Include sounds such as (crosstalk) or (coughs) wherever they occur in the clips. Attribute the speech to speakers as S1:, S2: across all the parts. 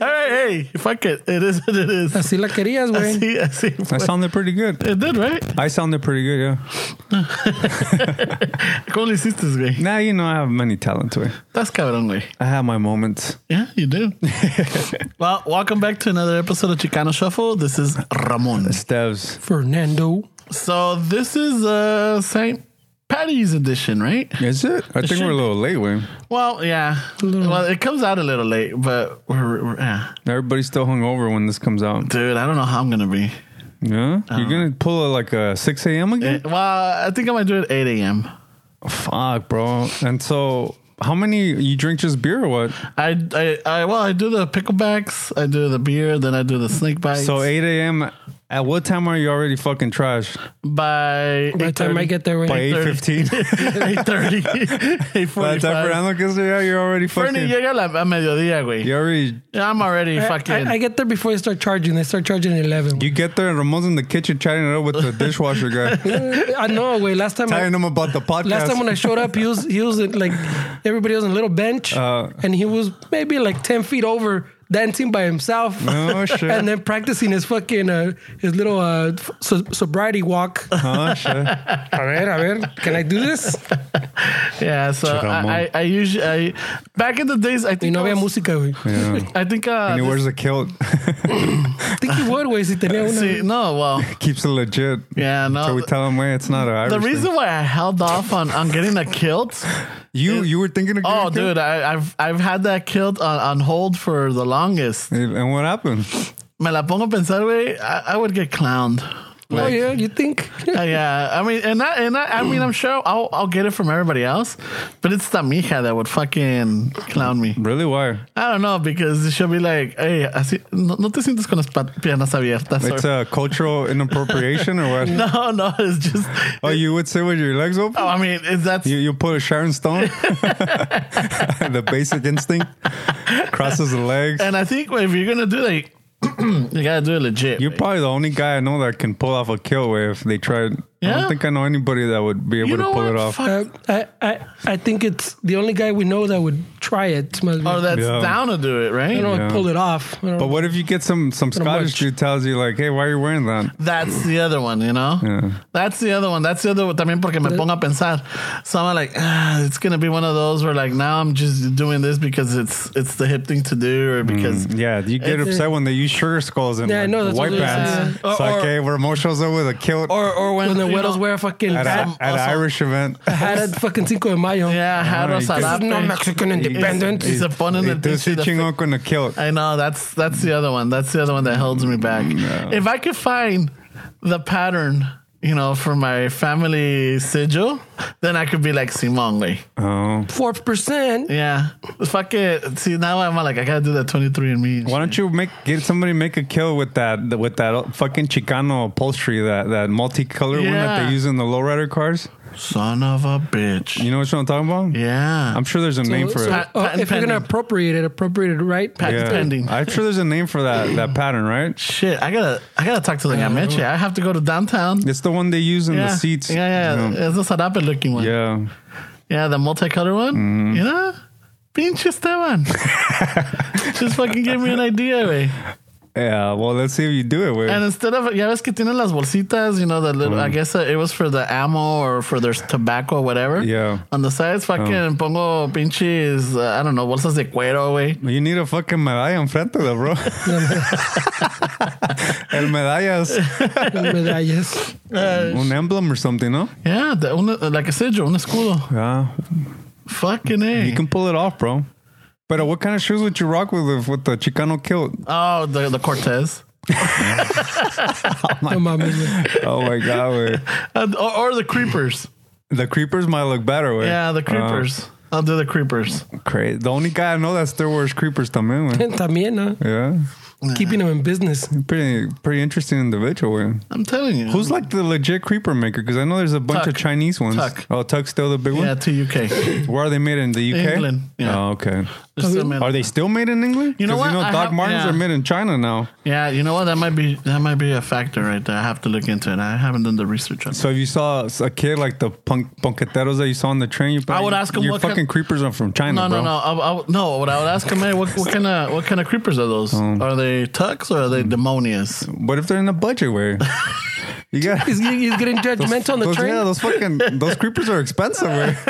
S1: All right, hey, fuck it. It is what it is.
S2: Así la querías, güey.
S1: Así, así. fue.
S3: I sounded pretty good.
S1: It did, right?
S3: I sounded pretty good, yeah.
S1: ¿Cómo lo hiciste, güey?
S3: Now you know I have many talents, way.
S1: Estás cabrón, güey.
S3: I have my moments.
S1: Yeah, you do. well, welcome back to another episode of Chicano Shuffle. This is Ramon.
S3: Steves.
S2: Fernando.
S1: So this is uh, St. Patty's edition, right?
S3: Is it? I think we're a little late, way.
S1: Well, yeah. Well, it comes out a little late, but we're, we're yeah.
S3: Everybody's still hungover when this comes out.
S1: dude. I don't know how I'm gonna be.
S3: Yeah? You're gonna pull it like uh, a 6 a.m.
S1: Eh,
S3: again?
S1: Well, I think I might do it at 8 a.m.
S3: Eh. Fuck, bro. And so, how many? You drink just beer or what?
S1: I, I, I, well, I do the picklebacks, I do the beer, then I do the snake bites.
S3: So 8 a.m. At what time are you already fucking trash?
S1: by
S2: By the time I
S3: (laughs)
S2: get there,
S3: By
S2: güey.
S3: 8.15? (laughs)
S1: (laughs) 8.30, 8.45.
S3: By the time Fernando gets there, you're already
S1: Bernie
S3: fucking...
S1: llega a, la, a mediodía, güey.
S3: You already...
S1: Yeah, I'm already fucking.
S2: I, I get there before they start charging. They start charging at 11.
S3: You get there and Ramon's in the kitchen chatting it up with (laughs) the dishwasher guy.
S2: I know, Ah, güey. Last time, I,
S3: telling him about the podcast.
S2: last time when I showed up, he was he was in, like everybody was on a little bench,
S3: Uh.
S2: and he was maybe like 10 feet over dancing by himself.
S3: Oh, shit. (laughs)
S2: And then practicing his fucking uh, his little uh, f- so- sobriety walk. A
S3: Huh, Uh-huh, shit.
S2: ver, a ver, can I do this?
S1: yeah, so
S3: Ramón.
S1: I, I, I usually I, back in the days, I
S2: Y
S1: think
S2: no
S1: I,
S2: había
S1: was,
S2: música, güey.
S3: Yeah.
S1: I think uh,
S3: And he
S1: this-
S3: wears a kilt.
S2: (laughs)
S3: (laughs)
S2: Think he would, güey, si tenía una.
S1: see, no,
S3: (laughs)
S1: well,
S3: Keeps it legit.
S1: yeah,
S3: So we
S1: no.
S3: tell him, wait, it's not an Irish
S1: The
S3: thing."
S1: reason why I held off on, on getting a
S3: (laughs)
S1: kilt,
S3: You you were thinking of getting
S1: oh
S3: a kilt?
S1: dude, I, I've I've had that kilt on, on hold for the longest.
S3: And what happened?
S1: Me la pongo a pensar, güey, I, I would get clowned.
S2: Oh, yeah, you think?
S1: Uh, yeah, I mean, and that, and that, I mean, I'm sure I'll I'll get it from everybody else, but it's the mija that would fucking clown me.
S3: Really? Why?
S1: I don't know because she'll be like, hey, así, no, no te sientes con las pa- piernas abiertas.
S3: It's
S1: or-
S3: a cultural inappropriation or
S1: (laughs)
S3: what?
S1: no, Oh. no, it's just.
S3: Oh,
S1: Oh,
S3: you would sit with your legs open?
S1: I mean, is that
S3: You, you put a Sharon Stone? (laughs) the basic instinct crosses the legs.
S1: And I think if you're gonna do that, (clears throat) you, you gotta do it legit.
S3: You're
S1: like.
S3: probably the only guy I know that can pull off a kill way if they tried. I
S1: Yeah?
S3: don't think I know anybody that would be able
S1: You
S3: to
S1: know
S3: pull
S1: what?
S3: it off.
S1: Fuck.
S2: Uh, I, I I think it's the only guy we know that would try it. Must be.
S1: Or that's
S3: Yeah.
S1: down to do it,
S2: I
S1: right?
S2: don't
S3: Yeah.
S2: know, pull it off. I don't know.
S3: But what if you get some some
S2: a
S3: Scottish
S2: munch.
S3: dude tells you like, hey, why are you wearing that?
S1: That's the other one, you know?
S3: Yeah.
S1: That's the other one. That's the other one. También porque me pongo a pensar. So I'm like, ah, it's gonna be one of those where like now I'm just doing this because it's it's the hip thing to do
S3: Mm.
S1: or because
S3: Yeah, you get
S1: It's-
S3: upset when they use sugar skulls and
S2: Yeah, I
S3: like,
S2: know, that's
S3: white
S2: what it is,
S3: pants.
S1: yeah.
S3: It's
S1: Or-
S3: like,
S1: or-
S3: hey, we're emotional so with a kilt
S1: or or when,
S2: when the
S1: you
S2: widows
S1: know,
S2: wear a fucking
S3: at,
S2: hat,
S3: a, at an
S1: also-
S3: Irish
S1: (laughs)
S3: event.
S2: hat at fucking Cinco de Mayo.
S1: yeah, had
S3: you
S1: a
S3: can-
S2: This is no Mexican independence.
S1: Y se ponen
S3: Y
S1: el
S3: tú sí
S1: pinche de-
S3: chingón con el kilt.
S1: I know that's that's the other one. That's the other one that holds me back. If I could find the pattern, you know, for my family sigil, then I could be like Simon Lee.
S3: Oh.
S2: Four percent.
S1: Yeah, fuck it. See now I'm like I gotta do that 23 and me.
S3: Why don't you make get somebody make a kill with that with that fucking Chicano upholstery that that multicolor one that
S1: Yeah.
S3: they use in the lowrider cars?
S1: Son of a bitch.
S3: You know what I'm talking about?
S1: Yeah.
S3: I'm sure there's a name for
S2: So,
S3: it.
S1: Pat-
S2: uh,
S1: patent
S2: if you're gonna
S1: pending.
S2: appropriate it, appropriate it right.
S1: Patent pending.
S3: I'm sure there's a name for
S1: (laughs)
S3: that that pattern, right?
S1: Shit, I gotta, I gotta talk to the guy. Mitch. I have to go to downtown.
S3: It's the one they use in
S1: Yeah,
S3: the seats.
S1: Yeah, yeah.
S3: you know?
S1: It's a sarape looking one. Yeah,
S3: yeah. Mm-hmm.
S1: the multicolor one. You know, pinche
S3: (laughs)
S1: Esteban. Just fucking give me an idea, way.
S3: Yeah, well, let's see if you do it. Wait.
S1: And instead of ya ves que tienen las bolsitas, you know, the little,
S3: Mm-hmm.
S1: I guess uh, it was for the ammo or for their tobacco or whatever.
S3: Yeah. Oh.
S1: On the sides, fucking pongo pinches, uh, I don't know, bolsas de cuero, güey.
S3: You need a fucking medalla enfrente de bro. El medallas,
S1: (laughs)
S2: Medallas.
S3: un emblem or something, no?
S1: Yeah, the, una, like a sigil, un escudo.
S3: Yeah,
S1: Fucking eh.
S3: you can pull it off, bro. But uh, what kind of shoes would you rock with if- with the Chicano kilt?
S1: oh, the, the Cortez.
S2: No mames, güey.
S3: Oh my god, wait.
S1: Uh, or, or the Creepers.
S3: the creepers might look better. Wait.
S1: Yeah, the
S3: Uh,
S1: Creepers. I'll do the Creepers.
S3: cra- The only guy I know that still wears creepers, también. Wait.
S2: También, uh,
S3: Yeah,
S2: keeping him in business.
S3: pretty pretty interesting individual. Wait.
S1: I'm telling you.
S3: Who's like the legit creeper maker? Because I know there's a bunch of
S1: Tuck.
S3: Chinese ones.
S1: Tuck.
S3: Oh, Tuck's still the big
S1: Yeah,
S3: one.
S1: to UK.
S3: Where are they made in the UK?
S1: England, yeah.
S3: Oh, okay.
S1: They're still made-
S3: Are they still made in England?
S1: You know
S3: 'Cause
S1: what?
S3: You know,
S1: I
S3: Doc
S1: have-
S3: Martens
S1: yeah.
S3: are made in China now.
S1: yeah, you know what? That might be that might be a factor right there. I have to look into it. I haven't done the research on it.
S3: So if you saw a kid like the punk punketeros that you saw on the train, you
S1: I would ask him
S3: Your
S1: what
S3: fucking
S1: kind-
S3: creepers are from China,
S1: No,
S3: bro.
S1: no, no. I, I, no, what I would ask him, hey, what, what kind of what kind of creepers are those? Are they tucks or are they demonious?
S3: What if they're in a
S1: (laughs)
S3: budget way? You got
S2: He's, he's getting judgmental on the
S3: those,
S2: train.
S3: Yeah, those fucking those creepers are expensive. Way.
S1: (laughs)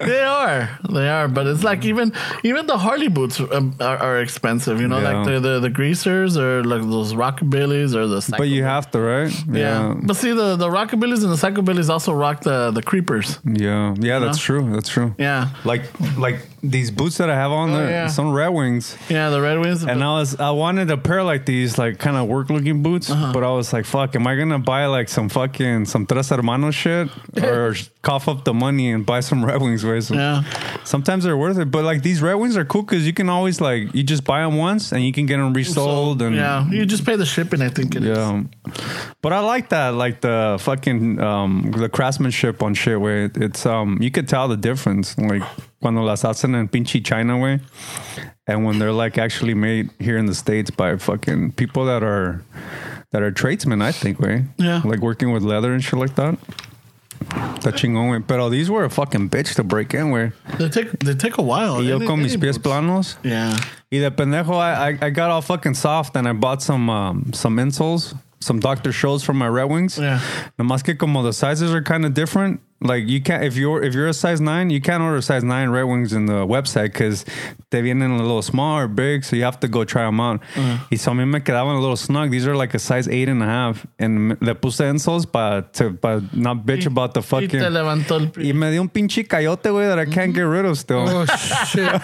S1: They are, they are. But it's like even even the Harley boots um, are, are expensive. You know,
S3: Yeah.
S1: like the, the the greasers or like those rockabillys or the.
S3: But you have to, right?
S1: yeah. But see, the the rockabillys and the psychobillys also rock the the creepers.
S3: yeah, yeah. That's true. That's true.
S1: Yeah,
S3: Like like these boots that I have on
S1: Oh,
S3: there,
S1: yeah.
S3: some Red Wings.
S1: yeah. The Red Wings.
S3: And I was I wanted a pair like these, like kind of work looking boots.
S1: Uh-huh.
S3: But I was like, fuck, am I gonna buy like some fucking some Tres Hermanos shit
S1: (laughs)
S3: or cough up the money and buy some Red Wings? Right? So
S1: Yeah.
S3: Sometimes they're worth it, but like these Red Wings are cool because you can always like you just buy them once and you can get them resold and
S1: yeah, you just pay the shipping. I think. It is.
S3: Yeah, but I like that, like the fucking um, the craftsmanship on shit. Where it- it's um, you could tell the difference, like cuando las hacen en pinche China way, and when they're like actually made here in the states by fucking people that are that are tradesmen. I think way,
S1: Yeah.
S3: like working with leather and shit like that. Touching on it, but all these were a fucking bitch to break in. Where
S1: They take they take a while.
S3: y yo
S1: Any-
S3: con mis
S1: any
S3: pies
S1: boots.
S3: planos.
S1: Yeah.
S3: Y de pendejo, I, I, I got all fucking soft and I bought some um, some insoles, some Dr. Scholl's from my Red Wings.
S1: Yeah.
S3: Nomás que como the sizes are kind of different. Like you can't if you're if you're a size nine, you can't order size nine Red Wings in the website because they vienen a little small or big, so you have to go try them out.
S1: Uh-huh.
S3: Y so a mí me quedaban a little snug. These are like a size eight and a half, and le puse insoles para to para not bitch about the
S1: Y te
S3: fucking.
S1: levantó el
S3: Y
S1: pri-
S3: me dio un pinche coyote, güey, that I can't get rid of
S1: (laughs)
S3: still.
S2: Oh shit!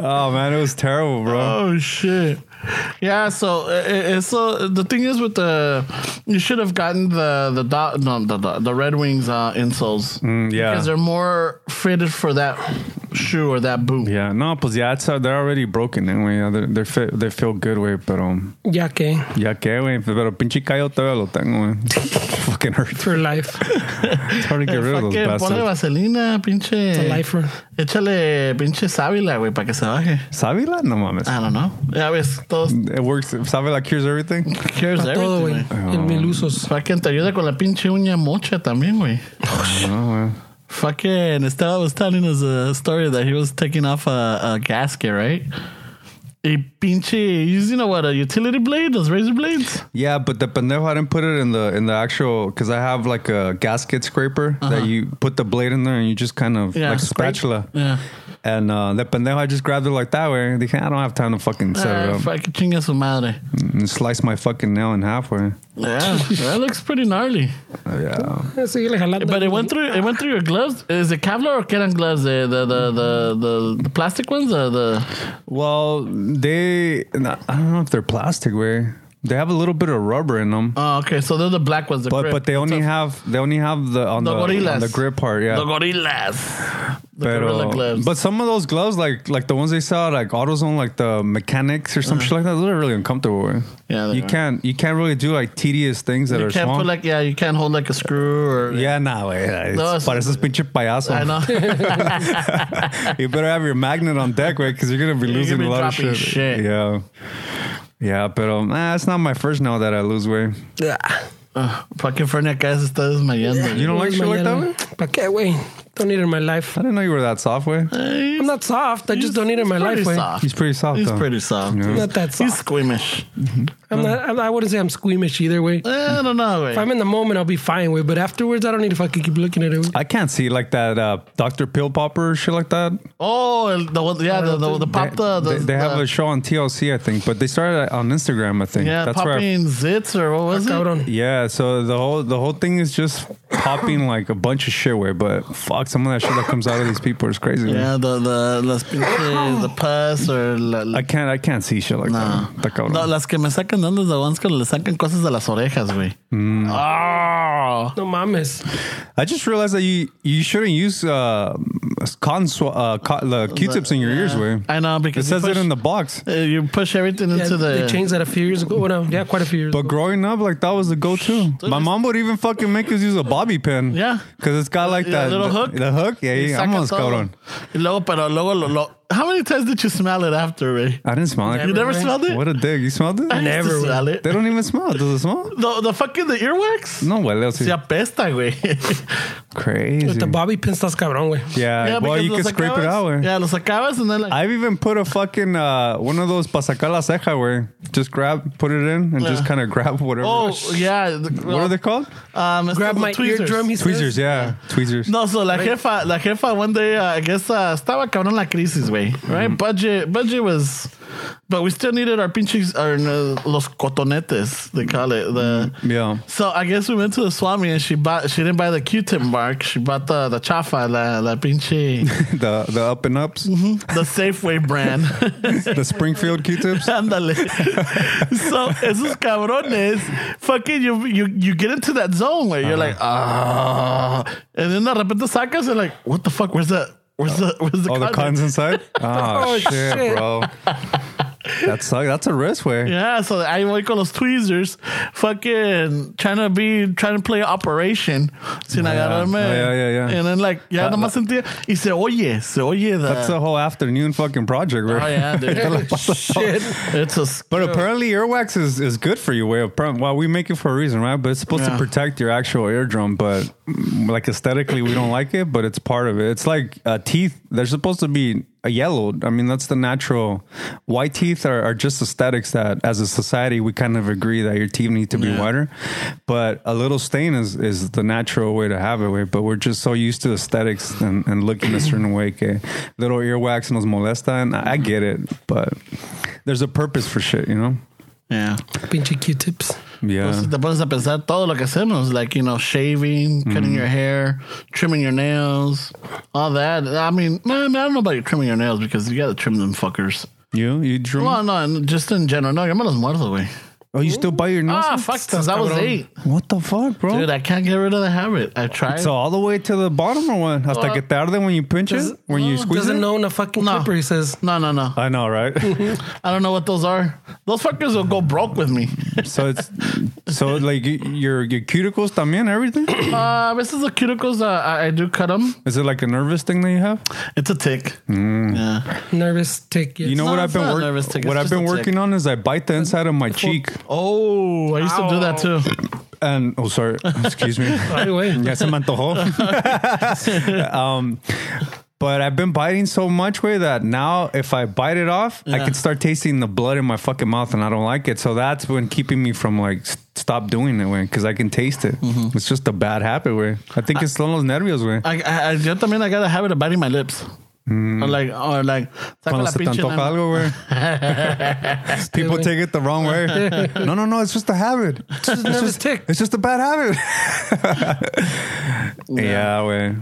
S3: Oh man, it was terrible, bro.
S1: Oh shit! Yeah, so uh, uh, so the thing is with the you should have gotten the the do, no, the, the the Red Wings uh, insoles
S3: Mm, yeah.
S1: because they're more fitted for that shoe or that boot.
S3: Yeah, no, pues ya, it's, uh, they're already broken anyway. Yeah, they're, they're fit, they feel good, way, pero um,
S2: Yeah, okay.
S3: ya que, güey, pero pinche callo todavía lo tengo, güey.
S1: (laughs)
S3: (laughs) Fucking hurt.
S2: For life,
S1: Eh.
S3: It's hard to get rid of those
S1: Fucking ponle
S3: bastards.
S1: vaselina, pinche.
S2: a lifer.
S1: Échale pinche sábila, güey, para que se baje.
S3: Sábila? No mames.
S1: I don't know. Ya ves, todos
S3: It works. Sábila
S1: (laughs)
S3: cures everything?
S1: cures
S2: Pa' todo,
S1: everything. eh?
S2: güey.
S1: güey.
S2: En mil
S3: Oh.
S2: usos.
S1: Fucking te ayuda con la pinche uña mocha también, güey.
S3: No,
S1: Fucking Estela was telling us a uh, story that he was taking off a, a gasket, right? A pinche, you know what, a utility blade, those razor blades?
S3: Yeah, but the pendejo, I didn't put it in the in the actual, because I have like a gasket scraper that you put the blade in there and you just kind of,
S1: Uh-huh. Yeah.
S3: like
S1: Scrape.
S3: spatula.
S1: Yeah.
S3: And uh, the pendejo, I just grabbed it like that way. Dije, I don't have time to fucking set it
S1: Ah,
S3: up.
S1: fucking chinga su madre.
S3: And slice my fucking nail in halfway.
S1: Yeah, that looks pretty gnarly.
S3: Yeah.
S2: Síguele Eh, jalando.
S1: But it went through. It went through your gloves. Is it Kevlar or Kenan gloves? The the the the, the, the plastic ones or the
S3: Well, they, I don't know if they're plastic, way. They have a little bit of rubber in them.
S1: oh okay. So they're the black ones. The
S3: but
S1: grip.
S3: but they only have they only have the on
S1: The
S3: the,
S1: gorillas.
S3: on the grip part, yeah.
S1: the gorillas. The gorilla
S3: Pero-
S1: gloves.
S3: But some of those gloves, like like the ones they sell at like AutoZone, like the mechanics or some shit like that, those are really uncomfortable. eh?
S1: Uh-huh. Yeah, they
S3: you
S1: are.
S3: can't you can't really do like tedious things that
S1: you
S3: are
S1: can't
S3: small.
S1: put like yeah. You can't hold like a screw or
S3: yeah, nah, way.
S1: No, it's-
S3: It's pareces pinche payaso.
S1: I know.
S3: (laughs) you better have your magnet on deck, way, because you're gonna be
S1: You're gonna
S3: losing
S1: be
S3: a lot of
S1: dropping
S3: shit.
S1: shit.
S3: Yeah, yeah, but um, nah, it's not my first now that I lose weight.
S1: Ah, Fucking Fernie acá se está desmayando.
S3: You don't like shit like that? way?
S2: Pa' qué, güey? Don't need it in my life.
S3: I didn't know you were that soft, way.
S2: I'm not soft. I just don't need it in my life,
S1: He's
S2: way.
S1: soft.
S3: eh? He's pretty soft.
S1: He's
S3: though.
S1: pretty soft.
S3: Yeah.
S2: Not that
S1: He's
S2: soft.
S3: (laughs)
S1: squeamish. Eh,
S2: I'm not, I'm, I wouldn't say I'm squeamish either, way. If
S1: I don't know. Wait.
S2: I'm in the moment, I'll be fine, way. But afterwards, I don't need to fucking keep looking at it. güey.
S3: I can't see like that uh, Dr. Pill Popper shit like that.
S1: Oh, el- the one- yeah, the the, the pop the, the
S3: they, they have
S1: the-
S3: a show on TLC, I think, but they started on Instagram, I think.
S1: yeah
S3: That's where. I, Ah,
S1: popping zits or what was it?
S2: Cabrón.
S3: yeah, so the whole the whole thing is just
S1: (coughs)
S3: popping like a bunch of shit away, but fuck, some of that shit that comes out of these people is crazy. man.
S1: Yeah, the the las pinches the pus or la,
S3: I can't I can't see shit like that. Está cabrón.
S1: no, las que me sacan dando the ones que le sacan cosas de las orejas, güey. Ah.
S3: Ah.
S2: No mames.
S3: I just realized that you you shouldn't use uh, cotton sw- uh, co- the Q-tips in your ears, way.
S1: I know
S3: It
S1: because
S3: says
S1: you
S3: it
S1: push,
S3: in the box.
S1: uh, you push everything
S2: Yeah,
S1: into
S2: they
S1: the
S2: changed that a few years ago. Well, no, yeah, quite a few years.
S3: But
S2: ago.
S3: growing up, like that was the go-to. My mom would even fucking make us use a bobby pin.
S1: Yeah.
S3: because it's got like
S1: Yeah,
S3: that
S1: little hook.
S3: The hook, yeah.
S1: Y
S3: yeah I'm
S1: saca
S3: on
S1: todo.
S3: cabrón.
S1: Y luego, pero luego, lo, lo- how many times did you smell it after, Ray?
S3: I didn't smell it.
S1: You never
S2: Ray.
S1: smelled it?
S3: What a dick! You smelled
S1: I used to
S3: it?
S2: Never.
S1: smell it.
S3: They don't even smell. Does it smell?
S1: The, the fucking the earwax?
S3: No, well, that's
S1: Se apesta, güey. (laughs)
S3: crazy.
S2: the bobby pin estás cabrón, güey.
S3: Yeah, well,
S1: because
S3: you
S1: lo
S3: can scrape it
S1: sacabas-
S3: out. eh. güey.
S1: Yeah, lo sacabas and then like,
S3: I've even put a fucking uh, one of those para sacar la ceja where just grab, put it in, and just
S1: Yeah.
S3: kind of grab whatever.
S1: oh, yeah. the-
S3: What are they called?
S1: Um, it's
S2: Grab
S1: the
S2: my
S1: tweezers.
S2: eardrum. He says.
S3: Tweezers, yeah, tweezers.
S1: No, so la jefa, la jefa one day, uh, I guess, uh, estaba cabrón la crisis, güey. Right? Budget, budget was, but we still needed our pinches, our, uh, los cotonetes, they call it. The,
S3: Yeah.
S1: So I guess we went to the Swami and she bought, she didn't buy the Q-tip mark. She bought the, the chafa, la, la pinche,
S3: (laughs) the the up and ups,
S1: the Safeway brand.
S3: the Springfield Q-tips.
S1: Ándale. so esos cabrones, fucking you, you, you get into that zone where you're like, ah, and then de repente sacas and like, what the fuck? Where's that? Where's the where's the,
S3: All the
S1: condom? (laughs)
S3: cons inside. Oh,
S2: Oh,
S3: shit,
S2: shit.
S3: bro. That sucks. That's a risk way.
S1: Yeah, so I went con los tweezers, fucking trying to be trying to play operation sin
S3: Yeah.
S1: agarrarme.
S3: Oh, yeah, yeah, yeah.
S1: And then like ya
S3: That-
S1: nomás sentía y se oye, se oye the, (laughs)
S3: That's a whole afternoon fucking project, bro.
S1: Oh yeah, dude.
S3: (laughs)
S2: Shit.
S1: it's a
S3: But apparently, earwax is, is good for you. Way apparently, well, we make it for a reason, right? But it's supposed
S1: Yeah.
S3: to protect your actual eardrum. But mm, like aesthetically, we don't like it. But it's part of it. It's like uh, teeth; they're supposed to be uh, yellowed. I mean, that's the natural. White teeth are, are just aesthetics that, as a society, we kind of agree that your teeth need to be
S1: Yeah.
S3: whiter. But a little stain is is the natural way to have it. Way, but we're just so used to aesthetics and, and looking a certain way. Que little earwax nos molesta, and I I get it, but there's a purpose for shit, you know?
S1: yeah.
S2: Pinche Q-tips.
S3: Yeah.
S1: Entonces te pones a pensar todo lo que hacemos, like, you know, shaving, cutting your hair, trimming your nails, all that. I mean, man, I, mean, I don't know about you trimming your nails because you got to trim them fuckers.
S3: You you drew
S1: Well, no, and just in general. No, yo me los muerdo, güey.
S3: Oh, you still buy your nails?
S1: Ah, fuck, since I was
S2: cabrón.
S1: eight.
S3: What the fuck, bro?
S1: Dude, I can't get rid of the habit. I tried.
S3: so all the way to the bottom or what? Hasta
S1: Well,
S3: que tarde when you pinch
S2: does-
S3: it? When you
S1: no,
S3: squeeze it?
S2: Doesn't own a fucking
S1: No.
S2: clipper. He says.
S1: no, no, no.
S3: I know, right?
S1: (laughs) I don't know what those are. Those fuckers will go broke with me.
S3: so it's so like y- your your cuticles también everything.
S1: uh, this is the cuticles. Uh, I, I do cut them.
S3: Is it like a nervous thing that you have?
S1: It's a tick. Yeah.
S2: Nervous tick. Yes.
S3: You know
S1: No,
S3: what I've
S1: it's
S3: been
S1: not a
S3: work-
S1: nervous tick,
S3: what
S1: it's
S3: I've
S1: just
S3: been
S1: a
S3: working
S1: tick.
S3: on is I bite the inside of my cheek
S1: Oh, I used to do that too.
S3: and oh sorry, excuse me.
S2: Anyway.
S3: Ya se me antojó. um, but I've been biting so much way that now if I bite it off, I can start tasting the blood in my fucking mouth and I don't like it. So that's been keeping me from like s- stop doing it way because I can taste it. It's just a bad habit way. I think it's one of those nervios way.
S1: I, I, I, yo también I got a habit of biting my lips. Or like, or like, saco
S3: Mm. Cuando
S1: la
S3: se te
S1: pinche
S3: antoja
S1: lengua.
S3: (laughs) algo, güey. People
S2: güey.
S3: take it the wrong way. (laughs) No, no, no. It's just a habit.
S2: It's just nervous tick.
S3: It's just a bad habit. (laughs) yeah, way.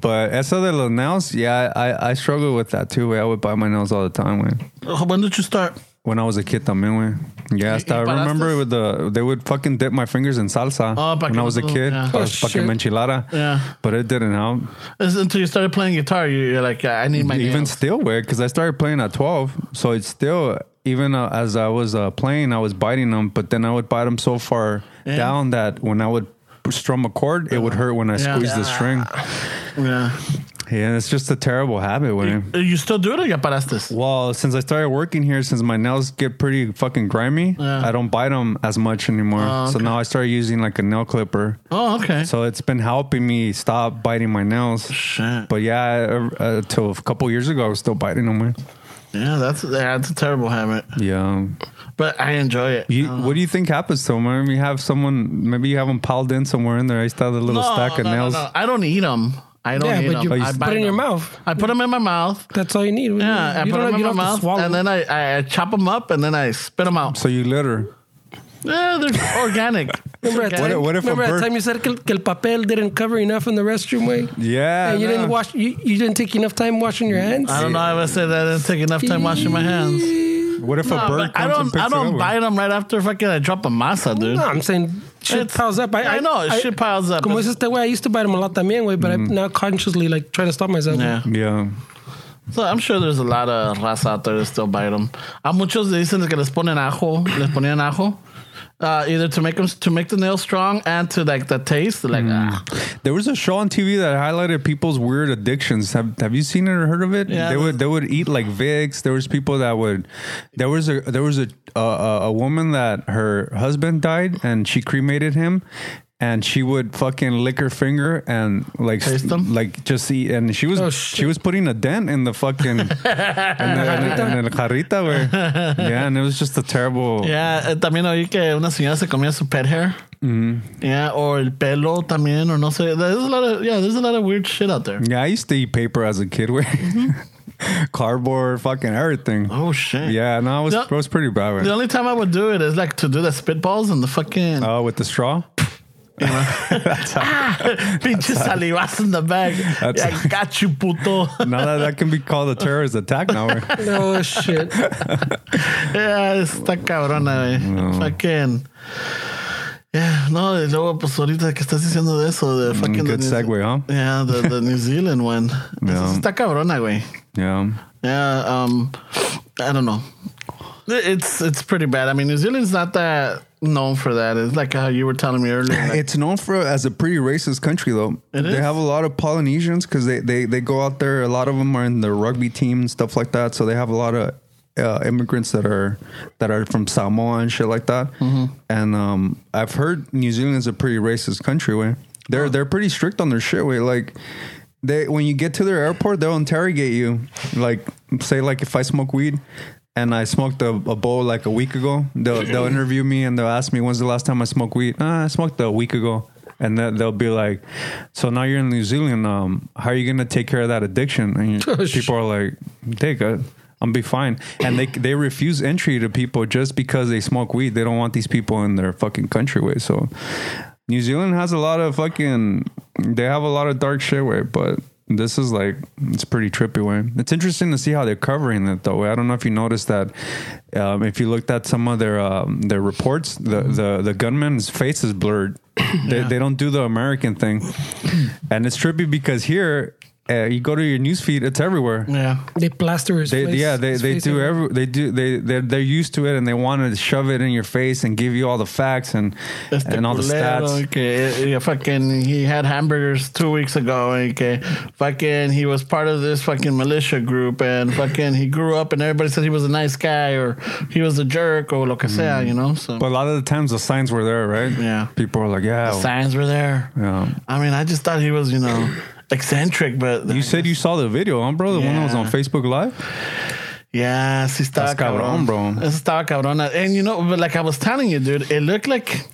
S3: But eso de los nails, yeah, I, I struggle with that too. Way I would bite my nails all the time. Way
S1: Oh, When did you start?
S3: when I was a kid, también. Way yeah, hasta I
S1: y paraste?
S3: remember with the they would fucking dip my fingers in salsa
S1: Oh, pa'
S3: when
S1: que
S3: I was a
S1: no-
S3: kid.
S1: yeah.
S3: I
S2: Oh,
S3: was fucking
S2: shit.
S3: enchilada.
S1: Yeah.
S3: but it didn't help.
S1: It's until you started playing guitar, you, you're like, I need my
S3: even
S1: nails.
S3: still weird because I started playing at 12. So it's still, even uh, as I was uh, playing, I was biting them, but then I would bite them so far
S1: Yeah. Uh-huh.
S3: down that when I would strum a chord, it would hurt when I
S1: Yeah.
S3: squeezed the string.
S1: Yeah.
S3: Yeah, it's just a terrible habit, William.
S1: You still do it or ya paraste?
S3: Well, since I started working here, since my nails get pretty fucking grimy,
S1: Yeah.
S3: I don't bite them as much anymore. So now I started using like a nail clipper.
S1: Oh, okay.
S3: So it's been helping me stop biting my nails.
S1: Shit.
S3: But yeah, uh, uh, till a couple years ago, I was still biting them. man.
S1: Yeah, that's that's a terrible habit,
S3: Yeah.
S1: but I enjoy it.
S3: You, what do you think happens to them? I mean, you have someone, maybe you have them piled in somewhere in there. I still have a little stack of nails. Oh,
S1: I don't eat them. I don't
S2: Yeah,
S1: eat
S2: but
S1: them.
S2: you
S1: I
S2: put
S1: bite
S2: it in your
S1: them.
S2: mouth.
S1: I put them in my mouth.
S2: That's all you need.
S1: Yeah, I
S2: you
S1: put
S2: don't,
S1: them
S2: you
S1: in my
S2: don't
S1: mouth,
S2: have to swallow.
S1: and then I, I chop them up, and then I spit them out.
S3: So you litter.
S1: Yeah, they're organic.
S2: Remember that
S3: What-
S2: time,
S3: what if a
S2: remember that
S3: bird-
S2: time you said que, el- que el papel didn't cover enough in the restroom way?
S3: Yeah.
S2: and you
S3: no.
S2: didn't wash. You, you didn't take enough time washing your hands.
S1: I don't know. I would say that I didn't take enough time washing my (laughs) hands.
S3: What if
S1: No,
S3: a bird
S1: but
S3: comes
S1: I
S3: and
S1: don't.
S3: picks
S1: I
S3: it
S1: don't
S3: up?
S1: bite them right after fucking I drop a masa, dude.
S2: No, I'm saying shit
S1: It's-
S2: piles up.
S1: I
S2: I,
S1: know, shit piles up.
S2: Como es este way, I used to buy them a lot también, way, but I'm now consciously like trying to stop myself.
S1: Yeah.
S3: Mm. Yeah.
S1: So I'm sure there's a lot of raza out there that still buy them. A muchos le dicen que les ponen ajo, les ponían ajo. Uh, either to make them to make the nails strong and to like the taste, like
S2: Mm.
S1: ah.
S3: There was a show on TV that highlighted people's weird addictions. Have Have you seen it or heard of it?
S1: Yeah.
S3: They would They would eat like Vicks. There was people that would. There was a There was a a, a a woman that her husband died and she cremated him. And she would fucking lick her finger and like
S1: Taste them?
S3: like just eat. And she was
S2: Oh,
S3: she
S2: shit.
S3: was putting a dent in the
S1: (laughs)
S3: fucking in the, in the, in the jarrita, where, yeah. And it was just a terrible.
S1: yeah. eh, También oí que una señora se comía su pet hair.
S2: Mm-hmm.
S1: Yeah, or el pelo también, or no sé. There's a lot of yeah. There's a lot of weird shit out
S2: Mm.
S1: there.
S3: Yeah, I used to eat paper as a kid, where (laughs) cardboard, fucking everything.
S1: Mm-hmm. Oh shit.
S3: Yeah, no, it was,
S1: The-
S3: it was pretty bad.
S1: The
S3: Right?
S1: only time I would do it is like to do the spitballs and the fucking (laughs)
S3: Uh, with the straw?
S1: pinches salivas in the bag.
S3: That's-
S1: I got you,
S3: (laughs)
S1: puto.
S3: Now that, that can be called a terrorist attack now. we're-
S2: Oh shit.
S1: Yeah, está cabrona, güey. Fucking. Yeah, no, y luego, pues ahorita que estás diciendo de eso, de fucking.
S3: Mm, good
S1: the New-
S3: segue, huh?
S1: Yeah, the, the New Zealand one. Eso
S3: (laughs) Yeah.
S1: sí está cabrona, güey.
S3: Yeah.
S1: Yeah, um, I don't know. It's it's pretty bad. I mean, New Zealand's not that known for that. It's like how you were telling me (laughs) earlier.
S3: (laughs)
S1: like,
S3: It's known for as a pretty racist country, though.
S1: It
S3: they
S1: is.
S3: have a lot of Polynesians because they, they, they go out there. A lot of them are in the rugby team and stuff like that. So they have a lot of uh, immigrants that are that are from Samoa and shit like that.
S1: Mm-hmm.
S3: And um, I've heard New Zealand's a pretty racist country. Way they're they're pretty strict on their shit. Way like they when you get to their airport, they'll interrogate you. Like say like if I smoke weed. And I smoked a, a bowl like a week ago. They'll, they'll interview me and they'll ask me when's the last time I smoked weed. Ah, I smoked a week ago and then they'll be like, "So now you're in New Zealand. Um, how are you gonna take care of that addiction?" And you- people are like, "Take it. I'm be fine." And they they refuse entry to people just because they smoke weed. They don't want these people in their fucking country way. So New Zealand has a lot of fucking. They have a lot of dark shit way, but. This is like it's pretty trippy way. It's interesting to see how they're covering it though. I don't know if you noticed that. Um, if you looked at some of their um, their reports, the, the the gunman's face is blurred they, they don't do the American thing, and it's trippy because here uh, you go to your newsfeed, it's everywhere.
S1: yeah.
S2: They plaster his
S3: They,
S2: face.
S3: yeah, they,
S2: his
S3: they
S2: face
S3: do
S2: everywhere.
S3: every they do they they're, they're used to it and they want to shove it in your face and give you all the facts and
S1: Este
S3: and all the
S1: culero
S3: stats.
S1: Que, eh, fucking, he had hamburgers two weeks ago. And que, fucking, he was part of this fucking militia group. And fucking, he grew up and everybody said he was a nice guy or he was a jerk or lo que
S3: Mm.
S1: sea, you know? So
S3: But a lot of the times the signs were there, right?
S1: Yeah.
S3: people are like, yeah.
S1: signs were there.
S3: Yeah.
S1: I mean, I just thought he was, you know, eccentric, but.
S3: You said you saw the video, huh, bro? The one that was
S1: Yeah.
S3: on Facebook Live.
S1: Yeah, sí estaba
S3: That's
S1: cabrón,
S3: cabrón, bro.
S1: Eso estaba cabrón. And you know, but like I was telling you, dude, it looked like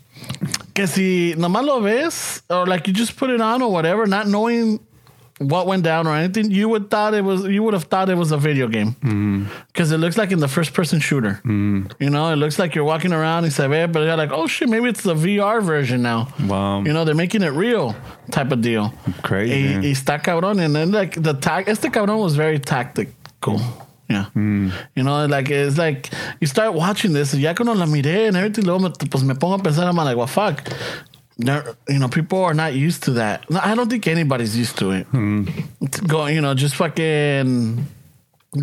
S1: que si nomás lo ves, or like you just put it on or whatever, not knowing what went down or anything, you would thought it was you would have thought it was a video game
S3: Mm-hmm.
S1: because it looks like in the first person shooter. You know, it looks like you're walking around and say, but you're like, oh shit, maybe it's the VR version now.
S3: Wow.
S1: You know, they're making it real type of deal.
S3: Crazy.
S1: Y, y está cabrón. And then like the tag, este cabrón was very tactical. Yeah.
S3: Mm.
S1: You know, like it's like you start watching this, y ya cuando la miré and everything, luego me, pues me pongo a pensar, I'm like, well, fuck. There- you know, people are not used to that. No, I don't think anybody's used to it. It's
S3: Mm.
S1: Going, you know, just fucking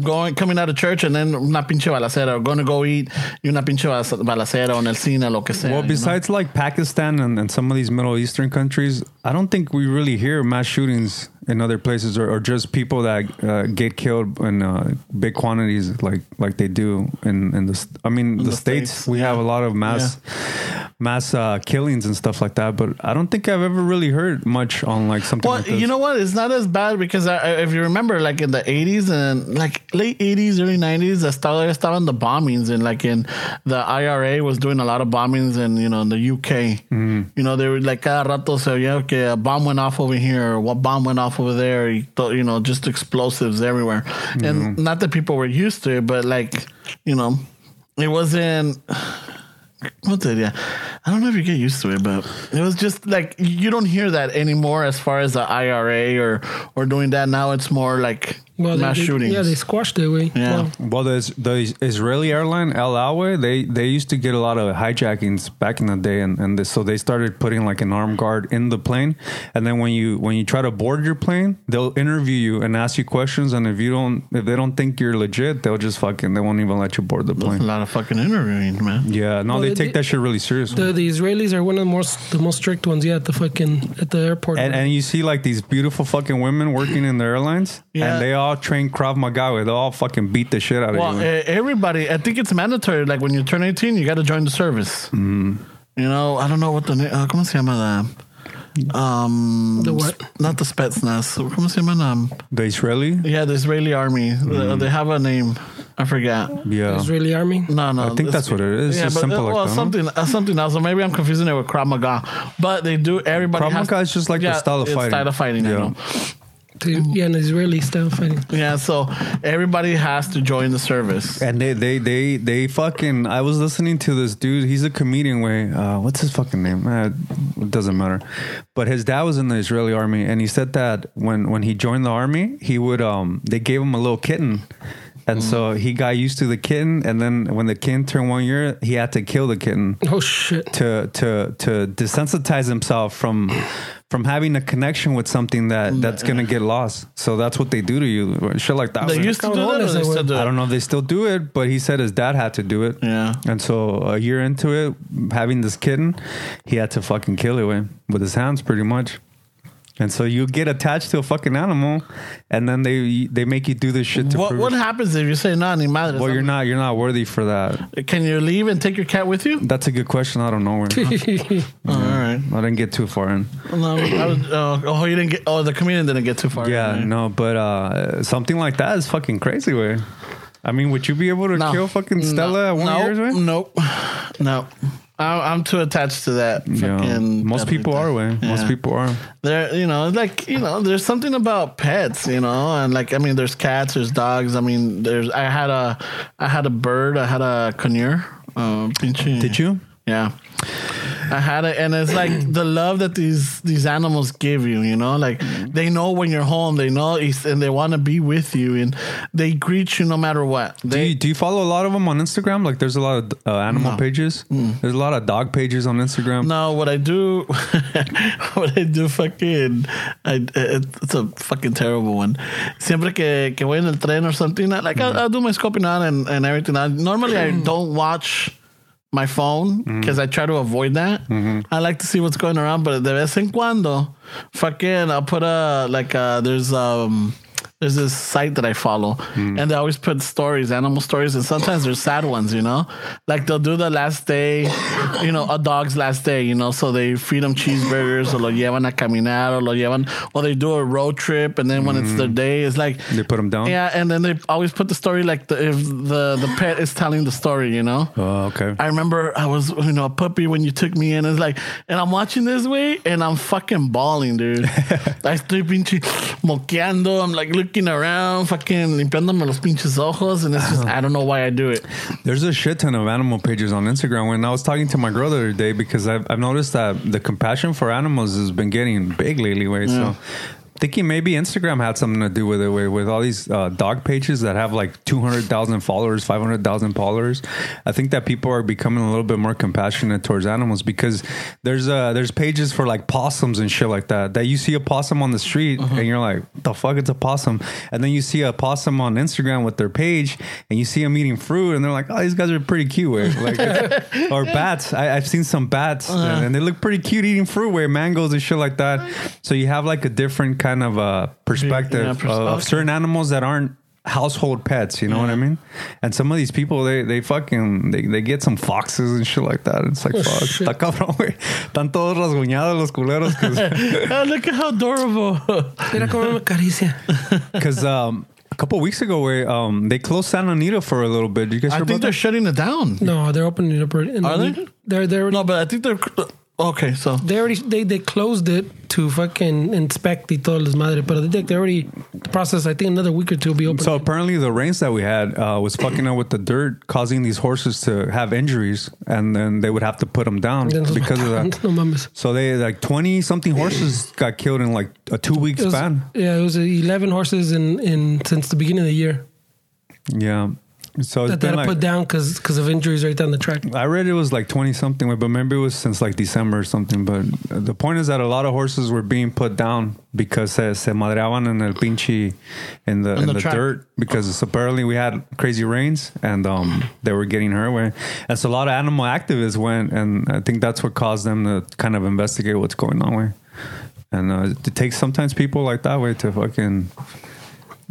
S1: going coming out of church and then una pinche balacera or going to go eat y una pinche bala- balacera o en el cine lo que sea.
S3: Well,
S1: you know?
S3: besides like Pakistan and, and some of these Middle Eastern countries, I don't think we really hear mass shootings in other places or, or just people that uh, get killed in uh, big quantities like like they do in, in the st- I mean the,
S1: the
S3: states,
S1: States,
S3: we have a lot of mass mass uh, killings and stuff like that, but I don't think I've ever really heard much on like something
S1: Well,
S3: like this.
S1: you know what? It's not as bad because I, I, if you remember, like in the eighties and like late eighties, early nineties, I started estaban the bombings and like in the IRA was doing a lot of bombings and you know in the UK, you know they were like cada rato so yeah okay a bomb went off over here or what bomb went off over there you thought, you know just explosives everywhere and not that people were used to it but like you know it wasn't what did yeah? I don't know if you get used to it, but it was just like you don't hear that anymore as far as the IRA or or doing that. Now it's more like
S2: Well,
S1: Mass
S2: they,
S1: shootings.
S2: They, yeah, they squashed it. We.
S1: Yeah.
S2: Well,
S3: Well, the, Is- the Israeli airline El Alway, they they used to get a lot of hijackings back in the day, and and this, so they started putting like an armed guard in the plane, and then when you when you try to board your plane, they'll interview you and ask you questions, and if you don't if they don't think you're legit, they'll just fucking they won't even let you board the
S1: That's a
S3: plane.
S1: lot of fucking interviewing, man.
S3: Yeah, no,
S2: Well,
S3: they
S2: it-
S3: take that shit really seriously.
S2: the, the Israelis are one of the most the most strict ones. Yeah, at the fucking at the airport.
S3: And, and you see like these beautiful fucking women working in the airlines,
S1: Yeah.
S3: and they all train Krav Maga. They all fucking beat the shit out
S1: Well, uh,
S3: of you.
S1: everybody, I think it's mandatory. Like when you turn 18, you got to join the service. You know, I don't know what the name, uh, ¿cómo se llama la? Um,
S2: The what?
S1: sp- Not the Spetsnaz. ¿Cómo se llama? Um,
S3: the Israeli,
S1: yeah, the Israeli army. Uh, they have a name. I forgot.
S3: yeah,
S2: Israeli army.
S1: No, no.
S3: I think
S1: this-
S3: that's what it is. It's simple like
S1: well,
S3: that, huh?
S1: something, uh, something else. Or maybe I'm confusing it with Krav Maga. But they do. Everybody.
S3: Krav
S1: has-
S3: Maga is just like the style of
S1: it's
S3: fighting.
S1: Style of fighting. I
S3: Yeah.
S1: know.
S2: To, yeah, an Israeli style fighting.
S1: Yeah. So everybody has to join the service.
S3: And they, they, they, they fucking. I was listening to this dude. He's a comedian. Way, uh, what's his fucking name? Uh, it doesn't matter. But his dad was in the Israeli army, and he said that when when he joined the army, he would um they gave him a little kitten, and
S1: Mm.
S3: so he got used to the kitten, and then when the kitten turned one year, he had to kill the kitten
S2: Oh shit.
S3: to to to desensitize himself from from having a connection with
S1: Mm.
S3: something that that's gonna get lost. So that's what they do to you, shit like that.
S1: They
S3: Like-
S1: used to do that. Or
S2: Cabrones,
S1: they
S2: they
S1: still
S2: were.
S1: do
S3: I
S1: it?
S3: don't know if they still do it, but he said his dad had to do it.
S1: Yeah.
S3: And so a year into it, having this kitten, he had to fucking kill it with, with his hands pretty much. And so you get attached to a fucking animal, and then they they make you do this shit to
S1: What
S3: prove.
S1: What happens if you say no, ni madre?
S3: well, you're not you're not worthy for that.
S1: Can you leave and take your cat with you?
S3: That's a good question. I don't know. Where. I
S2: (laughs)
S1: All right.
S3: didn't get too far in.
S1: No, I was, uh, oh, you didn't get. Oh, the comedian didn't get too far.
S3: Yeah,
S1: right?
S3: no, but uh, something like that is fucking crazy. Way. I mean, would you be able to
S1: No.
S3: kill fucking Stella at one
S1: no,
S3: year's way?
S1: Nope. No. I- I'm too attached to that.
S3: Yeah.
S1: Fucking
S3: Most people are way. Most
S1: Yeah.
S3: people are.
S1: There, you know, like you know, there's something about pets, you know, and like I mean, there's cats, there's dogs. I mean, there's I had a, I had a bird, I had a conure. Uh, pinche-
S3: Did you?
S1: Yeah, I had it, and it's like
S3: (clears throat)
S1: the love that these these animals give you. You know, like they know when you're home, they know, it's- and they want to be with you, and they greet you no matter what.
S3: Do
S1: They
S3: you, do you follow a lot of them on Instagram? Like, there's a lot of uh, animal
S1: No. Mm.
S3: pages. There's a lot of dog pages on Instagram.
S1: No, what I do, (laughs) what I do, fucking, I, eh, it's a fucking terrible one. Siempre que, que voy en el tren or something, I, like I, I do my scoping out and, and everything. I, normally, I don't watch my phone because I try to avoid that. I like to see what's going around, but de vez en cuando, fucking, I'll put a like uh there's um. There's this site that I follow,
S3: Hmm.
S1: and they always put stories, animal stories, and sometimes they're sad ones, you know. Like they'll do the last day, you know, a dog's last day, you know. So they feed them cheeseburgers, or lo llevan a caminar, or lo llevan, or they do a road trip, and then when it's their day, it's like
S3: Hmm. They put 'em down?
S1: Yeah, and then they always put the story like the, if the the pet is telling the story, you know.
S3: Oh, okay.
S1: I remember I was, you know, a puppy when you took me in. It's like, and I'm watching this way and I'm fucking bawling,
S3: (laughs)
S1: dude. I estoy pinche moqueando. I'm like looking around, fucking limpiándome los pinches ojos. And it's
S3: Oh.
S1: just, I don't know why I do
S3: (laughs)
S1: it.
S3: There's a shit ton of animal pages on Instagram. When I was talking to my girl the other day, because I've, I've noticed that the compassion for animals has been getting big lately. Way so. Thinking maybe Instagram had something to do with it, way with all these uh, dog pages that have like two hundred thousand followers, five hundred thousand followers. I think that people are becoming a little bit more compassionate towards animals because there's uh there's pages for like possums and shit like that. That you see a possum on the street
S1: Uh-huh.
S3: and you're like, the fuck, it's a possum. And then you see a possum on Instagram with their page and you see them eating fruit and they're like, oh, these guys are pretty cute. Way.
S1: (laughs)
S3: Like, it's- or bats. I, I've seen some bats
S1: Uh-huh.
S3: and, and they look pretty cute eating fruit, way mangoes and shit like that. So you have like a different kind of uh, perspective
S1: Yeah, pers-
S3: of- of
S1: okay.
S3: certain animals that aren't household pets you know what i mean and some of these people they they fucking they, they get some foxes and shit like that it's like fuck
S2: shit.
S3: está cabrón güey. están todos rasguñados los culeros 'cause-
S1: (laughs) Oh, look at how adorable.
S2: Mira cómo me acaricia.
S3: cause um a couple weeks ago we um they closed San Anita for a little bit. You guys
S1: I
S3: hear
S1: think
S3: about
S1: they're
S3: that?
S1: shutting it down.
S2: No, they're opening it up. right- and
S1: Are they?
S2: They're they're
S1: No, but I think they're. Okay, so
S2: They already they, they closed it to fucking inspect y todo el desmadre, pero they, they already the process. I think another week or two will be open.
S3: So apparently, the rains that we had uh, was fucking up with the dirt, causing these horses to have injuries, and then they would have to put them down
S2: Entonces,
S3: because of
S2: (laughs)
S3: that.
S2: No mames.
S3: So they like twenty something horses got killed in like a two week
S2: It was-
S3: span.
S2: yeah, it was eleven horses in, in since the beginning of the year
S3: Yeah. So it's
S2: that they had
S3: been
S2: to put
S3: like,
S2: down because of injuries right down the
S3: (laughs)
S2: track.
S3: I read it was like twenty something, but maybe it was since like December or something. But the point is that a lot of horses were being put down because se, se madreaban in el pinche in the in
S1: the
S3: the
S1: track.
S3: dirt because apparently we had crazy rains and um they were getting her way. And so a lot of animal activists went, and I think that's what caused them to kind of investigate what's going on. Way, and uh, it takes sometimes people like that way to fucking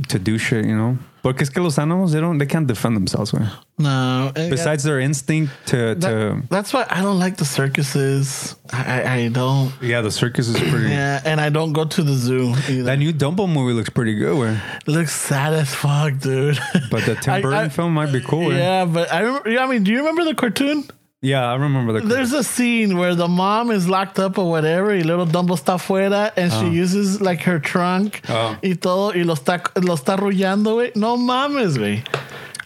S3: to do shit, you know. But es que los animals they don't they can't defend themselves. Way.
S1: no. eh,
S3: Besides their instinct to,
S1: that-
S3: to
S1: that's why I don't like the circuses. I, I- I don't.
S3: Yeah, the circus is pretty.
S1: Yeah, and I don't go to the zoo. Either.
S3: That new Dumbo movie looks pretty good, where,
S1: looks sad as fuck, dude.
S3: but the
S1: (laughs) I-
S3: Tim Burton
S1: I-
S3: film might be cool. where.
S1: Yeah, but I remember. yeah, I mean, do you remember the cartoon?
S3: yeah, I remember the.
S1: There's a scene where the mom is locked up or whatever, y little Dumbo está fuera, and she uses like her trunk
S3: Uh. Oh.
S1: y todo, y lo está, lo está arrullando, güey. No mames, güey.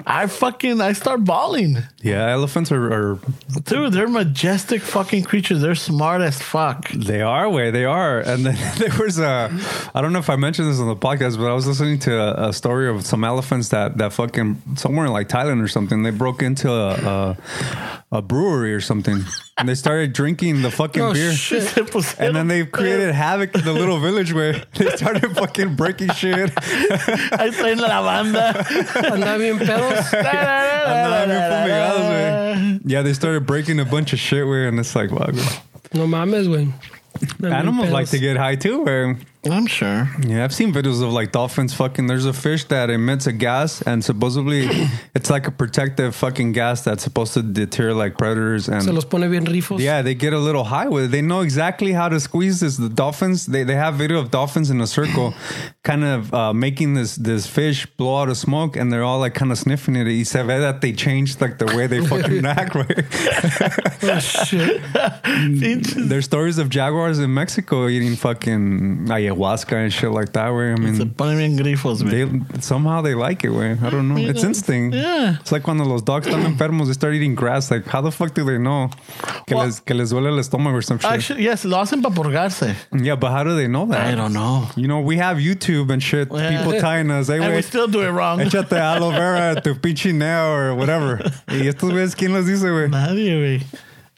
S1: I fucking, I start bawling.
S3: yeah, elephants are, are
S1: Dude, they're majestic fucking creatures. They're smart as fuck.
S3: they are way they are, and then (laughs) there was a. I don't know if I mentioned this on the podcast, but I was listening to a, a story of some elephants that that fucking somewhere in like Thailand or something. They broke into a a, a brewery or something, and they started drinking the fucking
S2: Oh,
S1: (laughs)
S3: beer.
S2: shit.
S1: Just pusieron-
S3: and then they created havoc in the little village where (laughs) they started fucking breaking shit.
S1: (laughs) Ahí está en la banda.
S3: (laughs)
S2: Andaba bien pedos.
S3: Andaba bien fumigados, güey. Yeah, they started breaking a bunch of shit, where, and it's like, wow. güey.
S2: No mames, güey. Andaban bien
S3: Animals like
S2: pedos.
S3: to get high too, where,
S1: I'm sure.
S3: yeah, I've seen videos of like dolphins fucking. There's a fish that emits a gas, and supposedly (coughs) it's like a protective fucking gas that's supposed to deter like predators and
S2: se los pone bien rifos.
S3: Yeah, they get a little high with it. They know exactly how to squeeze this. The dolphins, they, they have video of dolphins in a circle, (coughs) kind of uh, making this this fish blow out of smoke, and they're all like kind of sniffing it. Y se ve that they changed like the way
S2: (laughs)
S3: they fucking act. Right?
S2: Oh,
S3: (laughs)
S2: shit.
S1: Pinches-
S3: There's stories of jaguars in Mexico eating fucking ayahuasca and shit like that. Where I
S1: Se
S3: mean.
S1: ponen bien grifos, güey.
S3: They somehow they like it. Where I don't know, it's instinct.
S1: Yeah.
S3: it's like when those dogs están enfermos, they start eating grass. Like, how the fuck do they know que
S1: Well-
S3: les que les duele el estómago or some shit?
S1: Actually, yes, lo hacen para purgarse.
S3: yeah, but how do they know that?
S1: I don't know.
S3: You know, we have YouTube and shit.
S1: Yeah.
S3: People tying us.
S1: (laughs)
S3: Hey,
S1: And we
S3: güey,
S1: still do it wrong. (laughs)
S3: échate aloe vera, tu pinche nail or whatever. Y estos güeyes, ¿quién los dice, güey?
S1: Nadie, güey.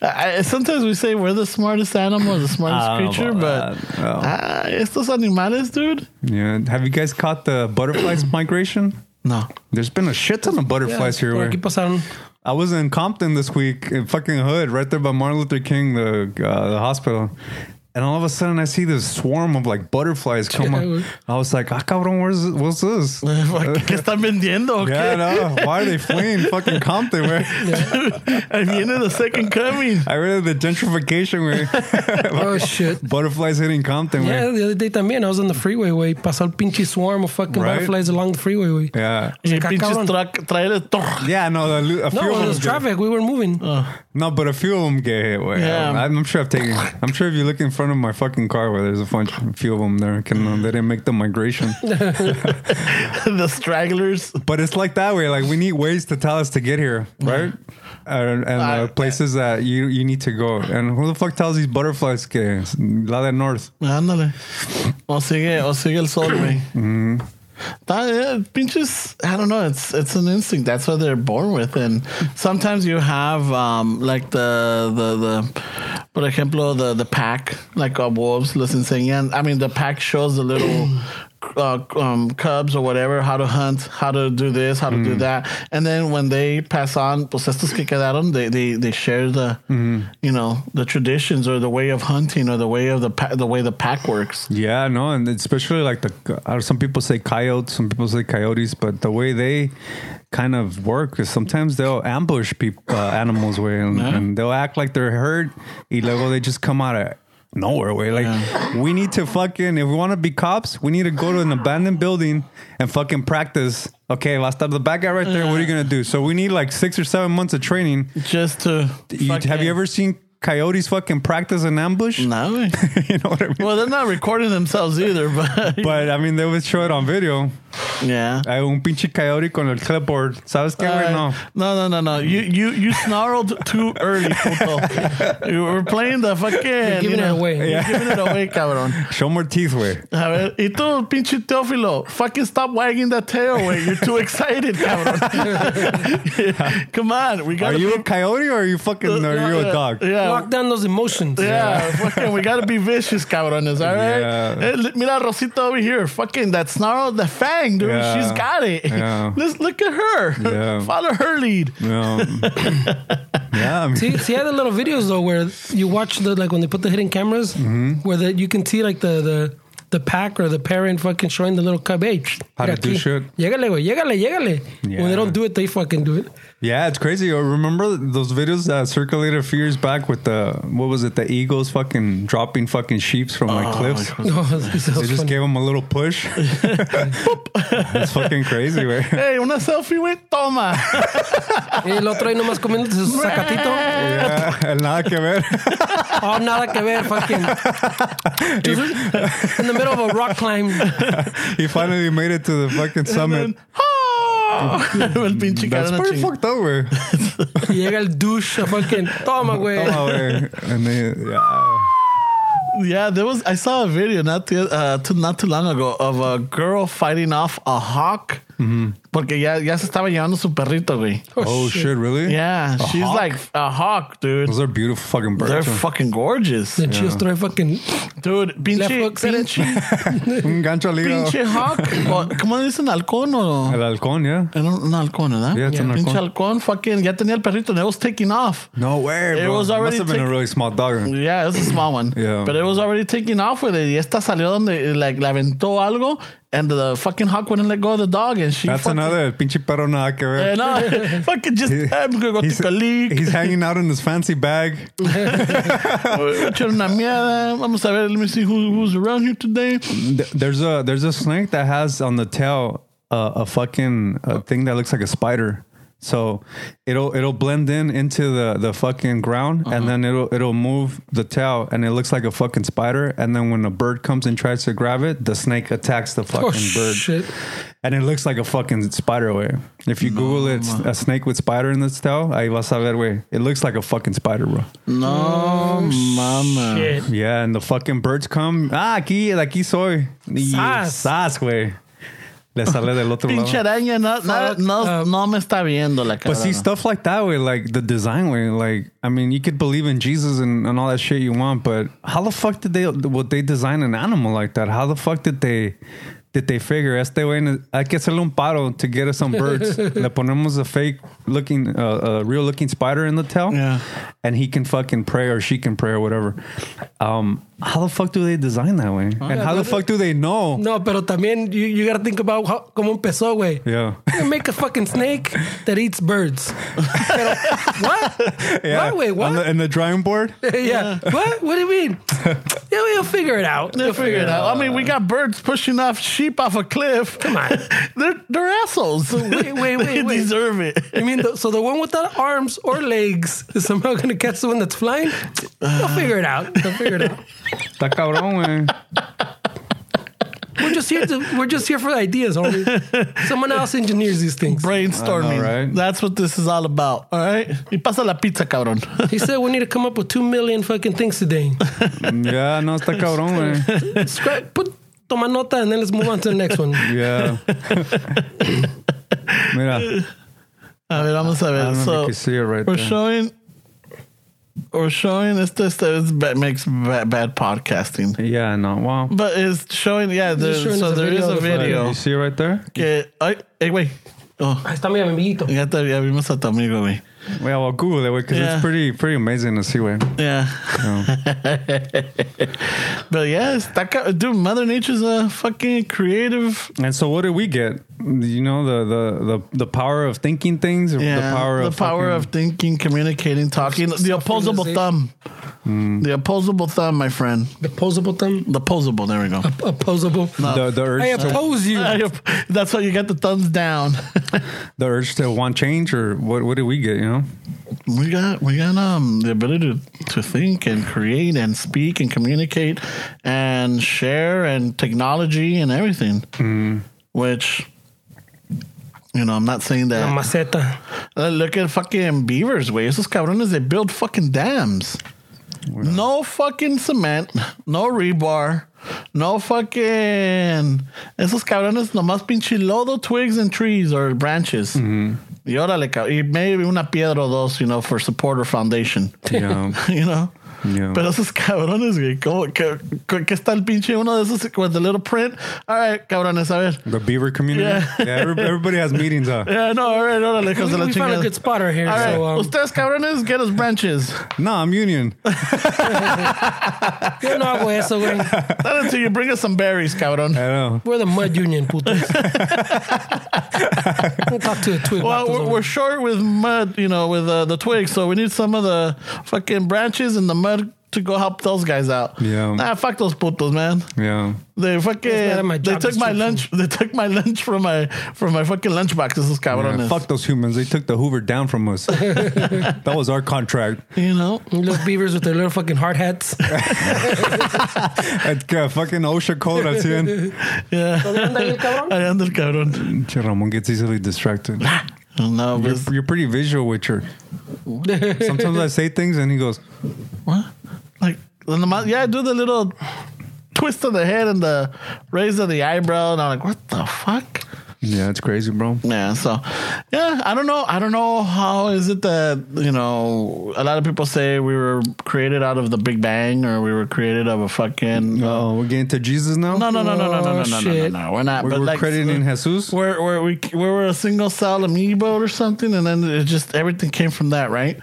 S1: I- I- Sometimes we say we're the smartest animal, the smartest
S3: I don't know
S1: creature, but
S3: about that. Ah, No.
S1: ah, estos animales, dude.
S3: Yeah. Have you guys caught the butterflies migration?
S1: No, (laughs)
S3: There's been a shit ton of butterflies here.
S2: Por
S3: güey.
S2: aquí
S3: (laughs)
S2: pasaron.
S3: I was in Compton this week, in fucking hood, right there by Martin Luther King, the uh, the hospital. And all of a sudden, I see this swarm of like butterflies come
S2: Yeah,
S3: up.
S2: güey.
S3: I was like, ah, cabrón, where's,
S1: (laughs)
S3: what's this?
S1: ¿qué están vendiendo? o qué?
S3: yeah, no. Why are they fleeing fucking Compton?
S1: (laughs)
S3: Where?
S1: Ahí viene the second coming.
S3: I read the gentrification where
S2: Oh, shit.
S3: butterflies hitting Compton.
S2: Yeah,
S3: Yeah.
S2: the other day también. I was on the freeway, way. Pasó el pinche swarm of fucking
S3: Right.
S2: butterflies along the freeway, way.
S3: Yeah.
S1: Y el
S2: Acá,
S1: pinche
S2: cabrón.
S1: truck trae de (laughs) todo.
S3: Yeah, no, the, lu- a few
S2: No,
S3: of
S2: it
S3: them.
S2: was
S3: get-
S2: traffic. We were moving.
S3: Oh. No, but a few of them get hit. Where
S1: Yeah.
S3: I'm, I'm sure I've taken. I'm sure if you look in front of my fucking car, where there's a bunch, a few of them there, can, they didn't make the migration.
S1: the stragglers.
S3: but it's like that way. Like we need ways to tell us to get here, right? And, and
S1: I-
S3: uh, places that you you need to go. And who the fuck tells these butterflies que la del north?
S1: Ándale. O sigue, o sigue el sol, güey. That, yeah, pinches, I don't know. It's it's an instinct. That's what they're born with. And sometimes you have um, like the the the, por ejemplo, the the pack like uh, wolves. Les enseñan. I mean, the pack shows the little (clears throat) uh, um, cubs or whatever how to hunt, how to do this, how to
S3: Mm.
S1: do that. And then when they pass on, pues estos que quedaron, they they they share the
S3: Mm-hmm.
S1: you know the traditions or the way of hunting or the way of the pa- the way the pack works.
S3: Yeah, no, and especially like the uh, some people say coyotes, some people say coyotes, but the way they kind of work is sometimes they'll ambush people, uh, animals, way, and, and they'll act like they're hurt. Y luego they just come out of nowhere, way. Like we need to fucking if we want to be cops, we need to go to an abandoned building and fucking practice. Okay, well, I stop the bad guy right there. What are you gonna do? So we need like six or seven months of training.
S1: Just to
S3: You, have you ever seen coyotes fucking practice an ambush?
S1: No, way.
S3: (laughs) you know what I mean?
S1: well, they're not recording themselves either, (laughs) but,
S3: (laughs) But I mean, they would show it on video.
S1: yeah.
S3: Hay un pinche coyote con el clipboard. ¿Sabes qué, güey? No.
S1: no, no, no, no. You you you snarled too early, puto.
S3: (laughs)
S1: You were playing the fucking. You're
S2: giving it away.
S1: You're giving it
S3: (laughs)
S1: away, cabrón.
S3: Show more teeth, güey.
S1: A ver, y tú, pinche Teófilo, fucking stop wagging that tail, güey. You're too excited,
S3: (laughs)
S1: cabrón. (laughs) Come on, we
S3: Are
S1: gotta (laughs)
S3: you
S1: be-
S3: a coyote or are you fucking, are you a
S1: (laughs)
S3: dog?
S1: Yeah.
S2: Lock down those emotions.
S1: Yeah, fucking, we gotta be vicious, cabrones, all right?
S3: Yeah.
S1: Hey, li- mira Rosita over here, fucking that snarl, the fang, dude,
S3: Yeah.
S1: she's got it.
S3: Yeah.
S1: (laughs) Let's look at her.
S3: Yeah.
S1: Follow her lead.
S3: No. yeah, I mean,
S2: See, see, I had the little videos though where you watch the like when they put the hidden cameras,
S3: Mm-hmm.
S2: where the, you can see like the the the pack or the parent fucking showing the little cub, hey,
S3: How to do shit.
S2: Llegale, güey, llegale, llegale. When
S3: Yeah.
S2: they don't do it, they fucking do it. (laughs)
S3: yeah, it's crazy. Oh, Remember those videos that circulated a few years back with the what was it? The eagles fucking dropping fucking sheeps from like
S1: Oh,
S3: cliffs.
S2: No, it's so
S3: They just
S2: funny.
S3: gave them a little
S1: (laughs)
S3: push. That's fucking crazy, güey.
S1: Hey, una selfie with Toma. (laughs)
S2: Y el otro ahí nomás comiendo su
S3: (laughs)
S2: sacatito.
S3: Yeah, el nada que ver.
S2: Oh, nada que ver,
S3: (laughs)
S2: fucking. Just in the middle of a rock climb.
S3: He finally made it to the fucking summit.
S1: And then, "Ah!" (laughs) El pinche
S3: That's
S1: cara
S3: pretty
S1: ching-
S3: fucked up, güey.
S1: (laughs)
S2: Y llega el douche, a fucking.
S3: (laughs)
S2: Toma, güey.
S3: Toma, güey. And they, yeah.
S1: Yeah, there was. I saw a video not the, uh, too, not too long ago of a girl fighting off a hawk
S3: Mm-hmm.
S1: porque ya ya se estaba llevando su perrito, güey.
S3: Oh shit, really?
S1: Yeah, she's
S3: hawk?
S1: like a hawk, dude.
S3: Those are beautiful fucking birds.
S1: They're
S3: güey.
S1: fucking gorgeous.
S2: Then she was throwing fucking.
S1: Dude, pinche,
S2: hook, sí.
S1: pinche,
S3: Un (laughs) gancho al
S1: (laughs)
S3: hígado.
S1: pinche hawk. o- ¿Cómo le dicen halcón o?
S3: El halcón, yeah.
S1: Era un un halcón, ¿verdad?
S3: Yeah, it's un
S1: Pinche
S3: halcón.
S1: halcón, fucking, ya tenía el perrito and it was taking off.
S3: No way,
S1: It
S3: bro.
S1: was already
S3: Must have been a
S1: taken-
S3: really small dog. güey.
S1: Yeah, it was a small one.
S3: Yeah.
S1: But it was already taking off with it. Y esta salió donde, like, le aventó algo and the fucking hawk wouldn't let go of the dog and she
S3: That's
S1: fucking,
S3: another el pinche perro nada que ver.
S1: Eh, no, (laughs) fucking just, I'm gonna go
S3: he's,
S1: take a leak.
S3: he's hanging out in his fancy bag.
S1: Echar una mierda. Vamos a ver, let me see who, who's around here today.
S3: Th- There's a there's a snake that has on the tail uh, a fucking uh thing that looks like a spider. So it'll it'll blend in into the the fucking ground
S2: Uh-huh.
S3: and then it'll it'll move the tail and it looks like a fucking spider and then when a bird comes and tries to grab it the snake attacks the fucking
S2: Oh,
S3: bird
S2: shit.
S3: and it looks like a fucking spider way. If you Google it, it's a snake with spider in its tail. Ahí vas a ver, way. It looks like a fucking spider, bro. Oh,
S1: No, mama.
S2: Shit.
S3: Yeah, and the fucking birds come. Ah, aquí, aquí soy. Y
S2: Sas.
S3: Sas, güey. Le sale del otro
S1: Pinche
S3: lado.
S1: araña, no, no,
S2: Fuck um,
S1: no,
S2: up.
S1: no me está viendo la cara.
S3: But see, stuff like that, way, like the design, way, like, I mean, you could believe in Jesus and, and all that shit you want, but how the fuck did they, would they design an animal like that? How the fuck did they, did they figure, este way, hay que hacerle un paro to get us some birds. Le ponemos a fake looking, uh, uh, real looking spider in the tail.
S1: Yeah.
S3: And he can fucking pray or she can pray or whatever. Um, how the fuck do they design that way? and how the fuck do they know?
S2: No, pero también you, you gotta think about how, cómo empezó, güey.
S3: Yeah.
S2: You make a fucking snake that eats birds.
S3: (laughs)
S2: Pero, what? What? Wait, what?
S3: On the, and the drawing board?
S2: (laughs) yeah. What? What do you
S3: (laughs)
S2: mean? yeah, we'll figure it out.
S1: They'll figure it out. I mean, we got birds pushing off sheep off a cliff. Come
S2: on.
S1: (laughs) they're they're assholes.
S2: Wait,
S1: (laughs)
S2: wait,
S1: they
S2: wait, wait.
S1: deserve it.
S2: You mean the, so the one without arms or legs is somehow gonna catch the one that's flying? They'll figure it out. They'll figure it out.
S3: Está cabrón, güey.
S2: We're just here. To, we're just here for ideas, homie.
S1: (laughs)
S2: Someone else engineers these things.
S1: Brainstorming.
S3: I know, right?
S1: That's what this is all about. All right. Y pasa la pizza, cabrón. (laughs)
S2: He said we need to come up with two million fucking things today.
S3: Yeah, no, está cabrón, güey.
S2: Scrap, put toma nota, and then let's move on to the next one.
S3: Yeah. Mira,
S1: A ver, vamos a ver.
S3: I don't know
S1: so
S3: if you can see it right
S1: we're
S3: there.
S1: showing. We're showing this. This, this ba- makes bad, bad podcasting,
S3: yeah, no, wow.
S1: but it's showing. Yeah, there,
S2: showing
S1: so
S2: us a
S1: there is
S2: video
S1: a
S2: of the photo.
S1: video.
S3: You see it right there?
S1: Que, ay, hey, güey. Oh,
S2: Ahí está mi amiguito.
S1: ya, te, ya vimos a tu amigo, güey.
S3: Yeah, well, Google it, because
S1: Yeah.
S3: it's pretty, pretty amazing to see, güey.
S1: Yeah. (laughs) but yeah, it's that guy, dude, Mother Nature's a fucking creative.
S3: And so, what did we get? You know, the the the, the power of thinking things, or
S1: Yeah,
S3: the power of
S1: thinking, communicating, talking. The opposable thumb.
S2: Self-realization.
S3: fucking-
S1: The opposable thumb, my friend.
S2: The posable thumb?
S1: The posable. There we go.
S2: Opposable?
S3: The, the
S2: I
S3: urge to,
S2: oppose you.
S1: That's why you got the thumbs down. (laughs)
S3: the urge to want change or what what did we get, you know?
S1: we got we got um the ability to, to think and create and speak and communicate and share and technology and everything.
S3: Mm.
S1: Which you know, I'm not saying that.
S2: La maceta.
S1: Uh, look at fucking beavers, way. Esos cabrones, they build fucking dams. No fucking cement, no rebar, no fucking. Esos cabrones nomás pinche lodo, twigs, and trees or branches. Y órale, cab- y maybe una piedra o dos, you know, for support or foundation. (laughs)
S3: You know.
S1: you know?
S3: Yeah.
S1: Pero esos cabrones, güey, ¿cómo, qué, qué- qué está el pinche uno de esos with the little print? All right, cabrones, a ver.
S3: The beaver community.
S1: Yeah.
S3: Yeah, every- everybody has meetings, huh?
S1: Yeah, no, all right, órale,
S2: We,
S1: hijos de la
S2: we found a
S1: chingada.
S2: good spot right here.
S1: All right,
S2: so, um,
S1: ustedes cabrones, get us branches.
S3: No, I'm union.
S2: yo no hago eso, güey.
S1: Not until you bring us some berries,
S3: I
S1: cabrón.
S3: know.
S2: We're the mud union,
S1: (laughs)
S2: putos. Don't talk to a twig.
S1: Well,
S2: vatos,
S1: we're,
S2: güey.
S1: we're short with mud, you know, with uh, the twigs, so we need some of the fucking branches and the mud to go help those guys out.
S3: Yeah.
S1: Nah, fuck those putos, man.
S3: Yeah.
S1: They
S2: That's
S1: fucking
S2: not my
S1: they
S2: job
S1: took my
S2: description.
S1: lunch. They took my lunch from my from my fucking lunchbox. This is
S3: Yeah,
S1: cabrones.
S3: Fuck those humans. They took the Hoover down from us. that was our contract.
S1: You know,
S2: You Little beavers with their little fucking hard hats.
S3: At uh, fucking OSHA code, I've seen.
S1: yeah. (laughs) I anda el cabrón.
S3: Che, Ramon gets easily distracted.
S1: No,
S3: You're,
S1: pues,
S3: you're pretty visual with your. Sometimes I say things and he goes,
S1: what? Like, and the mou- yeah, I do the little twist of the head and the raise of the eyebrow, and I'm like, what the fuck?
S3: "Yeah, it's crazy, bro."
S1: Yeah, so yeah, I don't know. I don't know how is it that you know a lot of people say we were created out of the Big Bang or we were created of a fucking no
S3: Oh, we're getting to Jesus now.
S1: no no no no no no no
S2: Oh,
S1: no, no,
S2: shit.
S1: no, no. we're not.
S3: we're,
S1: but
S3: we're
S1: like uh,
S3: crediting Jesus.
S1: we're, we're we we were a single cell amoeba or something, and then it just everything came from that, right?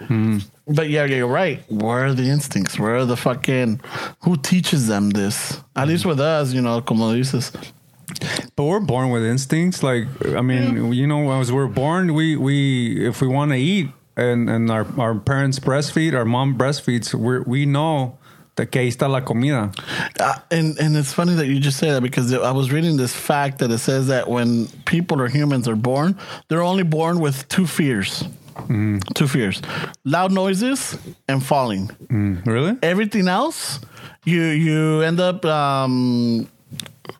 S1: But yeah, yeah, you're right. Where are the instincts? Where are the fucking who teaches them this? At least with us, you know, como dices,
S3: But we're born with instincts. Like, I mean, you know, as we're born, we we if we want to eat and and our our parents breastfeed, our mom breastfeeds, we we know that que ahí está la comida.
S1: Uh, and and it's funny that you just say that because I was reading this fact that it says that when people or humans are born, they're only born with two fears. Two fears: loud noises and falling.
S3: Really?
S1: Everything else, you you end up um,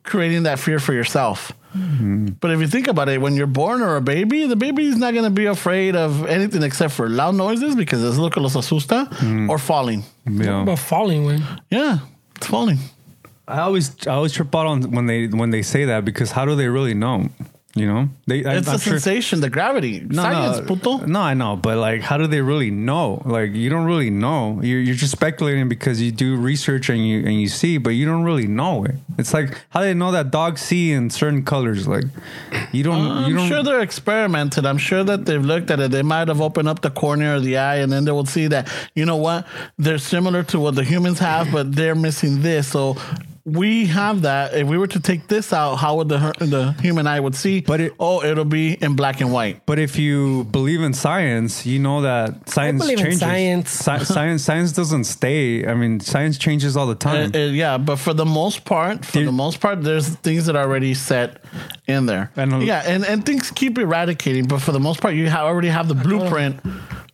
S1: creating that fear for yourself.
S3: Mm-hmm.
S1: But if you think about it, when you're born or a baby, the baby is not going to be afraid of anything except for loud noises because it's lo que los asusta
S3: Mm.
S1: or falling.
S2: Talk
S3: Yeah.
S2: about falling, güey.
S1: Yeah, it's falling.
S3: I always I always trip out on when they when they say that because how do they really know? You know, they I,
S1: It's
S3: I'm
S1: the
S3: sure-
S1: sensation, the gravity. Science,
S3: no,
S1: puto.
S3: No, I know, but like, how do they really know? Like, you don't really know. You're, you're just speculating because you do research and you and you see, but you don't really know it. It's like how do they know that dogs see in certain colors? Like, you don't.
S1: I'm
S3: you don't.
S1: sure they're experimented. I'm sure that they've looked at it. They might have opened up the cornea or the eye, and then they will see that, you know what? They're similar to what the humans have, but they're missing this. So we have that. If we were to take this out, how would the hu- the human eye would see?
S3: But it-
S1: oh, it'll be in black and white.
S3: but if you believe in science, you know that science
S2: believe in
S3: changes.
S2: science.
S3: Sci- science, science doesn't stay. I mean, science changes all the time.
S1: Uh, uh, yeah, but for the most part, for
S3: Dude.
S1: the most part, there's things that are already set in there.
S3: And- uh,
S1: yeah, and, and things keep eradicating, but for the most part, you ha- already have the blueprint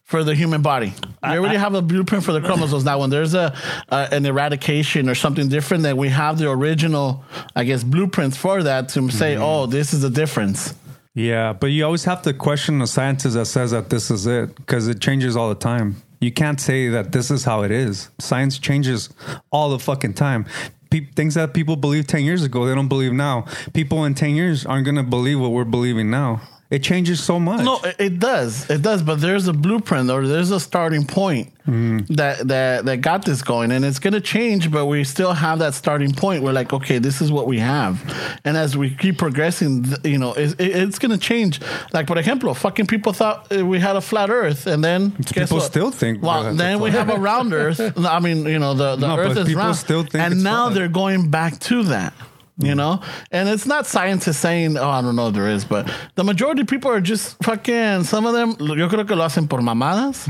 S1: for the human body. You already have a blueprint for the chromosomes. Now, when there's a uh, an eradication or something different, then we have the original, I guess, blueprints for that to say,
S3: Mm-hmm.
S1: oh, this is the difference.
S3: Yeah, but you always have to question the scientist that says that this is it because it changes all the time. You can't say that this is how it is. Science changes all the fucking time. Pe- things that people believed 10 years ago, they don't believe now. People in 10 years aren't going to believe what we're believing now. It changes so much.
S1: No, it, it does. It does. But there's a blueprint or there's a starting point
S3: Mm.
S1: that that that got this going, and it's going to change. But we still have that starting point. We're like, okay, this is what we have, and as we keep progressing, th- you know, it, it, it's going to change. Like for example, fucking people thought uh, we had a flat Earth, and then guess
S3: people still think we
S1: Well,
S3: have a
S1: then we
S3: flat
S1: have a
S3: (laughs)
S1: round Earth. I mean, you know, the, the
S3: No,
S1: Earth
S3: but
S1: is
S3: people
S1: round,
S3: still think
S1: and
S3: it's
S1: now
S3: flat.
S1: they're going back to that. You know, and it's not scientists saying, oh, I don't know, if there is, but the majority of people are just fucking. Some of them, yo creo que lo hacen por mamadas.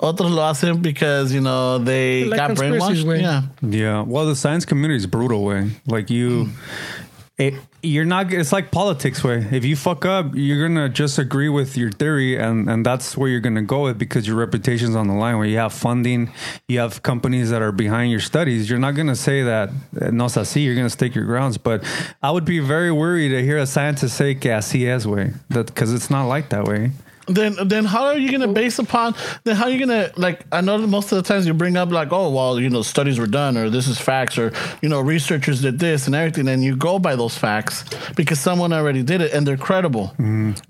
S1: Otros lo hacen because you know they
S2: Mm-hmm. Like
S1: got brainwashed.
S2: conspiracies, güey.
S1: Yeah,
S3: Yeah. Well, the science community is brutal way. Like
S1: Hmm.
S3: you, it, you're not. It's like politics way. If you fuck up, you're gonna just agree with your theory, and and that's where you're gonna go with because your reputation's on the line. Where you have funding, you have companies that are behind your studies. You're not gonna say that eh, no es así. You're gonna stake your grounds. But I would be very worried to hear a scientist say que así es way. That because it's not like that way.
S1: then then how are you gonna base upon then how are you gonna like i know that most of the times you bring up like oh well you know studies were done or this is facts or you know researchers did this and everything and you go by those facts because someone already did it and they're credible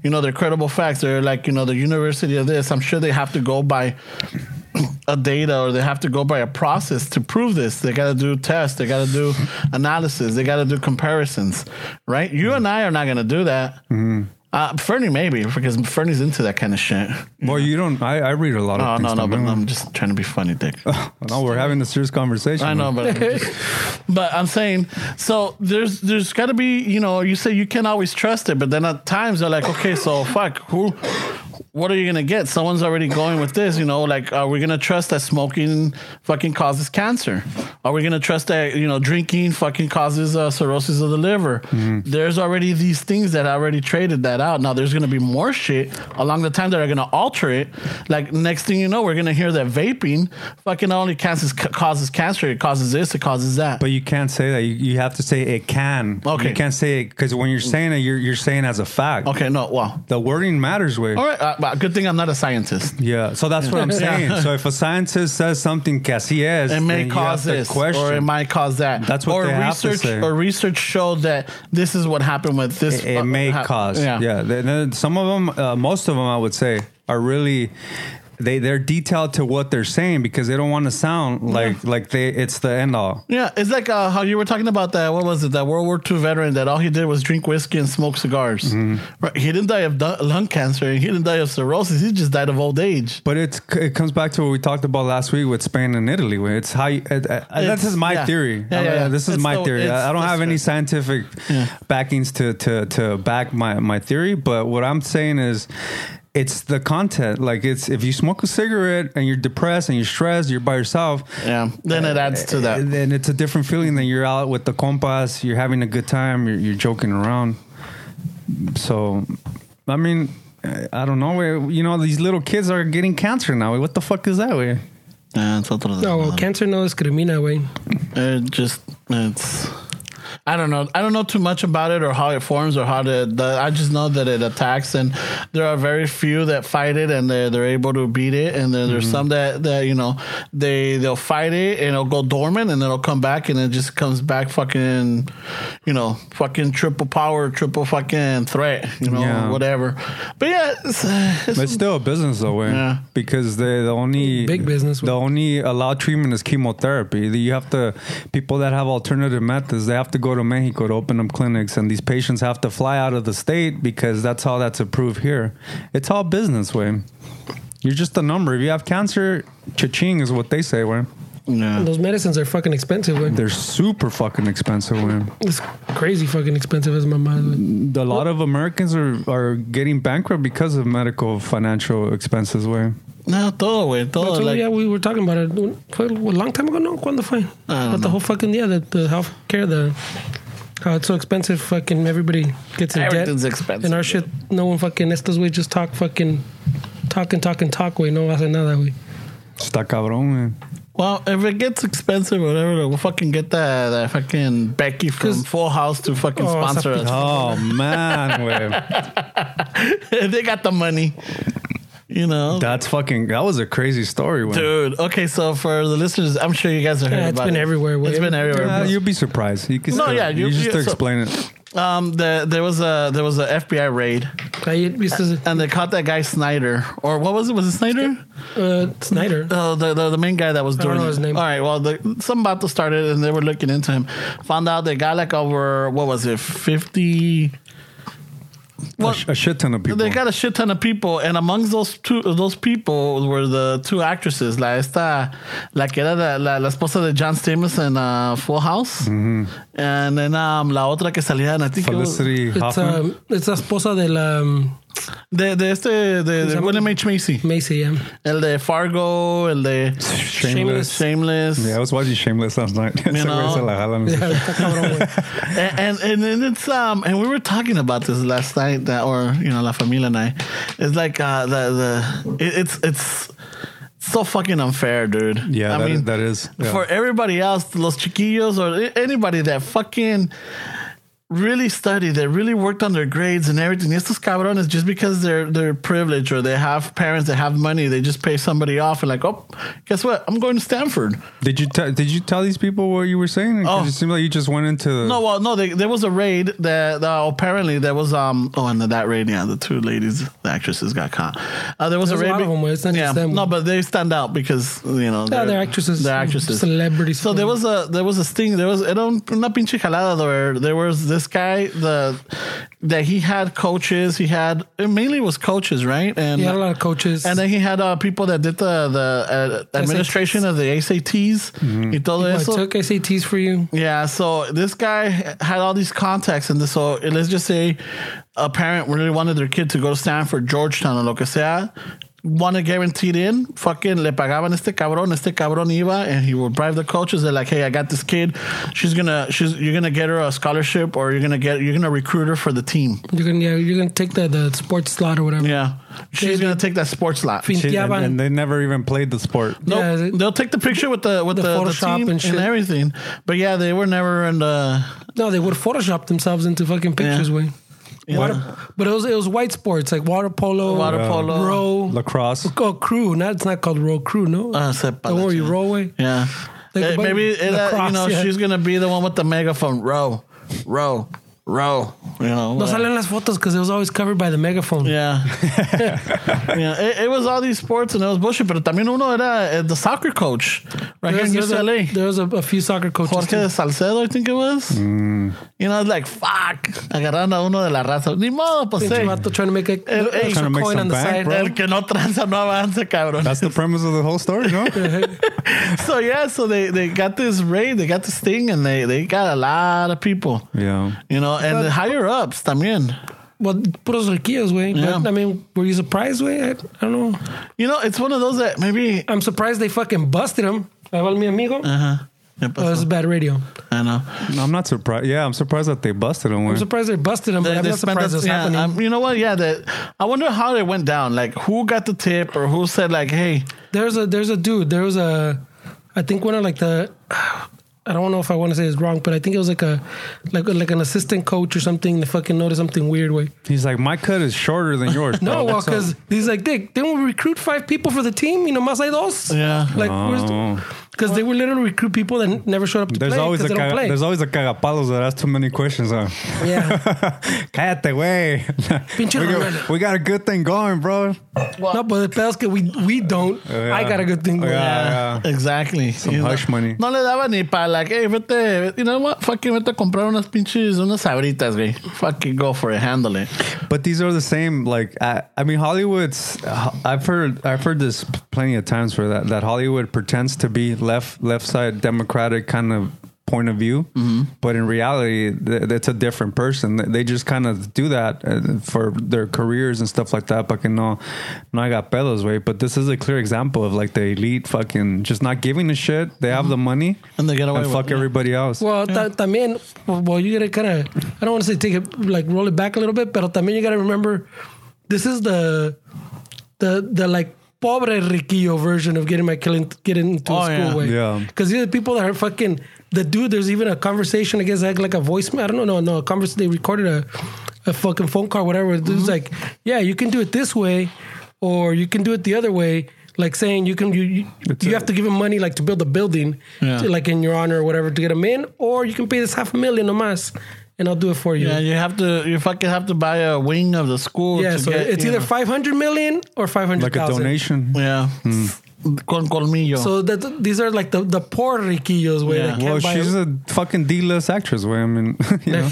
S1: you know they're credible facts they're like you know the university of this i'm sure they have to go by a data or they have to go by a process to prove this. They got to do tests, they got to do analysis, they got to do comparisons, right? You and I are not going to do that. Uh, Fernie maybe because Fernie's into that kind of shit.
S3: Well, you don't. I, I read a lot
S1: No,
S3: of
S1: no,
S3: things.
S1: no, but
S3: también.
S1: I'm just trying to be funny, dick.
S3: no, we're having a serious conversation.
S1: I know, but I'm just- but I'm saying so. There's there's got to be you know you say you can't always trust it, but then at times they're like, okay, so fuck who. What are you gonna get? Someone's already going with this, you know. Like, are we gonna trust that smoking fucking causes cancer? Are we gonna trust that you know drinking fucking causes uh, cirrhosis of the liver?
S3: Mm-hmm.
S1: There's already these things that already traded that out. Now there's gonna be more shit along the time that are gonna alter it. Like next thing you know, we're gonna hear that vaping fucking not only causes causes cancer, it causes this, it causes that.
S3: But you can't say that. You, you have to say it can.
S1: Okay.
S3: You can't say it because when you're saying it, you're, you're saying as a fact.
S1: okay, no, well,
S3: The wording matters, way.
S1: all right. Uh, but good thing I'm not a scientist.
S3: Yeah. So that's
S1: (laughs)
S3: what I'm saying. So if a scientist says something que así es,
S1: It may
S3: then you
S1: cause
S3: have to
S1: this,
S3: question.
S1: or it might cause that.
S3: That's what
S1: or
S3: they have to
S1: research,
S3: say.
S1: Or research showed that this is what happened with this.
S3: it, it may
S1: ha-
S3: cause. Yeah. Then- then some of them, uh, most of them, I would say, are really. They they're detailed to what they're saying because they don't want to sound like like they it's the end all.
S1: Yeah, it's like uh, how you were talking about that. What was it? That World War II veteran that all he did was drink whiskey and smoke cigars. Right? He didn't die of du- lung cancer. He didn't die of cirrhosis. He just died of old age.
S3: But it's it comes back to what we talked about last week with Spain and Italy. Where it's how you, it, uh, this is my
S1: yeah.
S3: theory.
S1: Yeah,
S3: Uh,
S1: yeah, yeah.
S3: This is
S1: It's
S3: my
S1: the-
S3: theory.
S1: it's
S3: I I don't
S1: the
S3: have any
S1: script.
S3: scientific backings to to to back my my theory. But what I'm saying is. It's the content. Like it's if you smoke a cigarette and you're depressed and you're stressed, you're by yourself.
S1: Yeah, then it adds to that.
S3: And then it's a different feeling than you're out with the compas, you're having a good time, you're, you're joking around. So, I mean, I I don't know. we- You know, these little kids are getting cancer now. What the fuck is that way?
S1: Yeah, it's otro
S2: No, well,
S1: desmadre.
S2: cancer no discrimina, güey.
S1: It just it's. I don't know. I don't know too much about it or how it forms or how to. The, I just know that it attacks, and there are very few that fight it and they're, they're able to beat it. And then
S3: Mm-hmm.
S1: there's some that, that you know they they'll fight it and it'll go dormant and then it'll come back and it just comes back fucking, you know, fucking triple power, triple fucking threat, you know,
S3: Yeah.
S1: whatever. But yeah, it's, it's,
S3: But it's still a business though, way.
S1: Yeah.
S3: Because they the only
S2: Big business.
S3: The only allowed treatment is chemotherapy. You have to people that have alternative methods. They have to go to Mexico to open up clinics, and these patients have to fly out of the state because that's how that's approved here. It's all business, way. You're just a number. If you have cancer, cha-ching is what they say, way.
S1: yeah.
S2: Those medicines are fucking expensive, güey.
S3: They're super fucking expensive, way.
S2: It's crazy fucking expensive as my mind.
S3: A lot of Americans are, are getting bankrupt because of medical financial expenses, way.
S1: no, todo, güey, todo.
S2: So,
S1: like,
S2: yeah, we were talking about it. Fue a long time ago, no? ¿Cuándo fue?
S1: don't
S2: But the
S1: know.
S2: whole fucking, yeah, the, the health care, the, how it's so expensive, fucking everybody gets in debt.
S1: Everything's expensive,
S2: And our shit, no one fucking, estos güey just talk fucking, talk and talk and talk, güey. No hacen nada, güey.
S3: Está cabrón, way.
S1: Well, if it gets expensive, whatever, we'll fucking get that, that fucking Becky from
S2: 'Cause-
S1: Full House to fucking
S2: Oh,
S1: sponsor us. (laughs)
S3: Oh man, way.
S1: they got the money, you know.
S3: That's fucking. That was a crazy story, man.
S1: Dude, okay, so for the listeners, I'm sure you guys have heard
S2: Yeah, it's
S1: about
S2: been
S1: it.
S2: everywhere,
S1: It's
S2: William.
S1: been everywhere.
S3: Uh,
S1: bro.
S3: you'd be surprised. You can
S1: No,
S3: still,
S1: yeah,
S3: you,
S1: you-
S3: just
S1: you- so-
S3: explain it.
S1: um, the, there was a there was a FBI raid,
S2: Ahí, viste,
S1: and they caught that guy Snyder, or what was it? Was it Snyder?
S2: uh, Snyder.
S1: Oh, the, the the main guy that was
S2: don't
S1: doing
S2: know
S1: it.
S2: his name.
S1: All right, well, the, some battle started, and they were looking into him. Found out they got like over what was it, fifty Well,
S3: a, sh- a shit ton of people.
S1: They got a shit ton of people, and amongst those two, those people were the two actresses. La esta, la que era la, la, la esposa de John Stamos in uh, Full House,
S3: Mm-hmm.
S1: and then um, la otra que salía en I think it was-
S3: Felicity
S2: It's
S3: Huffman.
S2: um, it's la esposa de la um,
S1: de, de este de, de
S2: llama?
S1: William H Macy,
S2: Macy.
S1: (laughs)
S2: Yeah.
S1: el de Fargo, el de
S3: Shameless.
S1: Shameless.
S3: Yeah, I was watching Shameless last night. (laughs) Ese güey
S1: know.
S3: se la jala, me dice,
S2: Yeah, está cabrón, güey.
S1: and, and and it's um and we were talking about this last night that or you know La Familia and I, it's like uh the the it, it's it's so fucking unfair, dude.
S3: Yeah,
S1: I
S3: that- that is, yeah.
S1: for everybody else, los chiquillos or a- anybody that fucking really studied, that really worked on their grades and everything. Estos cabrones, just because they're they're privileged or they have parents that have money, they just pay somebody off and like, oh, guess what? I'm going to Stanford.
S3: Did you te- did you tell these people what you were saying? 'Cause
S1: Oh.
S3: It seemed like you just went into
S1: No, well, no. They, there was a raid that uh, apparently there was um. Oh, and that raid, yeah, the two ladies, the actresses, got caught. Uh, there was
S2: There's
S1: a
S2: a
S1: raid.
S2: lot of them, it's not
S1: yeah,
S2: just them.
S1: no, but they stand out because you know.
S2: Yeah, they're actresses.
S1: They're actresses.
S2: Celebrities.
S1: So there was a there was a sting. There was era un, una pinche jalada where there was this guy the that he had coaches. He had it mainly was coaches, right? And
S2: He had a lot of coaches.
S1: and then he had uh, people that did the the uh, administration of the ACTs. Y todo
S2: I
S1: eso.
S2: took SATs for you.
S1: Yeah, so this guy had all these contacts, and so let's just say a parent really wanted their kid to go to Stanford, Georgetown, or lo que sea. Wanted guaranteed in, fucking le pagaban este cabrón, este cabrón iba, and he would bribe the coaches. They're like, hey, I got this kid. She's gonna, she's, you're gonna get her a scholarship, or you're gonna get, you're gonna recruit her for the team.
S2: You're gonna yeah, you're gonna take the, the sports slot or whatever.
S1: Yeah, she's
S2: They-
S1: gonna take that sports lot.
S2: Fin-
S3: the. And,
S2: Pinteaban.
S3: and they never even played the sport.
S1: Nope.
S2: Yeah, they-
S1: they'll take the picture with the with the,
S2: The
S1: the
S2: Photoshop
S1: team
S2: and
S1: and,
S2: shit.
S1: everything. But yeah, they were never in the.
S2: No, they would Photoshop themselves into fucking pictures.
S1: Yeah.
S2: Way.
S1: Yeah.
S2: Water, but it was it was white sports like water polo,
S1: Water
S2: uh,
S1: polo.
S2: row,
S3: Lacrosse.
S2: oh, crew. Now it's not called row crew. No,
S1: Ah, sepa
S2: don't
S1: la
S2: worry,
S1: chingada.
S2: row way.
S1: Yeah.
S2: Like
S1: Eh,
S2: a button
S1: maybe eh, that, you
S2: across,
S1: know
S2: yeah.
S1: she's gonna be the one with the megaphone. Row, row, row. You know.
S2: No
S1: whatever.
S2: salen las fotos because it was always covered by the megaphone. (laughs)
S1: Yeah. yeah. It, it was all these sports and it was bullshit. But también uno era eh, the soccer coach right
S2: There's,
S1: here in
S2: there's, a,
S1: UCLA.
S2: there was a, a few soccer coaches.
S1: Jorge
S2: too.
S1: de Salcedo, I think it was. You know, it's like fuck, agarrando a uno de la raza. Ni modo, pues.
S2: Pinche
S1: eh.
S2: vato trying to make a
S1: El-
S2: extra
S1: Trying
S3: to make
S2: coin
S3: some
S2: on the
S3: bank,
S2: side.
S3: bro.
S1: El que no tranza no avanza, cabrón.
S3: That's the premise of the whole story, no?
S1: (laughs) so yeah, so they they got this raid, they got this thing, and they they got a lot of people.
S3: yeah.
S1: You know, and the higher ups también.
S2: Well, puros riquillos, way.
S1: Yeah.
S2: I mean, were you surprised, way? I, I don't know.
S1: You know, it's one of those that maybe.
S2: I'm surprised they fucking busted him. I mi amigo.
S1: Uh-huh. Yeah, but-
S2: Oh, this is bad radio.
S1: I know.
S3: No, I'm not surprised. Yeah, I'm surprised that they busted him.
S2: I'm surprised they busted him, but I'm
S1: They
S2: not
S1: spent
S2: surprised
S1: that-
S2: it's
S1: yeah,
S2: happening.
S1: um, you know what? Yeah, that I wonder how it went down. Like, who got the tip or who said, like, hey,
S2: there's a there's a dude. There was a, I think one of like the, (sighs) I don't know if I want to say it's wrong, but I think it was like a, like like an assistant coach or something. They fucking noticed something weird way.
S3: He's like, my cut is shorter
S2: (laughs)
S3: than yours.
S2: No,
S1: Oh,
S3: bro.
S2: well,
S3: What's up?"
S2: because he's like, Dick, then we recruit five people for the team. You know, más hay dos.
S1: Yeah.
S2: Like,
S3: Oh.
S2: because they would literally recruit people that never showed up to
S3: there's
S2: play
S3: always
S2: because
S3: a
S2: they don't
S3: caga,
S2: play.
S3: there's always a cagapalos that asks too many questions. Huh?
S2: yeah.
S3: (laughs) Cállate, güey.
S2: Pinche
S3: we,
S2: Ronaldo.
S3: got, we got a good thing going, bro.
S2: no, but the pedos que we we don't. I got a good thing. going.
S3: Yeah.
S1: yeah, uh, exactly. You know,
S3: hush money.
S1: No le daba ni para, like, hey, vete, you know what? Fucking vete a comprar unas pinches, unas sabritas, güey. Fucking go for it, handle it.
S3: But these are the same. Like I, I mean, Hollywood's. I've heard. I've heard this plenty of times for that. That Hollywood pretends to be left, left side democratic kind of point of view,
S1: Mm-hmm.
S3: but in reality, th- it's a different person. They- They just kind of do that uh, for their careers and stuff like that. But no, no, I got pedos, way. But this is a clear example of like the elite fucking just not giving a shit. They have the money
S1: Mm-hmm. And they get away
S3: and
S1: with
S3: fuck
S1: it.
S3: everybody else.
S2: Well, ta- también, well, you gotta kind of, I don't want to say take it, like roll it back a little bit, pero también you gotta remember, this is the, the, the like pobre riquillo version of getting my killing, getting into
S1: Oh,
S2: a school
S1: yeah.
S2: way.
S3: Yeah.
S2: Because these are the people that are fucking, the dude, there's even a conversation, I guess, like, like a voicemail, I don't know, no, no, a conversation, they recorded a, a fucking phone call, whatever. It
S1: Mm-hmm.
S2: was like, yeah, you can do it this way, or you can do it the other way. Like saying you can you you,
S3: It's
S2: you
S3: a-
S2: have to give him money like to build a building,
S1: Yeah.
S2: to, like in your honor or whatever to get them in, or you can pay this half a million nomás and I'll do it for you.
S1: Yeah,
S2: Yeah,
S1: you have to, you fucking have to buy a wing of the school. to
S2: so
S1: get,
S2: it's
S1: you
S2: either
S1: know.
S2: five hundred million or five hundred
S3: like a
S2: thousand.
S3: donation.
S1: Yeah.
S3: Hmm.
S1: Con colmillo.
S2: So that these are like the, the poor riquillos way.
S1: Yeah.
S2: they can't
S3: Well,
S2: buy
S3: she's
S2: a-
S3: a fucking D-list actress. Way I mean, (laughs) you know,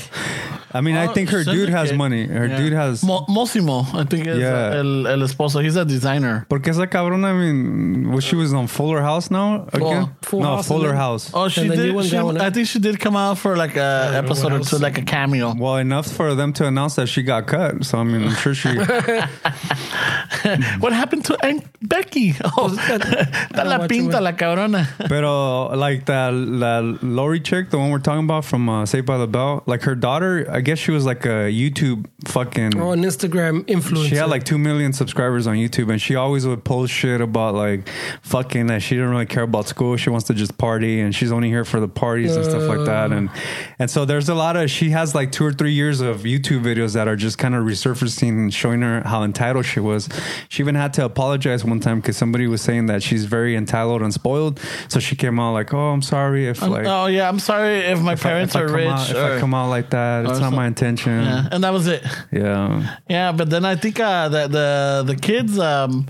S3: I mean, I
S1: Oh,
S3: think her dude has
S1: syndicate.
S3: money. Her
S1: Yeah.
S3: dude has.
S1: Mo- Mosimo, I think is
S3: Yeah.
S1: uh, el, el esposo. He's a designer.
S3: Porque esa cabrona, I mean, was she was on Fuller House now again?
S2: Full
S3: no,
S2: House
S3: Fuller
S2: again.
S3: House.
S1: Oh, she
S2: And then you
S1: did.
S2: wouldn't
S1: She,
S2: go on it?
S1: I think she did come out for like a
S2: don't know
S1: episode
S2: what
S1: or two,
S2: else.
S1: like a cameo.
S3: Well, enough for them to announce that she got cut. So I mean, I'm sure she.
S1: What happened to Aunt Becky? (laughs) Oh, está
S2: don't
S1: la
S2: watch it,
S1: pinta
S2: man.
S1: la cabrona.
S3: but uh, like that, that Lori chick, the one we're talking about from uh, Saved by the Bell, like her daughter, I guess she was like a YouTube fucking.
S2: Or an Instagram influencer.
S3: She had like two million subscribers on YouTube, and she always would post shit about like fucking that she didn't really care about school. She wants to just party, and she's only here for the parties and stuff like that. And
S1: Uh.
S3: and so there's a lot of she has like two or three years of YouTube videos that are just kind of resurfacing and showing her how entitled she was. She even had to apologize one time because somebody was saying that she's very entitled and spoiled. So she came out like, "Oh, I'm sorry if like."
S1: oh yeah, I'm sorry if my
S3: if I-
S1: parents
S3: if I
S1: are
S3: come
S1: rich.
S3: out- if
S1: or,
S3: I come out like that, it's not
S1: some-
S3: my intention.
S1: yeah, and that was it.
S3: yeah.
S1: Yeah, but then I think uh, the the the kids um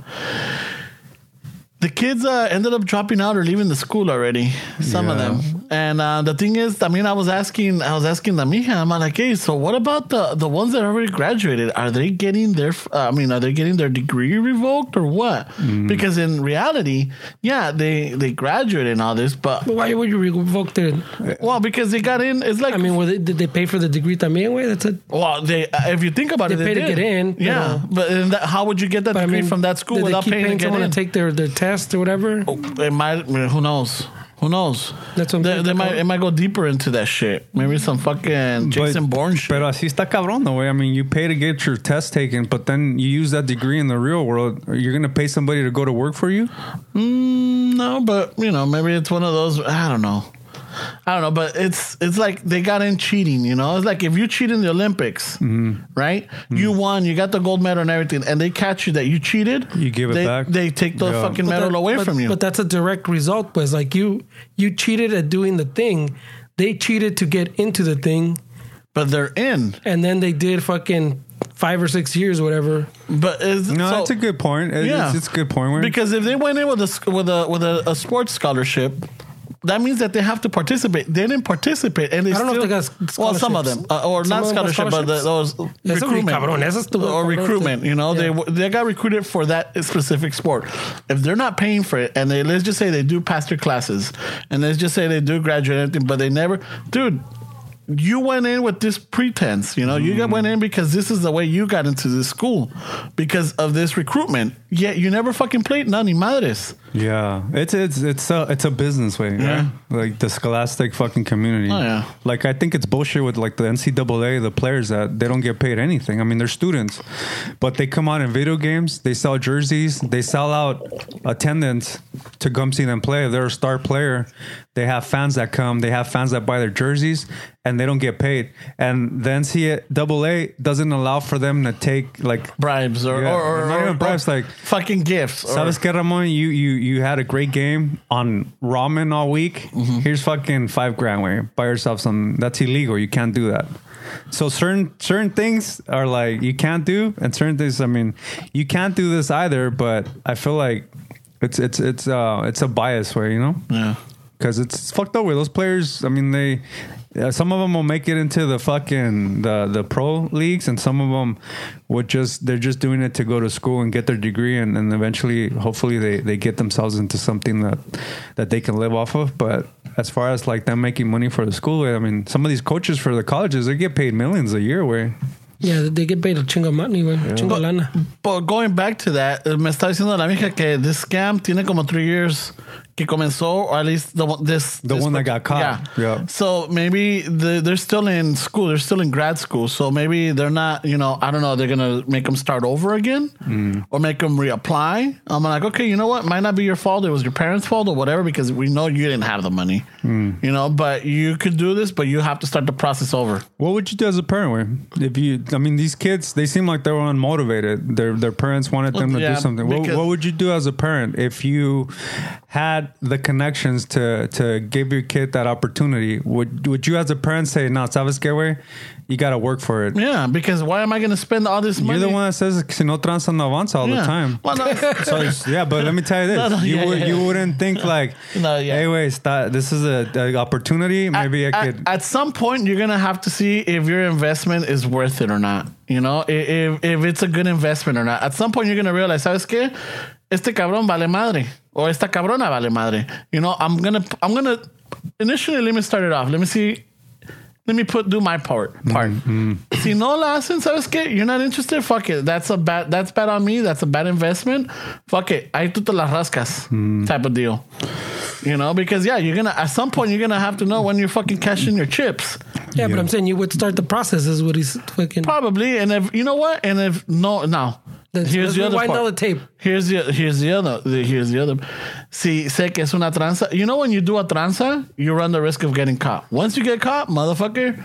S1: the kids uh, ended up dropping out or leaving the school already. Some of
S3: Yeah.
S1: them. And uh, the thing is, I mean, I was asking, I was asking the mija, I'm like, hey, so what about the the ones that already graduated? Are they getting their? f- Uh, I mean, are they getting their degree revoked or what? Because in reality, yeah, they they graduated and all this, but
S2: Why would you revoke the?
S1: well, because they got in, it's like
S2: I mean, were they, did they pay for the degree también? Way that's it.
S1: Well, they uh, if you think about
S2: They
S1: it,
S2: pay to
S1: did.
S2: get in, but,
S1: Yeah,
S2: uh,
S1: but then that, how would you get that
S2: But I
S1: degree
S2: mean,
S1: from that school
S2: did
S1: without
S2: they keep
S1: paying, to get
S2: someone
S1: in? Oh,
S2: to take their, their test or whatever?
S1: it might. I mean, Who knows? Who knows?
S2: That's what I'm
S1: they,
S2: saying.
S1: they might. It might go deeper into that shit. Maybe some fucking Jason Bourne shit.
S3: Pero así está cabrón, the way. I mean, you pay to get your test taken, but then you use that degree in the real world. You're going to pay somebody to go to work for you?
S1: Mm, no, but you know, maybe it's one of those. I don't know. I don't know, but it's it's like they got in cheating. You know, it's like if you cheat in the Olympics,
S3: Mm-hmm.
S1: right? You won, you got the gold medal and everything, and they catch you that you cheated.
S3: You give it
S1: they,
S3: back?
S1: They take the
S3: Yeah.
S1: fucking
S2: But
S1: medal
S2: that-
S1: away
S2: but-
S1: from you.
S2: But that's a direct result. Was like you you cheated at doing the thing. They cheated to get into the thing,
S1: but they're in.
S2: and then they did fucking five or six years, whatever.
S1: But is,
S3: No,
S1: so-
S3: that's a good point. It-
S1: Yeah.
S3: it's, it's a good point. Where,
S1: because if they went in with a sc- with a with a, a sports scholarship, that means that they have to participate. They didn't participate, and they
S2: I don't know
S1: still,
S2: if they got s-
S1: well, some of them, uh, or
S2: scholarships.
S1: not
S2: Some of them got
S1: scholarship, but the, those
S2: Eso es muy
S1: recruitment,
S2: cabrón, eso es tu-
S1: or
S2: cabrón,
S1: recruitment.
S2: sí.
S1: You know, they
S2: Yeah.
S1: w- they got recruited for that specific sport. If they're not paying for it, and they let's just say they do pass their classes, and let's just say they do graduate, and everything, but they never, dude. You went in with this pretense, you know. You
S3: Mm-hmm.
S1: got went in because this is the way you got into this school because of this recruitment. Yet you never fucking played none madres.
S3: yeah, it's it's it's a it's a business way,
S1: Yeah.
S3: right? Like the scholastic fucking community.
S1: Oh, yeah.
S3: Like I think it's bullshit with like the NCAA, the players that they don't get paid anything. I mean, they're students, but they come out in video games, they sell jerseys, they sell out attendance to come see them play. If they're a star player, they have fans that come, they have fans that buy their jerseys, and they don't get paid. And the NCAA doesn't allow for them to take like
S1: bribes or,
S3: Yeah,
S1: or, or,
S3: not
S1: or-
S3: even bribes,
S1: or
S3: like-
S1: fucking gifts. Or,
S3: Sabes que Ramon, you you you had a great game on ramen all week. Here's fucking five grand. Way buy yourself some. That's illegal. You can't do that. So certain certain things are like you can't do, and certain things. I mean, you can't do this either. But I feel like it's it's it's uh it's a bias way, you know
S1: yeah.
S3: because it's fucked up with those players. I mean, they uh, some of them will make it into the fucking the the pro leagues, and some of them would just they're just doing it to go to school and get their degree, and, and eventually, hopefully, they they get themselves into something that that they can live off of. But as far as like them making money for the school, I mean, some of these coaches for the colleges they get paid millions a year. Where
S2: Yeah, they get paid a chingo money, güey. Chingo lana.
S1: But going back to that, eh, me está diciendo la mija que this scam tiene como three years que comenzó, or at least the one this
S3: The
S1: this
S3: one that
S1: Yeah.
S3: got caught. Yeah.
S1: So maybe the, they're still in school. They're still in grad school. So maybe they're not. You know, I don't know. They're gonna make them start over again,
S3: Mm.
S1: or make them reapply. I'm like, okay, you know what? Might not be your fault. It was your parents' fault or whatever, because we know you didn't have the money.
S3: Mm.
S1: You know, but you could do this, but you have to start the process over.
S3: What would you do as a parent? Where if you, I mean, these kids, they seem like they were unmotivated. Their their parents wanted them to
S1: yeah,
S3: do something. What,
S1: because-
S3: what would you do as a parent if you had had the connections to to give your kid that opportunity, would would you as a parent say, "No, sabes qué, way You got to work for it."
S1: Yeah, because why am I going to spend all this
S3: You're
S1: money?
S3: the one that says, "Si no transa no avanza" all
S1: Yeah.
S3: the time.
S1: Well,
S3: (laughs)
S1: no,
S3: So it's- yeah, but let me tell you this:
S1: (laughs) No, no,
S3: you
S1: yeah,
S3: would
S1: yeah,
S3: you
S1: yeah.
S3: wouldn't think like,
S1: (laughs) No, yeah.
S3: "Hey, wait, sta- this is a, a opportunity. Maybe
S1: at,
S3: I
S1: at-
S3: could."
S1: at some point, you're gonna have to see if your investment is worth it or not. You know, i- if if it's a good investment or not. At some point, you're gonna realize, sabes qué, este cabrón vale madre, or esta cabrona vale madre. You know, I'm gonna I'm gonna initially let me start it off. Let me see. Let me put do my part. Part.
S3: Mm-hmm.
S1: Si no la hacen, sabes qué, you're not interested. Fuck it. That's a bad. That's bad on me. That's a bad investment. Fuck it. Ahí tú te las rascas.
S3: Mm.
S1: Type of deal. You know, because yeah, you're gonna at some point you're gonna have to know when you're fucking cashing your chips,
S2: Yeah, but I'm saying you would start the process. Is what he's fucking.
S1: probably. And if you know what, and if no, now
S2: Let's-
S1: here's
S2: let's
S1: the other
S2: rewind all
S1: part.
S2: the tape.
S1: Here's the here's the other the- here's the other. See, sé que es una tranza. You know when you do a tranza, you run the risk of getting caught. Once you get caught, motherfucker,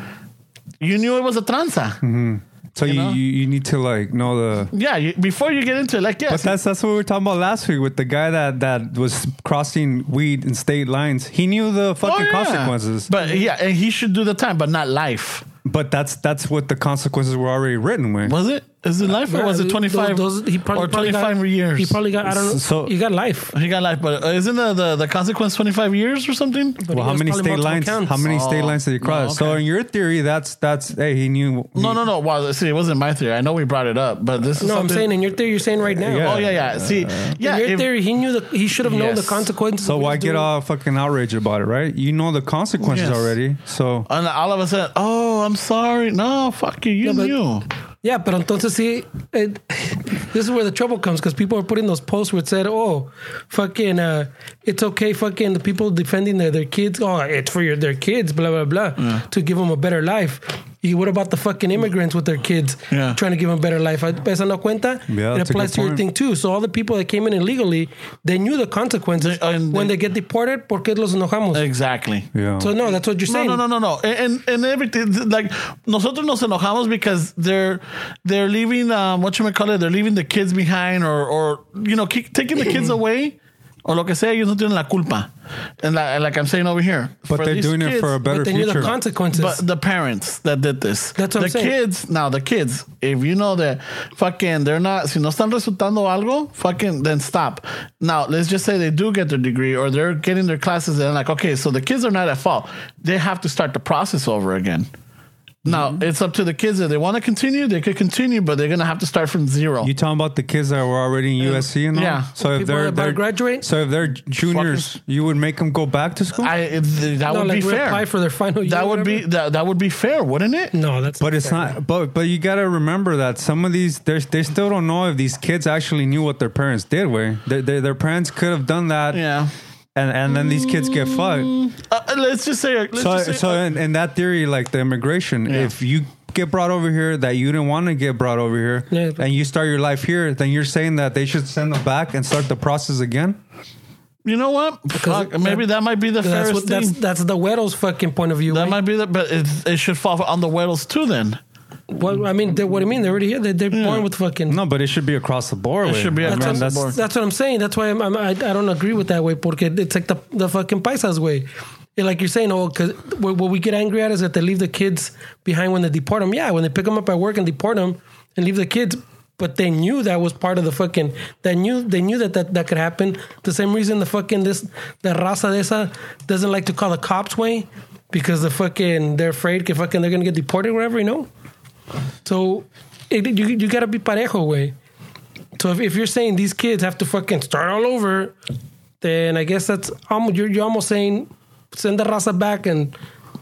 S1: you knew it was a tranza.
S3: Mm-hmm. so you,
S1: know?
S3: you you need to like know the
S1: Yeah, you, before you get into it, like yeah,
S3: But that's that's what we were talking about last week with the guy that that was crossing weed and state lines. He knew the
S1: Oh,
S3: fucking
S1: yeah.
S3: consequences. But,
S1: But yeah, and he should do the time, but not life.
S3: that's that's what the consequences were already written with.
S1: Was it? Is it life or was it
S2: Those-
S1: twenty five
S2: Uh, those- he probably-
S1: or twenty
S2: probably got-
S1: five years?
S2: He probably got. I don't know.
S3: So-
S2: he got life.
S1: He got life, but uh, isn't the, the, the consequence 25 years or something?
S2: But
S3: well,
S2: he
S3: how
S2: was
S3: many
S2: probably
S3: state
S2: multiple
S3: lines?
S2: counts.
S3: How many state
S1: Oh,
S3: lines did he
S1: no,
S3: cross? So
S1: okay.
S3: in your theory, that's that's hey, he knew.
S1: No, no, no. Well, see, it wasn't my theory. I know we brought it up, but this is
S2: No, I'm
S1: something-
S2: saying in your theory, you're saying right now.
S3: Yeah.
S1: Oh, yeah, yeah. See, yeah.
S2: in your
S1: if-
S2: theory, he knew that he should have known the
S1: Yes.
S2: consequences.
S3: So
S2: of what
S3: why
S2: he's
S3: get
S2: doing.
S3: all fucking outraged about it, right? You know the consequences
S1: Yes. Uh,
S3: already. So
S1: and all of a sudden, oh, I'm sorry. No, fuck you. You
S2: but-
S1: knew.
S2: Yeah, but entonces see, it, this is where the trouble comes because people are putting those posts where it said, "Oh, fucking, uh, it's okay, fucking." The people defending their, their kids, oh, it's for your their kids, blah blah blah, to give them a better life. You- What about the fucking immigrants with their kids
S1: Yeah.
S2: trying to give them a better life? I- Pensando cuenta,
S3: Yeah,
S2: it
S3: that's a
S2: applies
S3: good
S2: to your
S3: point.
S2: thing too. So all the people that came in illegally, they knew the consequences
S1: They- and
S2: when
S1: they-
S2: they get deported. ¿Por qué los enojamos?
S1: Exactly.
S3: yeah.
S2: So no, that's what you're
S1: No,
S2: saying.
S1: no, no, no, no. And and everything like nosotros nos enojamos because they're they're leaving um what you call it they're leaving the kids behind or or you know kick, taking the
S2: (clears throat)
S1: kids away or lo que sea ellos no tienen la culpa and like, like I'm saying over here
S3: but
S1: for
S3: they're
S1: these
S3: doing it
S1: kids-
S3: for a better
S2: But they knew the
S3: future.
S2: consequences.
S1: But the parents that did this.
S2: That's what
S1: the
S2: I'm saying.
S1: kids now the kids. If you know that fucking they're not si no están resultando algo, fucking then stop. Now let's just say they do get their degree or they're getting their classes and like, okay, so the kids are not at fault. They have to start the process over again. Now
S2: Mm-hmm.
S1: it's up to the kids. If they want to continue, they could continue, but they're gonna have to start from zero.
S3: You talking about the kids that were already in USC and
S1: Uh,
S3: all?
S1: Yeah.
S3: So if
S2: People
S3: they're,
S2: that about
S3: they're
S2: to graduate?
S3: so if they're juniors, you would make them go back to school.
S1: I it, that
S2: No,
S1: would
S2: like
S1: be fair.
S2: reapply for their final year.
S1: that
S2: or
S1: would be
S2: whatever.
S1: that, that would be fair, wouldn't it?
S2: no. That's
S3: But it's not. But but you gotta remember that some of these, there's- they still don't know if these kids actually knew what their parents did. Where their their, their parents could have done that,
S1: Yeah.
S3: and and then these kids get fucked.
S1: Uh, let's just say. Let's
S3: So
S1: just say uh,
S3: so in, in that theory, like the immigration,
S1: Yeah.
S3: if you get brought over here that you didn't want to get brought over here,
S2: Yeah, but-
S3: and you start your life here, then you're saying that they should send them back and start the process again.
S1: You know what? Fuck,
S2: it-
S1: maybe that, might be the
S2: That's
S1: fairest
S2: what
S1: thing.
S2: that's that's the Weddle's fucking point of view.
S1: that
S2: right?
S1: might be the, but it, it should fall on the Weddles too. Then
S2: What I mean, they, what I mean, they're already here. They, they're born with fucking.
S3: No, but it should be across the board.
S1: It
S3: way.
S1: should be
S3: I mean,
S1: across the
S3: that's-
S1: board.
S2: That's what I'm saying. That's why I'm, I'm, I I don't agree with that way. Porque it's like the the fucking paisas way. Yeah, like you're saying, oh, because what, what we get angry at is that they leave the kids behind when they deport them. Yeah, when they pick them up at work and deport them and leave the kids. But they knew that was part of the fucking. They knew they knew that that, that could happen. The same reason the fucking this the raza de esa doesn't like to call the cops way because the fucking they're afraid que fucking they're gonna get deported wherever you know. So it, you you gotta be parejo way. So if, if you're saying these kids have to fucking start all over, then I guess that's almost you're, you're almost saying send the raza back and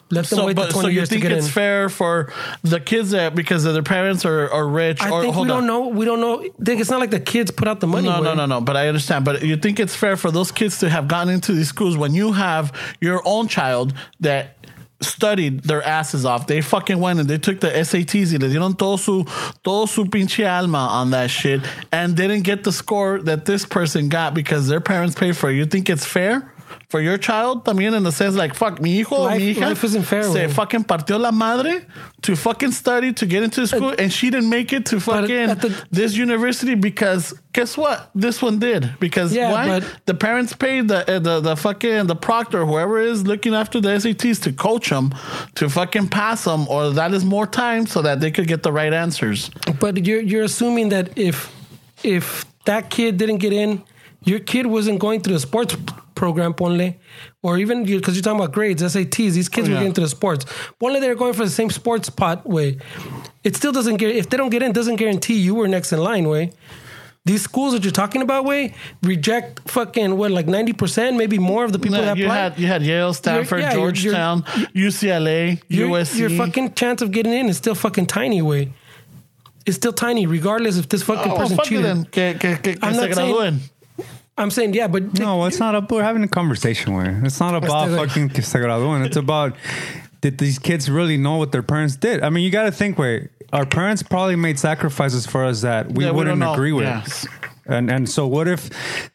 S2: let them
S1: so
S2: wait the
S1: but so
S2: 20
S1: you
S2: years to
S1: think
S2: get in.
S1: it's fair for the kids that because of their parents are, are rich
S2: I
S1: or
S2: think we
S1: hold
S2: don't
S1: on.
S2: know. We don't know. Think it's not like the kids put out the money.
S1: No,
S2: way.
S1: no, no, no. But I understand. But you think it's fair for those kids to have gotten into these schools when you have your own child that studied their asses off. They fucking went and they took the SATs. Y le dieron todo su, todo su pinche alma on that shit and they didn't get the score that this person got because their parents paid for it. You think it's fair for your child también in the sense like fuck mi hijo o mi
S2: Life-
S1: hija
S2: life isn't fair,
S1: se
S2: güey.
S1: fucking partió la madre to fucking study to get into school and she didn't make it to
S2: Uh, But
S1: fucking
S2: at the-
S1: this university because guess what this one did because
S2: Yeah,
S1: why
S2: but-
S1: the parents paid the, uh, the the fucking the proctor whoever is looking after the SATs to coach them to fucking pass them or that is more time so that they could get the right answers
S2: But you're you're assuming that if if that kid didn't get in, your kid wasn't going through the sports p- program, ponle, or even because you're talking about grades, SATs. These kids
S1: Oh, Yeah.
S2: were getting to the sports. Ponle, they're going for the same sports pot way. It still doesn't get if they don't get in, doesn't guarantee you were next in line way. These schools that you're talking about way reject fucking what like ninety percent, maybe more of the people
S1: No,
S2: that
S1: you
S2: apply.
S1: had you had Yale, Stanford,
S2: yeah, you're- you're-
S1: Georgetown, UCLA,
S2: your,
S1: USC.
S2: your fucking chance of getting in is still fucking tiny way. It's still tiny, regardless if this fucking
S1: oh,
S2: person
S1: fuck it
S2: cheated.
S1: then. Que, que, que, que
S2: I'm
S1: se
S2: not saying-
S1: gradúen.
S2: I'm saying, yeah, but
S3: No, it's not up. We're having a conversation with. It's not about
S2: the-
S3: fucking que se
S1: (laughs)
S3: gradúen. It's about did these kids really know what their parents did? I mean, you got to think. Wait, our parents probably made sacrifices for us that we
S1: Yeah, we
S3: wouldn't
S1: don't know.
S3: agree with.
S1: Yes.
S3: And and so what if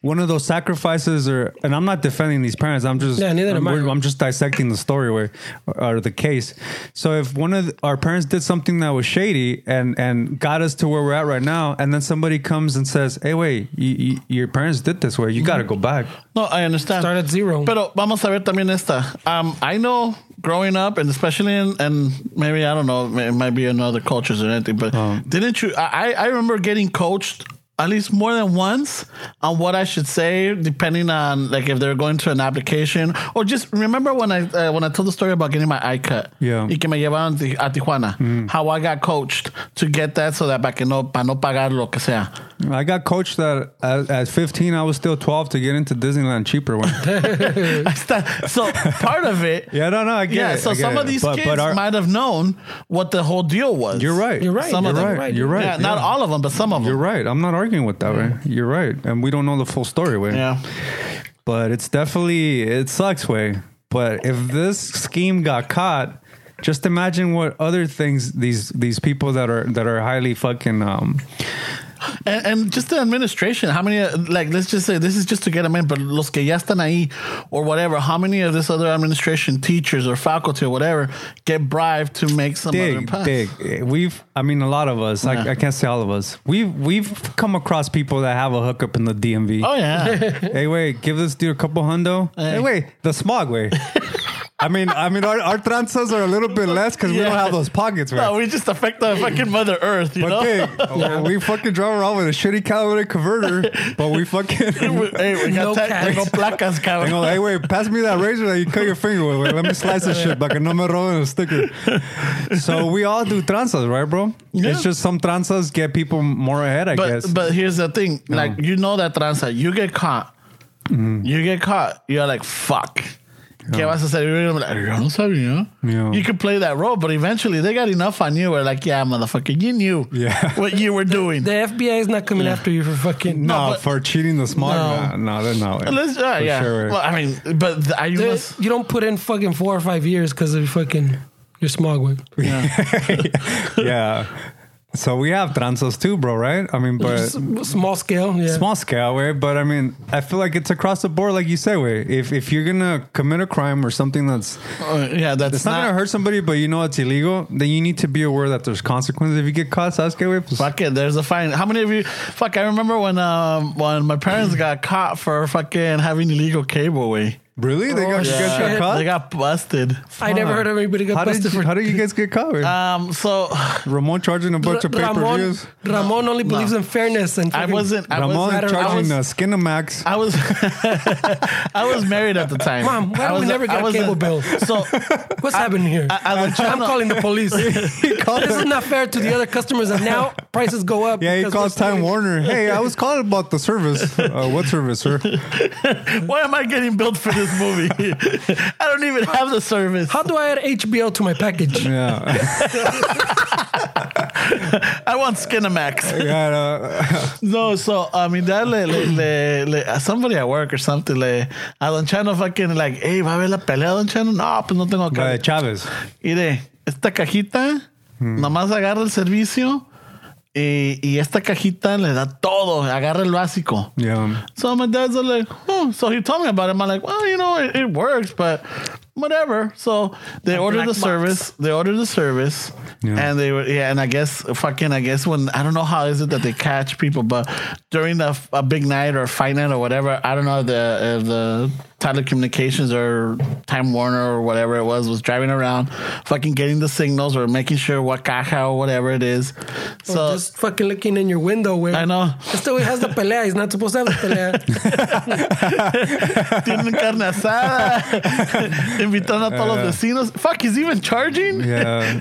S3: one of those sacrifices or and I'm not defending these parents. I'm just
S2: Yeah, neither
S3: I'm,
S2: am I.
S3: we're- I'm just dissecting the story where or the case. So if one of the- our parents did something that was shady and and got us to where we're at right now, and then somebody comes and says, "Hey, wait, you, you, your parents did this way. You got to go back."
S1: No, I understand.
S2: Start at zero.
S1: Pero vamos a ver también esta. Um, I know growing up, and especially in, and maybe I don't know, it might be in other cultures or anything, but
S2: Oh.
S1: didn't you? I, I remember getting coached at least more than once on what I should say, depending on like if they're going to an application or just remember when I uh, when I told the story about getting my eye cut.
S3: Yeah.
S1: Y que me llevaron Ti- a Tijuana.
S2: Mm.
S1: How I got coached to get that so that para que no para no pagar lo que sea.
S3: I got coached that at, at 15, I was still 12 to get into Disneyland
S2: (laughs)
S3: cheaper. One.
S1: (laughs) so part of it.
S3: yeah, no, no, I get
S1: yeah,
S3: it.
S1: so
S3: I get
S1: some
S3: it.
S1: of these
S3: But-
S1: kids
S3: but our-
S1: might have known what the whole deal was.
S3: You're right.
S2: You're right.
S1: Some
S2: you're
S1: of them.
S2: right.
S3: right. You're right.
S1: Yeah, not all of them, but some of them.
S3: You're right. I'm not arguing with that, right? You're right. And we don't know the full story, way.
S1: Yeah.
S3: But it's definitely, it sucks, way. But if this scheme got caught, just imagine what other things these these people that are that are highly fucking um
S1: And, and just the administration, how many, uh, like, let's just say this is just to get them in, but los que ya están ahí or whatever, how many of this other administration, teachers or faculty or whatever, get bribed to make some other
S3: dig
S1: pass?
S3: dig we've i mean a lot of us I,
S1: Yeah.
S3: I can't say all of us we've we've come across people that have a hookup in the dmv
S1: Oh, yeah.
S3: hey, wait, give this dude a couple hundo. Hey, wait, the smog
S1: (laughs)
S3: way. I mean, I mean, our, our tranzas are a little bit less because we
S1: Yeah.
S3: don't have those pockets, (laughs) right?
S1: no, (laughs) we just affect the fucking Mother Earth, you
S3: but
S1: know?
S3: hey, we fucking drive around with a shitty calibrated converter, but we fucking.
S1: (laughs) hey, (laughs) we got
S2: No
S1: te-
S2: cats.
S1: tengo placas,
S3: (laughs) I
S1: cabrón.
S3: go, hey, wait, pass me that razor that you cut your finger with. Wait, let me slice this shit back. No me roben a sticker. So we all do tranzas, right, bro?
S1: Yeah.
S3: It's just some tranzas get people more ahead, I
S1: But
S3: guess.
S1: but here's the thing, like you know that transa, you get caught,
S3: Mm.
S1: you get caught, you're like fuck. ¿Qué vas a hacer? You're gonna be like, yo no sabía.
S3: Yeah.
S1: You could play that role, but eventually they got enough on you. Where like, yeah, motherfucker, you knew
S3: Yeah.
S1: (laughs) what you were doing.
S2: The FBI is not coming after you for fucking.
S3: no,
S1: but-
S3: for cheating the smog, no, no, they're not. eh,
S1: Let's, uh,
S3: For
S1: yeah.
S3: sure.
S1: Well, I mean, but th- I
S2: They-
S1: must.
S2: You don't put in fucking four or five years because of fucking your smog way.
S3: (laughs) yeah. So we have transos too, bro, right? I mean, but
S2: S- Small scale. Yeah.
S3: small scale, way. But I mean, I feel like it's across the board, like you say, way. If if you're gonna commit a crime or something that's
S1: uh, yeah, that's
S3: it's not, gonna hurt somebody, but you know it's illegal, then you need to be aware that there's consequences if you get caught. Sasuke, way. Pues,
S1: Fuck it, there's a fine. How many of you? Fuck, I remember when um when my parents got caught for fucking having illegal cable. Way
S3: really? They got, you
S2: Yeah.
S3: guys got
S2: Shit.
S3: caught?
S1: they got busted.
S2: I never
S3: Huh.
S2: heard of anybody get
S3: how
S2: busted
S3: did you,
S2: for.
S3: How did you guys get caught? Way?
S1: Um, so
S3: Ramon charging a bunch of pay per
S2: Ramon,
S3: views.
S2: Ramon only believes in fairness and.
S1: I
S2: fucking-
S1: wasn't. I
S3: Ramon
S1: wasn't, I was,
S3: charging a
S1: (laughs)
S3: Skinamax.
S1: I was I was married at the time.
S2: Mom, why
S1: I
S2: do we
S1: was,
S2: never get
S1: I
S2: a
S1: was-
S2: cable bill?
S1: So
S2: What's happening here?
S1: I- I was
S2: I'm
S1: trying to-
S2: calling the police.
S1: (laughs)
S3: He called
S2: this is
S3: it-
S2: not fair to the other customers, and now prices go up.
S3: yeah, he
S2: because we're
S3: calls Time
S2: stealing-
S3: Warner. Hey, I was calling about
S1: (laughs)
S3: the service. Uh, what service, sir?
S1: why am I getting billed for this movie? (laughs) I don't even have the service.
S2: How do I add HBO to my package?
S3: Yeah.
S1: (laughs) I want Skinamax. (laughs)
S3: Yeah, no.
S1: No, so I mean that le, le, le, le- somebody at work or something le a Don Chano fucking like, hey, va a ver la pelea Don Chano? No, pues no tengo
S3: Lo
S1: cable.
S3: de Chávez.
S1: Mire, esta cajita, nomás agarra el servicio Y, y esta cajita le da todo, agarra el básico.
S3: Yeah.
S1: So my dad's like, oh, so he told me about it. I'm like, well, you know, it, it works, but whatever. So they ordered the
S2: black box.
S1: service. They ordered the service, and they were yeah. And I guess fucking, I guess when I don't know how is it that they catch people, but during a, a big night or a fight night or whatever, I don't know if the if the telecommunications or Time Warner or whatever it was was driving around, fucking getting the signals or making sure what caja or whatever it is. So.
S2: just fucking looking in your window, güey.
S1: I know.
S2: Este güey has the pelea. He's not supposed to have the
S1: (laughs)
S2: pelea.
S3: (laughs)
S1: Tienen carne asada. Invitando a todos los vecinos. Fuck, he's even charging?
S2: I
S3: Yeah.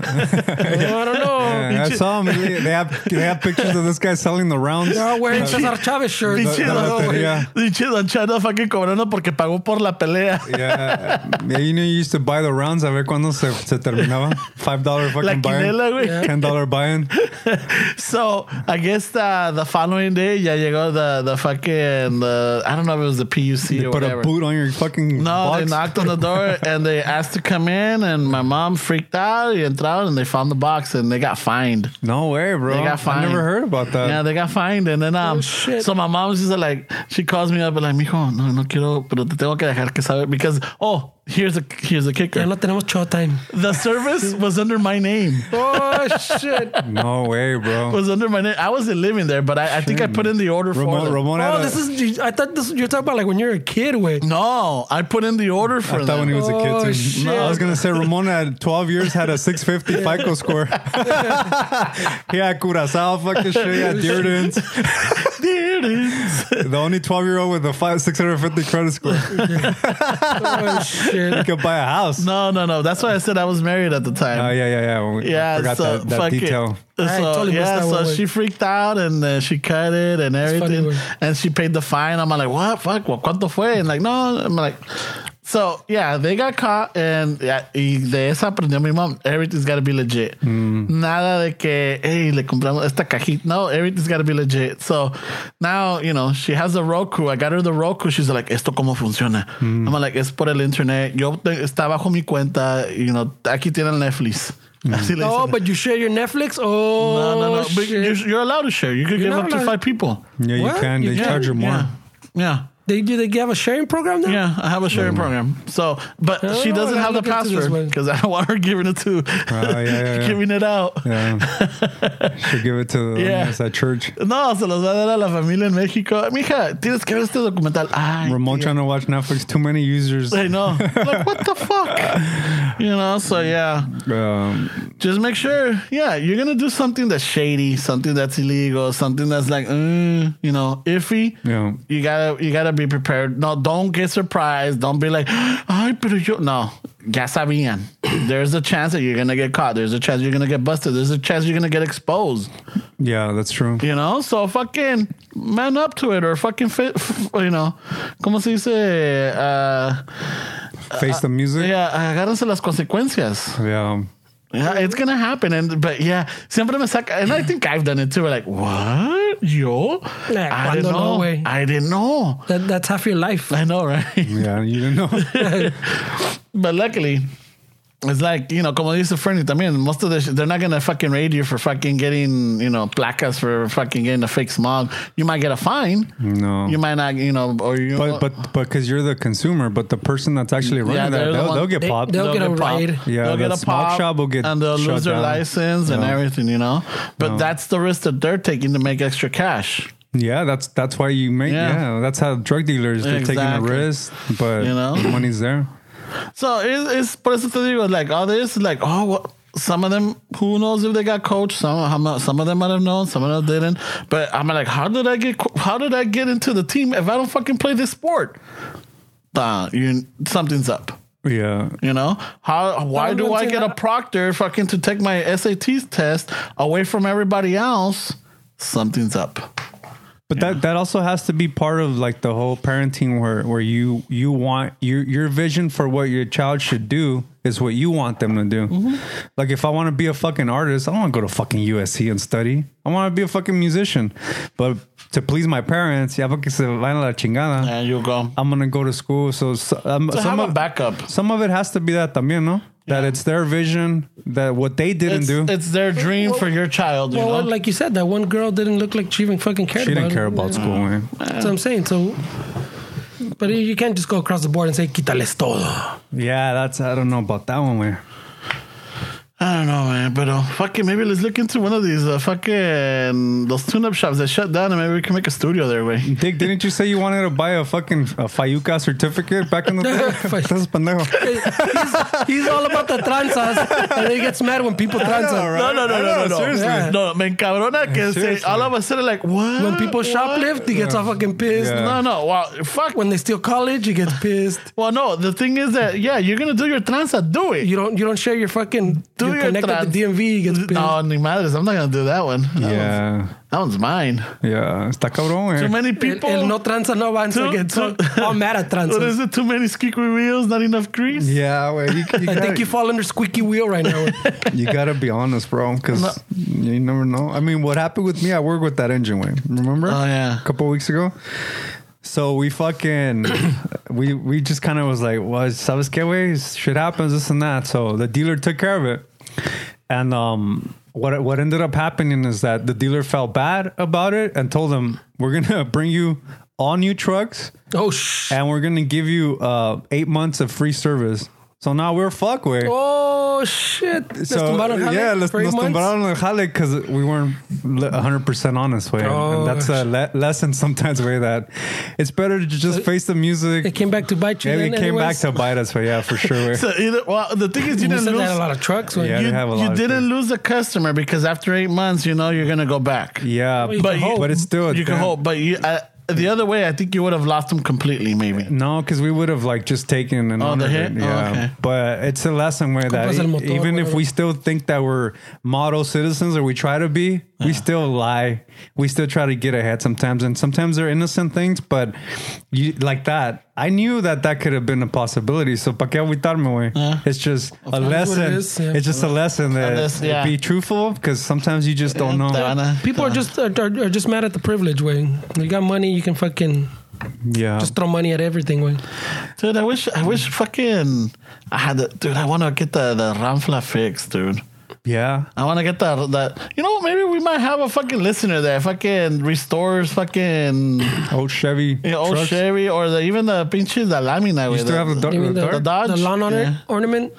S1: (laughs)
S2: don't know.
S3: I saw them. They have they have pictures of this guy selling the rounds.
S2: They're all wearing Cesar Chavez shirts.
S1: Pinche
S3: No, no,
S1: don-
S3: no, yeah.
S1: Pinche Don Chano fucking cobrando porque pagó por la pelea.
S3: Yeah. yeah, you know, you used to buy the rounds. A ver cuando se, se terminaba. Five dollar
S1: La
S3: fucking
S1: quinela,
S3: buy-in.
S1: güey.
S3: Ten dollar buy-in.
S1: So I guess the, the following day, ya llegó the, the fucking, uh, I don't know if it was the PUC
S3: They
S1: or
S3: put
S1: whatever.
S3: a boot on your fucking
S1: No,
S3: box.
S1: they knocked on the
S3: (laughs)
S1: door and they asked to come in, and my mom freaked out. And entraron and they found the box and they got fined.
S3: No way, bro.
S1: They got fined.
S3: I never heard about that.
S1: Yeah, they got fined. And then, um,
S2: Oh, shit.
S1: so my mom's just like, she calls me up and like, mijo, no, no quiero, pero te tengo que dejar que saber because, oh, here's the, here's the
S2: Ya
S1: kicker.
S2: no tenemos show time.
S1: The service was under my
S3: (laughs)
S1: name. (laughs)
S2: Oh, shit.
S3: No way, bro.
S1: Was under my name. I wasn't living there, but I, I think I put in the order for
S3: Ramon,
S1: them.
S3: Ramon had
S2: Oh,
S3: a-
S2: this is. I thought this. You're talking about like when you're a kid, güey.
S1: (laughs) No, I put in the order
S3: I
S1: for
S3: thought
S1: them.
S3: when he was a kid.
S2: Oh,
S3: too.
S2: shit.
S3: No, I was gonna say Ramon at 12 years had
S1: (laughs)
S3: a 650 FICO score. (laughs) he had Curacao fucking shit.
S1: (laughs)
S3: He had Dearden's.
S1: There it is.
S3: The only 12 year old with a five, 650 credit score
S2: Oh shit.
S3: could buy a
S1: (laughs)
S3: house.
S1: no, no, no. That's why I said I was married at the time.
S3: Oh yeah, yeah, yeah. We- I
S1: Yeah,
S3: forgot
S1: so
S3: that, that
S1: fuck
S3: detail.
S1: it.
S2: I
S1: So,
S2: totally missed
S1: yeah,
S2: that
S1: so
S2: one, wait.
S1: she freaked out and uh, she cut it and
S2: funny,
S1: everything,
S2: güey.
S1: and she paid the fine. I'm like, what? Fuck, what? ¿Cuánto fue? And like, no, I'm like. So yeah, they got caught, and yeah, y de esa aprendió mi mom. Everything's got to be legit. Nada de que, hey, le compramos esta cajita. No, everything's got to be legit. So now you know she has the Roku. I got her the Roku. She's like, esto cómo funciona. I'm like, es por el internet. Yo te- está bajo mi cuenta. You know, aquí tienen Netflix. Así le
S2: Oh,
S1: dicen.
S2: but you share your Netflix. Oh,
S1: No, no, no. But you're,
S2: Shit.
S1: you're allowed to share. You could give
S2: not
S1: up to
S2: allowed-
S1: five people.
S3: Yeah, you
S2: What?
S3: can. They
S2: You can?
S3: charge you more.
S1: Yeah. Yeah.
S2: They do. They have a sharing program now.
S1: Yeah. I have a sharing program. So, but
S2: Oh,
S1: she doesn't
S2: I
S1: have the
S2: look into this
S1: password
S2: one.
S1: because I don't want her giving it to, (laughs)
S3: Oh, yeah, yeah, yeah.
S1: giving it out.
S3: Yeah. Should give it to
S1: (laughs)
S3: the
S1: Yeah.
S3: yeah. at church.
S1: No, se los va a dar a la familia en México. Mija, tienes que ver este documental. Ay,
S3: Ramon
S1: tía.
S3: trying to watch Netflix. Too many users.
S1: I know. Like, what the fuck? You know, so yeah.
S3: Um,
S1: Just make sure, yeah, you're gonna do something that's shady, something that's illegal, something that's like, mm, you know, iffy.
S3: Yeah.
S1: You gotta, you gotta be prepared. No, don't get surprised. Don't be like, ay, pero yo. No, ya sabían. (clears throat) There's a chance that you're gonna get caught. There's a chance you're gonna get busted. There's a chance you're gonna get exposed.
S3: yeah, that's true.
S1: You know, so fucking man up to it, or fucking, fit, you know, como se dice, uh,
S3: Face the music.
S1: yeah, agárrense las consecuencias.
S3: yeah.
S1: Yeah, it's gonna happen, and but yeah, siempre me saca, and I think I've done it too. We're like, what, yo?
S2: Nah,
S1: I didn't
S2: cuando no,
S1: know.
S2: güey.
S1: I didn't know.
S2: That, that's half your life.
S1: I know, right? (laughs)
S3: Yeah, you didn't know.
S1: but luckily, it's like you know, como dice Fernie, I mean, most of the sh- they're not gonna fucking raid you for fucking getting you know placas for fucking getting a fake smog. You might get a fine.
S3: No.
S1: you might not. You know, or you.
S3: but but but because you're the consumer, but the person that's actually running
S1: Yeah,
S3: that,
S1: they're the
S3: they'll,
S1: one-
S3: they'll get
S2: they-
S3: popped.
S2: they'll- get a
S1: pop.
S2: raid.
S3: Yeah,
S1: they'll get
S3: that
S1: a
S3: smog
S1: pop,
S3: shop will get
S1: and they'll
S3: shut
S1: lose their
S3: down.
S1: license and
S3: Yeah.
S1: everything. You know, but that's the risk that they're taking to make extra cash.
S3: yeah, that's that's why you make.
S1: Yeah.
S3: Yeah, that's how drug dealers they're taking
S1: Exactly.
S3: a risk, but
S1: You know?
S3: the money's there.
S1: So it's, it's por eso te digo, like all this, like oh, what, some of them, who knows if they got coached? Some, how mu- some of them might have known, some of them didn't. But I'm like, how did I get, co- how did I get into the team if I don't fucking play this sport? Nah, you something's up.
S3: Yeah,
S1: You know how? Why
S2: Someone
S1: do I
S2: to-
S1: get a proctor fucking to take my SAT test away from everybody else? Something's up.
S3: But that that also has to be part of like the whole parenting where where you you want your your vision for what your child should do is what you want them to do.
S1: Mm-hmm.
S3: Like if I want to be a fucking artist, I don't want to go to fucking USC and study. I want to be a fucking musician. But to please my parents, ya porque se van a la chingada.
S1: And you go.
S3: I'm gonna go to school. So, so- um,
S1: So have
S3: some
S1: a
S3: of,
S1: backup.
S3: Some of it has to be that también, no? That it's their vision, that what they didn't
S1: It's,
S3: do.
S1: it's their dream for your child. You
S2: Well,
S1: know?
S2: like you said, that one girl didn't look like she even fucking cared
S3: she
S2: about
S3: didn't
S2: it.
S3: care about school, man.
S2: That's what I'm saying. So, but you- you can't just go across the board and say quítales todo.
S3: Yeah, that's I don't know about that one, man.
S1: I don't know, man. But uh, fucking maybe let's look into one of these uh, fucking those tune-up shops that shut down, and maybe we can make a studio there, way.
S3: Dick, didn't you say you wanted to buy a fucking a Fayuca certificate back in the day? Estás pendejo.
S2: He's all about the tranzas, and he gets mad when people transa.
S1: No, no, no, no, no, no.
S3: Seriously.
S2: Yeah.
S1: No, me encabrona que se,
S3: Seriously.
S1: all of a sudden like what
S2: When people
S1: What?
S2: shoplift, he gets all fucking pissed.
S3: Yeah.
S1: No, no. Well, fuck.
S2: When they steal college, he gets pissed.
S1: Well, no. The thing is that yeah, you're gonna do your transa. Do it.
S2: You don't you don't share your fucking
S1: do
S2: you
S1: your
S2: connect at
S1: trans-
S2: the DMV, he gets pissed.
S1: No, ni madres. I'm not gonna do that one. That one's-
S3: Yeah,
S1: that one's mine.
S3: yeah. Está cabrón,
S1: Too
S3: man.
S1: many
S2: El,
S1: people.
S2: el no tranza no avanza
S1: Two-
S2: gets all,
S3: (laughs)
S1: two-
S2: all mad at
S1: what
S2: tranzas.
S1: is it? Too many squeaky wheels, not enough grease.
S3: Yeah, man. You, you,
S2: I think
S3: gotta,
S2: you fall under squeaky wheel right
S3: (laughs)
S2: now.
S3: you gotta be honest, bro, because
S1: No.
S3: you never know. I mean, what happened with me? I worked with that engine way. Remember?
S1: Oh, yeah.
S3: a couple weeks ago. So we fucking (coughs) we we just kind of was like, well, sabes qué, way shit happens, this and that. So the dealer took care of it, and um, what what ended up happening is that the dealer felt bad about it and told them, we're gonna (laughs) bring you all new trucks
S2: oh sh.
S3: and we're gonna give you uh eight months of free service. So now we're fuck way.
S2: Oh shit. Les
S3: So,
S2: tumbaron jale
S3: yeah, les,
S2: for eight
S3: nos
S2: months?
S3: tumbaron el jale because we weren't le- 100% honest, way.
S2: Oh,
S3: and that's a le- lesson sometimes, way, that it's better to just face the
S2: They
S3: music.
S2: came back to bite you.
S3: Maybe
S2: then
S3: it came back
S2: anyways.
S3: to bite us, but yeah, for
S2: (laughs)
S3: sure. way.
S1: So either, well, the thing is, you
S2: We
S1: didn't
S2: said
S1: lose.
S2: that a lot of trucks.
S3: Yeah,
S1: you
S3: they have a lot
S1: you
S3: of
S1: didn't lose a customer because after eight months, you know you're gonna go back.
S3: yeah,
S2: you
S3: but,
S2: can hope.
S3: but it's still. a
S1: you can
S3: damn-
S1: hope, but you, uh, the other way, I think you would have lost them completely. Maybe
S3: No, because we would have like just taken an
S1: Oh, the
S3: honor.
S1: hit? Oh,
S3: Yeah,
S1: okay.
S3: but it's a lesson where that
S2: Compras el motor,
S3: e- even if
S2: whatever.
S3: we still think that we're model citizens or we try to be, we still lie. We still try to get ahead sometimes, and sometimes they're innocent things. But you like that, I knew that that could have been a possibility. So pa que agüitarme, güey? It's just a
S2: That's what it
S3: lesson.
S2: is, yeah.
S3: It's just a lesson that
S1: Unless- yeah.
S3: be truthful because sometimes you just don't know.
S1: Diana,
S2: People are just are, are, are just mad at the privilege way. You got money, you can fucking
S3: Yeah,
S2: just throw money at everything way.
S1: dude. I wish, I wish, fucking, I had, the, dude. I want to get the the Ramfla fixed, dude.
S3: yeah.
S1: I want to get that that. You know, maybe we might have a fucking listener that fucking restores fucking you
S3: Old Chevy.
S1: know, old
S3: trucks.
S1: Chevy or the even the pinches the lamina.
S3: You
S1: with
S3: still
S1: the-
S3: have the,
S2: You mean
S3: dark.
S1: the Dodge?
S2: the lawn orna-
S1: Yeah.
S2: ornament.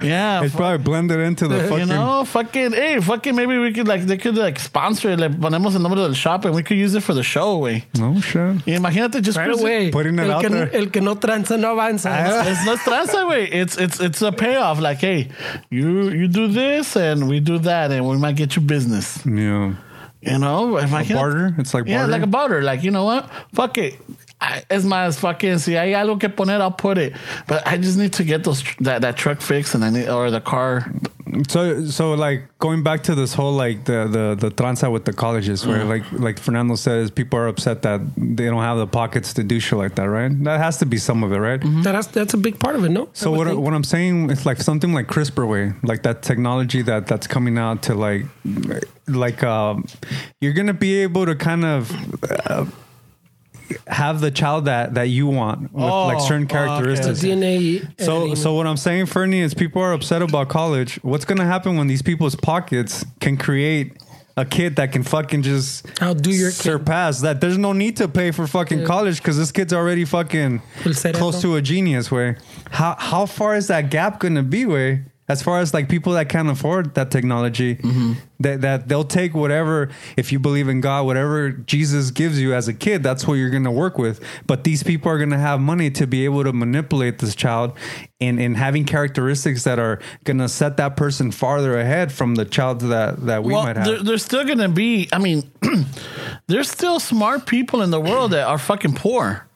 S1: yeah.
S3: It's
S1: fu-
S3: probably blended into the fucking.
S1: (laughs) you know, fucking, hey, fucking, maybe we could like, they could like sponsor it. Like, ponemos el nombre del shop and we could use it for the show, way.
S3: No shit.
S1: Imagínate, just
S2: Right
S1: cruise it. (laughs)
S2: away.
S3: Putting it
S2: el,
S3: out
S2: que,
S3: there. Ah.
S2: el que no tranza no avanza.
S1: It's not transa, way. It's it's it's a payoff. Like, hey, you you do this and we do that, and we might get you business.
S3: Yeah.
S1: You know, if I
S3: barter? It's like
S1: yeah,
S3: barter?
S1: like a barter. Like you know what? Fuck it. I, es más, fucking, si hay algo que poner, I'll put it. But I just need to get those tr- that, that truck fixed, and I need or the car.
S3: So so like going back to this whole like the the the transa with the colleges
S1: Mm.
S3: where like like Fernando says people are upset that they don't have the pockets to do shit like that, right? That has to be some of it, right?
S1: Mm-hmm.
S2: That has, that's a big part of it, no?
S3: So what what I'm saying is like something like CRISPR way, like that technology that that's coming out to like like um, you're gonna be able to kind of. Uh, have the child that that you want with like
S1: Oh,
S3: certain
S1: okay.
S3: characteristics.
S2: DNA.
S3: So,
S2: editing.
S3: so what I'm saying, Fernie, is people are upset about college. What's gonna happen when these people's pockets can create a kid that can fucking just
S2: Outdo your kid.
S3: surpass that? There's no need to pay for fucking
S2: Yeah.
S3: college because this kid's already fucking
S2: El cerebro.
S3: close to a genius. Way, how how far is that gap gonna be? Way, as far as like people that can't afford that technology, that that they'll take whatever. If you believe in God, whatever Jesus gives you as a kid, that's what you're gonna work with. But these people are gonna have money to be able to manipulate this child, and and having characteristics that are gonna set that person farther ahead from the child that that we
S1: well,
S3: might have.
S1: there, there's still gonna be. I mean, (clears throat) there's still smart people in the world that are fucking poor.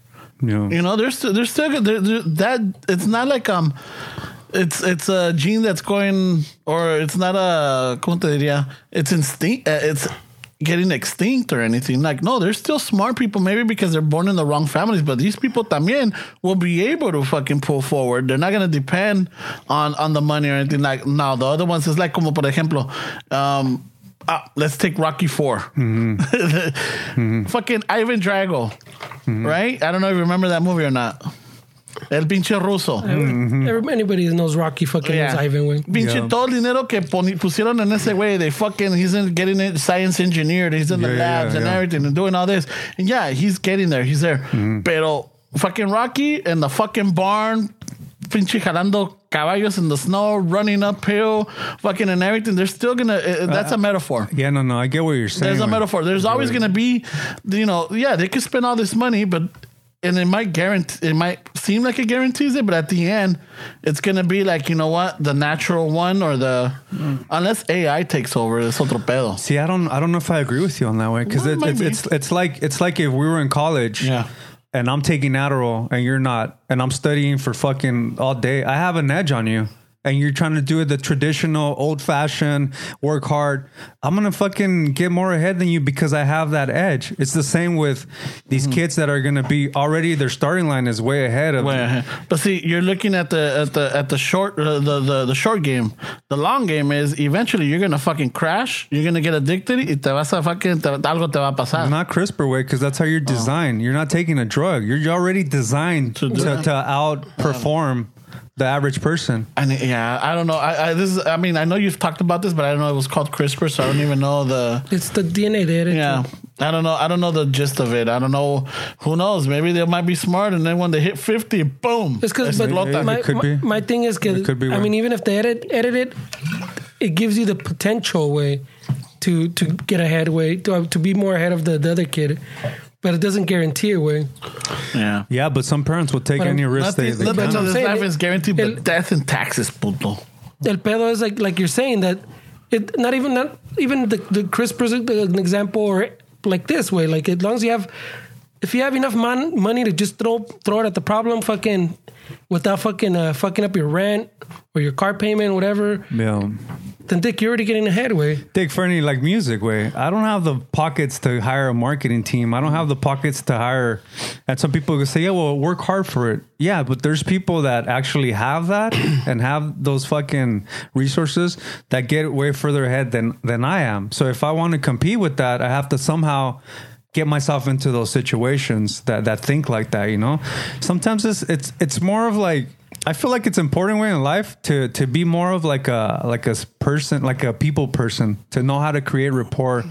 S3: Yeah.
S1: You know, there's still, there's still there, there, that it's not like um, it's it's a gene that's going or it's not a ¿cómo te diría? It's instinct. Uh, it's getting extinct or anything. Like no, there's still smart people. Maybe because they're born in the wrong families, but these people también will be able to fucking pull forward. They're not gonna depend on on the money or anything. Like no, the other ones is like como por ejemplo, um. uh, let's take Rocky 4 (laughs) Fucking Ivan Drago,
S3: Mm-hmm.
S1: right? I don't know if you remember that movie or not. El pinche ruso.
S3: mm-hmm.
S2: Every- Anybody that knows Rocky fucking
S1: Yeah.
S2: knows Ivan Wing.
S1: Pinche
S3: Yeah.
S1: todo el dinero que poni- pusieron en ese güey, they fucking, he's in getting it science engineered, he's in the
S3: Yeah, yeah,
S1: labs and
S3: yeah.
S1: everything and doing all this. And yeah, he's getting there, he's there.
S3: Mm-hmm.
S1: Pero fucking Rocky in the fucking barn, pinche jalando caballos in the snow, running uphill, fucking and everything. They're still gonna, eh, eh,
S3: Uh,
S1: that's a metaphor.
S3: Yeah, no, no, I get what you're saying.
S1: There's a
S3: like-
S1: metaphor. There's always going to be, you know, yeah, they could spend all this money, but and it might guarantee, it might seem like it guarantees it, but at the end, it's going to be like, you know what, the natural one or the, unless AI takes over, es otro pedo.
S3: See, I don't, I don't know if I agree with you on that way because
S1: Well,
S3: it, it's,
S1: maybe.
S3: it's, it's like, it's like if we were in college,
S1: Yeah.
S3: and I'm taking Adderall and you're not, and I'm studying for fucking all day. I have an edge on you, and you're trying to do it the traditional, old fashioned, work hard. I'm gonna fucking get more ahead than you because I have that edge. It's the same with these
S1: Mm-hmm.
S3: kids that are gonna be already their starting line is way ahead of.
S1: Way ahead. But see, you're looking at the at the at the short uh, the, the the short game. The long game is eventually you're gonna fucking crash. You're gonna get addicted. Y te vas a fucking te, algo te va a pasar.
S3: Not CRISPR way because that's how
S1: Oh.
S3: you're designed. You're not taking a drug. You're already designed to,
S1: do
S3: to,
S1: that.
S3: outperform the average person.
S1: I mean, yeah, I don't know. I, I this is. I mean, I know you've talked about this, but I don't know. It was called CRISPR, so I don't even know the.
S2: It's the DNA they edit.
S1: Yeah, I don't know. I don't know the gist of it. I don't know. Who knows? Maybe they might be smart, and then when they hit fifty, boom.
S2: It's because but
S1: explota.
S3: yeah,
S2: my,
S3: it could
S2: my,
S3: be.
S2: my thing is
S3: It could be
S2: I
S3: one.
S2: mean, even if they edit edit it, it gives you the potential way to to get ahead way to to be more ahead of the, the other kid, but it doesn't guarantee a way.
S1: yeah.
S3: Yeah, but some parents will take
S2: But
S3: any
S2: I'm-
S3: risk they,
S1: Nothing,
S3: they
S1: nothing
S3: can.
S2: what
S1: of
S2: I'm
S1: this
S2: saying.
S1: life is guaranteed, but
S2: El-
S1: death and taxes, puto.
S2: El pedo is like like you're saying that it not even not even the the CRISPR's an example or like this way like as long as you have if you have enough mon- money to just throw throw it at the problem fucking without fucking uh, fucking up your rent or your car payment whatever
S3: Yeah.
S2: then dick you're already getting ahead way
S3: Dick Fernie, like music way. I don't have the pockets to hire a marketing team. I don't have the pockets to hire. And some people could say, yeah, well, work hard for it. Yeah, but there's people that actually have
S1: (clears throat)
S3: that and have those fucking resources that get way further ahead than than I am. So if I want to compete with that, I have to somehow get myself into those situations that that think like that, you know? Sometimes it's it's it's more of like I feel like it's important way in life to to be more of like a like a s- person, like a people person, to know how to create rapport,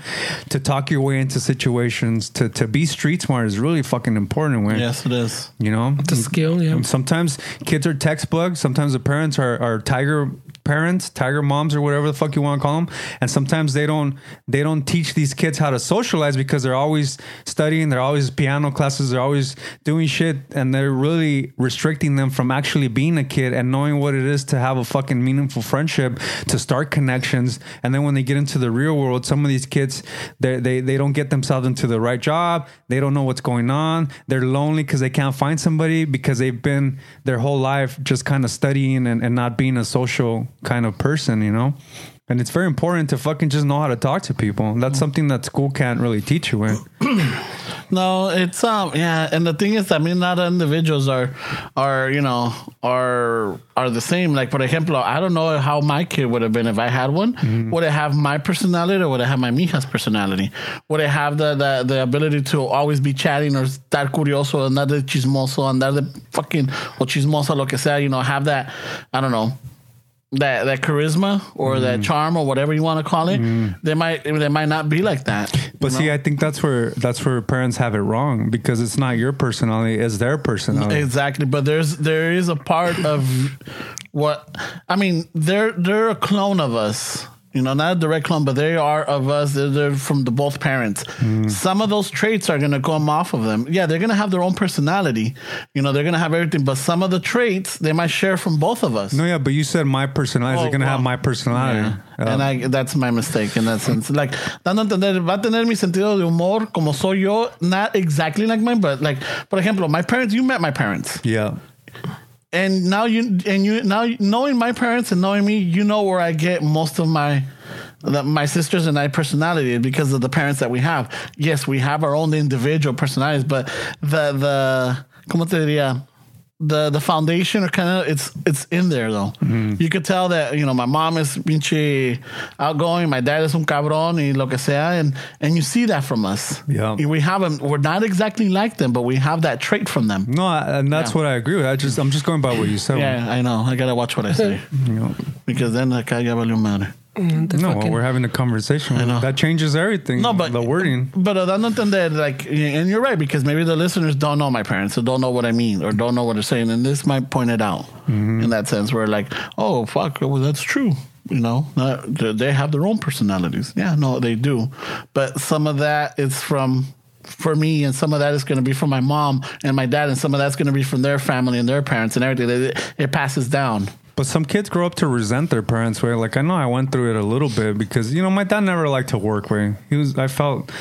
S3: to talk your way into situations, to to be street smart is really fucking important. Way,
S1: Yes, it is.
S3: you know,
S2: the skill yeah
S3: sometimes kids are textbook. Sometimes the parents are, are tiger parents, tiger moms, or whatever the fuck you want to call them. And sometimes they don't they don't teach these kids how to socialize because they're always studying, they're always piano classes, they're always doing shit, and they're really restricting them from actually being a kid and knowing what it is to have a fucking meaningful friendship, to start connections. And then when they get into the real world, some of these kids they they they don't get themselves into the right job. They don't know what's going on. They're lonely because they can't find somebody because they've been their whole life just kind of studying and, and not being a social kind of person, you know? And it's very important to fucking just know how to talk to people. That's something that school can't really teach you. eh?
S1: No, it's um yeah, and the thing is, I mean, not all individuals are are you know are are the same. Like for example, I don't know how my kid would have been if I had one. Would it have my personality or would it have my mija's personality? Would it have the the, the ability to always be chatting or estar curioso, andar de chismoso, andar de fucking o chismosa lo que sea? You know, have that I don't know that that charisma or that charm or whatever you want to call it. They might they might not be like that.
S3: But see, I think that's where that's where parents have it wrong because it's not your personality, it's their personality.
S1: Exactly, but there's there is a part of what I mean. They're they're a clone of us. You know, not a direct clone, but they are of us. They're, they're from the both parents. Some of those traits are going to come off of them. Yeah, they're going to have their own personality. You know, they're going to have everything, but some of the traits they might share from both of us.
S3: no, yeah, but you said my personality.
S1: Oh,
S3: they're gonna
S1: wow.
S3: have my personality.
S1: Yeah. And I, that's my mistake in that sense. Like, dando a entender, va a tener mi sentido de humor como soy yo, not exactly like mine, but like, por ejemplo, my parents, you met my parents.
S3: yeah.
S1: and now you and you now knowing my parents and knowing me, you know where I get most of my the, my sisters and I personality because of the parents that we have. Yes, we have our own individual personalities, but the the como te diría the the foundation are kind of it's it's in there though. You could tell that you know my mom is pinche outgoing, my dad is un cabrón y lo que sea, and and you see that from us.
S3: Yeah.
S1: we have them. We're not exactly like them, but we have that trait from them.
S3: No, I- and that's
S1: Yeah.
S3: what I agree with. I just I'm just going by what you said.
S1: Yeah, I know. I gotta watch what I say
S3: You know,
S1: because then I can't value matter.
S3: no, well, we're having a conversation.
S1: know.
S3: That changes everything.
S1: No, but
S3: the wording.
S1: But uh, I don't think that like, and you're right because maybe the listeners don't know my parents, or don't know what I mean, or don't know what they're saying, and this might point it out in that sense where like, oh fuck, well that's true. You know, Not- they they have their own personalities. Yeah, no, they do. But some of that is from for me, and some of that is going to be from my mom and my dad, and some of that's going to be from their family and their parents and everything. It, it passes down.
S3: But some kids grow up to resent their parents. Way like I know I went through it a little bit because you know my dad never liked to work. Way he was, I felt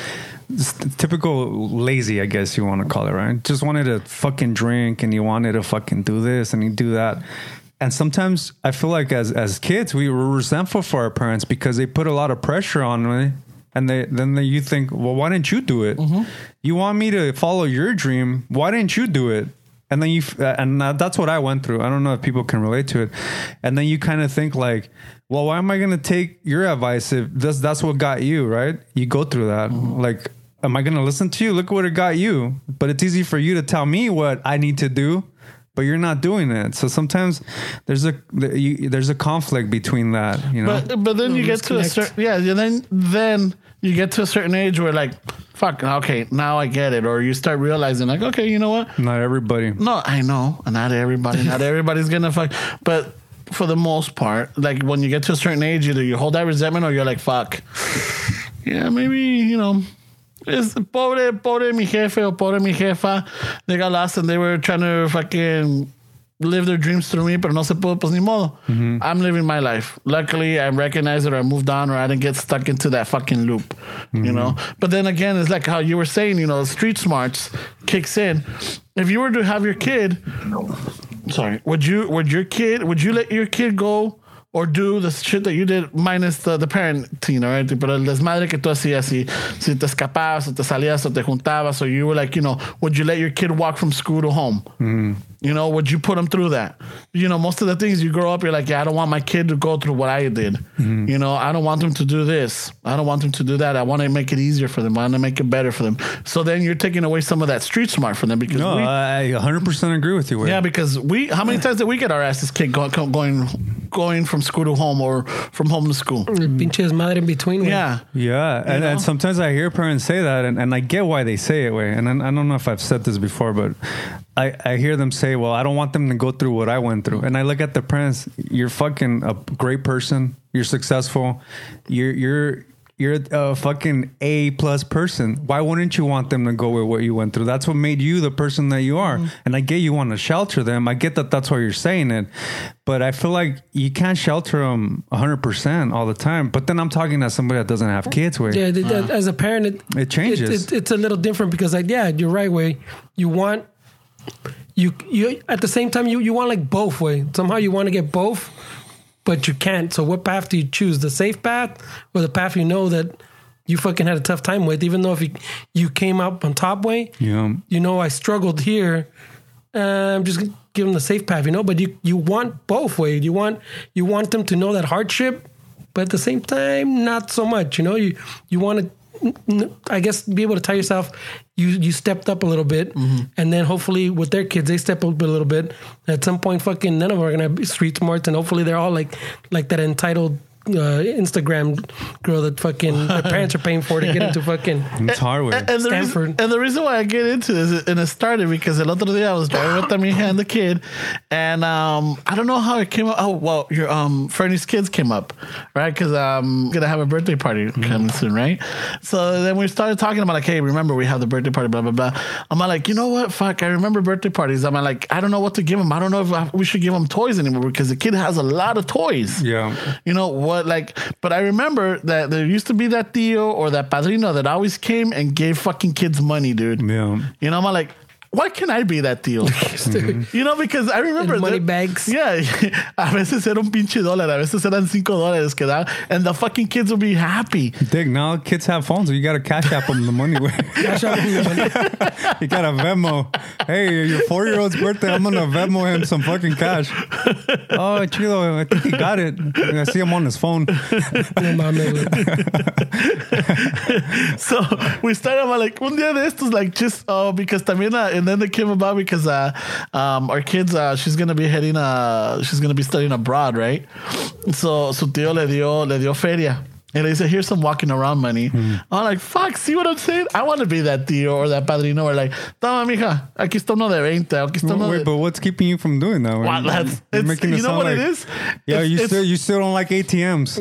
S3: just typical lazy. I guess you want to call it right. Just wanted to fucking drink and he wanted to fucking do this and he do that. And sometimes I feel like as as kids we were resentful for our parents because they put a lot of pressure on me. And they, then they, you think, well, why didn't you do it? You want me to follow your dream? Why didn't you do it? and then you f- uh, and uh, that's what I went through. I don't know if people can relate to it. And then you kind of think like, well, why am I going to take your advice if this that's what got you, right? You go through that.
S1: Mm-hmm.
S3: Like am I going to listen to you? Look what it got you. But it's easy for you to tell me what I need to do, but you're not doing it. So sometimes there's a the- you, there's a conflict between that, you know.
S1: But but then you get to a
S2: disconnect.
S1: certain yeah. and Then then you get to a certain age where like fuck okay now I get it, or you start realizing like okay you know what
S3: not everybody.
S1: no I know not everybody not everybody's gonna fuck, but for the most part like when you get to a certain age either you hold that resentment or you're like fuck yeah maybe you know. It's pobre, pobre mi jefe or pobre mi jefa. They got lost and they were trying to fucking live their dreams through me, pero no se pudo, pues ni modo. I'm living my life. Luckily, I recognized it or I moved on or I didn't get stuck into that fucking loop, you know? But then again, it's like how you were saying, you know, street smarts kicks in. If you were to have your kid, sorry, would you, would your kid, would you let your kid go or do the shit that you did minus the, the parenting, all right? Pero el desmadre que tú hacías, si, si te escapabas, o te salías, o te juntabas, or you were like, you know, would you let your kid walk from school to home? You know, would you put them through that? You know, most of the things you grow up, you're like, yeah, I don't want my kid to go through what I did. You know, I don't want them to do this. I don't want them to do that. I want to make it easier for them. I want to make it better for them. So then you're taking away some of that street smart from them because
S3: No,
S1: we,
S3: I 100% agree with you. Wade.
S1: yeah, because we how many times did we get our asses kicked go, go- going going from school to home or from home to school?
S2: El Mm, pinche desmadre in between. güey.
S1: Yeah.
S3: Mm. Yeah, and, and sometimes I hear parents say that, and, and I get why they say it way. And I, I don't know if I've said this before, but I, I hear them say, "Well, I don't want them to go through what I went through." And I look at the parents. You're fucking a great person. You're successful. You're you're you're a fucking A plus person. Why wouldn't you want them to go with what you went through? That's what made you the person that you are. And I get you want to shelter them. I get that that's why you're saying it. But I feel like you can't shelter them 100% all the time. But then I'm talking to somebody that doesn't have kids where
S2: Yeah, th- th- as a parent, it,
S3: Uh-huh. It changes.
S2: It, it's a little different because, like, yeah, you're right. Way you want you you at the same time you you want like both way. Somehow you want to get both, but you can't. So what path do you choose? The safe path or the path you know that you fucking had a tough time with? Even though if you you came up on top way,
S3: Yeah.
S2: you know I struggled here. Uh, I'm just gonna give them the safe path, you know. But you you want both way. You want you want them to know that hardship, but at the same time, not so much. You know, you you want to, I guess, be able to tell yourself you you stepped up a little bit, and then hopefully with their kids they step up a little bit. At some point, fucking none of them are gonna be street smarts, and hopefully they're all like like that entitled. Uh, Instagram girl that fucking their parents are paying for to get into fucking
S3: It's hard way.
S1: And, and the
S2: Stanford.
S1: Reason, and the reason why I get into this, is- and it started because the other day I was driving with Tamija and the kid, and um, I don't know how it came up. Oh, well, your um, Fernie's kids came up, right? Because I'm gonna have a birthday party coming soon, right? So then we started talking about like, hey, remember we have the birthday party, blah blah blah. I'm like, you know what? Fuck, I remember birthday parties. I'm like, I don't know what to give him. I don't know if I, we should give him toys anymore because the kid has a lot of toys.
S3: Yeah.
S1: You know what? Like, but I remember that there used to be that tío or that padrino that always came and gave fucking kids money, dude.
S3: Yeah.
S1: You know, I'm like, why can't I be that tío?
S2: (laughs)
S1: You know, because I remember
S2: And money
S1: that-
S2: bags.
S1: Yeah, (laughs) a veces era un pinche dólar, a veces eran cinco dólares que daban, and the fucking kids would be happy.
S3: Dick, now kids have phones, so (laughs) you gotta cash app them the money. way.
S2: Cash out.
S3: you got a Venmo. hey, your four year old's birthday, I'm gonna Venmo him some fucking cash. Oh, chido, I think he got it. And I see him on his phone.
S2: No mames, güey.
S1: so we started by like un día de estos like just oh because también uh, and then it came about because uh um our kids uh she's gonna be heading uh she's gonna be studying abroad right so su tío le dio le dio feria and he said here's some walking around money I'm like fuck see what I'm saying I want to be that tío or that padrino or like toma mija aquí está uno de 20 aquí está uno
S3: Wait,
S1: de
S3: but what's keeping you from doing that?
S1: Wow, that's- it's- you know what it is?
S3: Yeah,
S1: It's-
S3: you
S1: it's-
S3: still you still don't
S1: (laughs)
S3: like ATMs.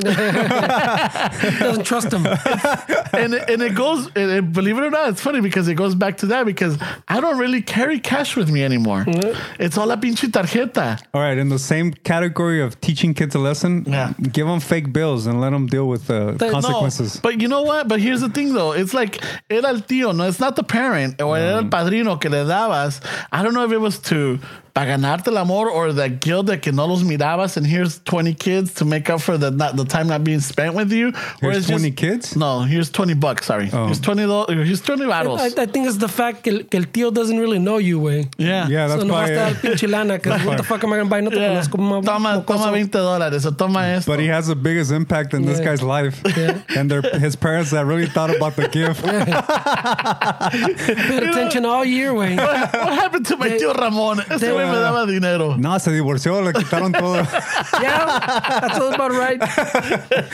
S2: Doesn't trust him.
S1: and it, and it goes and it, believe it or not it's funny because it goes back to that because I don't really carry cash with me anymore it's all la pinche tarjeta
S3: All right, in the same category of teaching kids a lesson,
S1: Yeah.
S3: give them fake bills and let them deal with the
S2: no,
S3: consequences.
S1: But you know what? But here's the thing, though. It's like era el tío, no. It's not the parent or era
S3: Mm.
S1: el padrino que le dabas. I don't know if it was to para ganarte el amor or that guilt that que no los mirabas and here's 20 kids to make up for the not, the time not being spent with you. or
S3: Here's
S1: it's
S3: 20 kids? Oh.
S1: No, here's 20 bucks. Sorry, here's 20. do- Here's 20 baros.
S2: I, I think it's the fact que el, que el tío doesn't really know you, güey.
S1: yeah.
S3: Yeah, that's
S2: so nomás te da el
S3: why.
S2: pinche lana, 'cause what the fuck am I gonna buy? No te
S1: Yeah.
S2: conozco, mo-
S1: eh. Toma,
S2: mocoso.
S1: toma 20 dólares o toma esto.
S3: But he has the biggest impact in this
S2: Yeah.
S3: guy's life, and their his parents that really thought about the gift.
S2: Paid attention all year,
S1: (laughs)
S2: güey.
S1: (laughs) What happened to my tío Ramón? Ese
S2: they-
S1: güey me daba dinero.
S3: No, se divorció, le quitaron todo.
S2: Yeah, that's all
S1: (laughs)
S2: about right.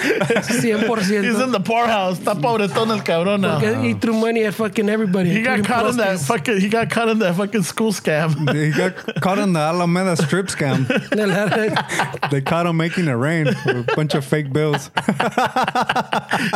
S2: 100%.
S1: He's in the poorhouse. Está
S3: Mm.
S1: pobretón el cabrón. now.
S2: Get- He threw money at fucking everybody.
S1: He got
S2: including
S1: caught in that
S2: prostitutes.
S1: fucking. He got caught in that fucking school
S2: (laughs)
S1: scam.
S3: he got caught in the Alameda strip scam.
S1: (laughs)
S3: They caught him making it rain with a bunch of fake bills.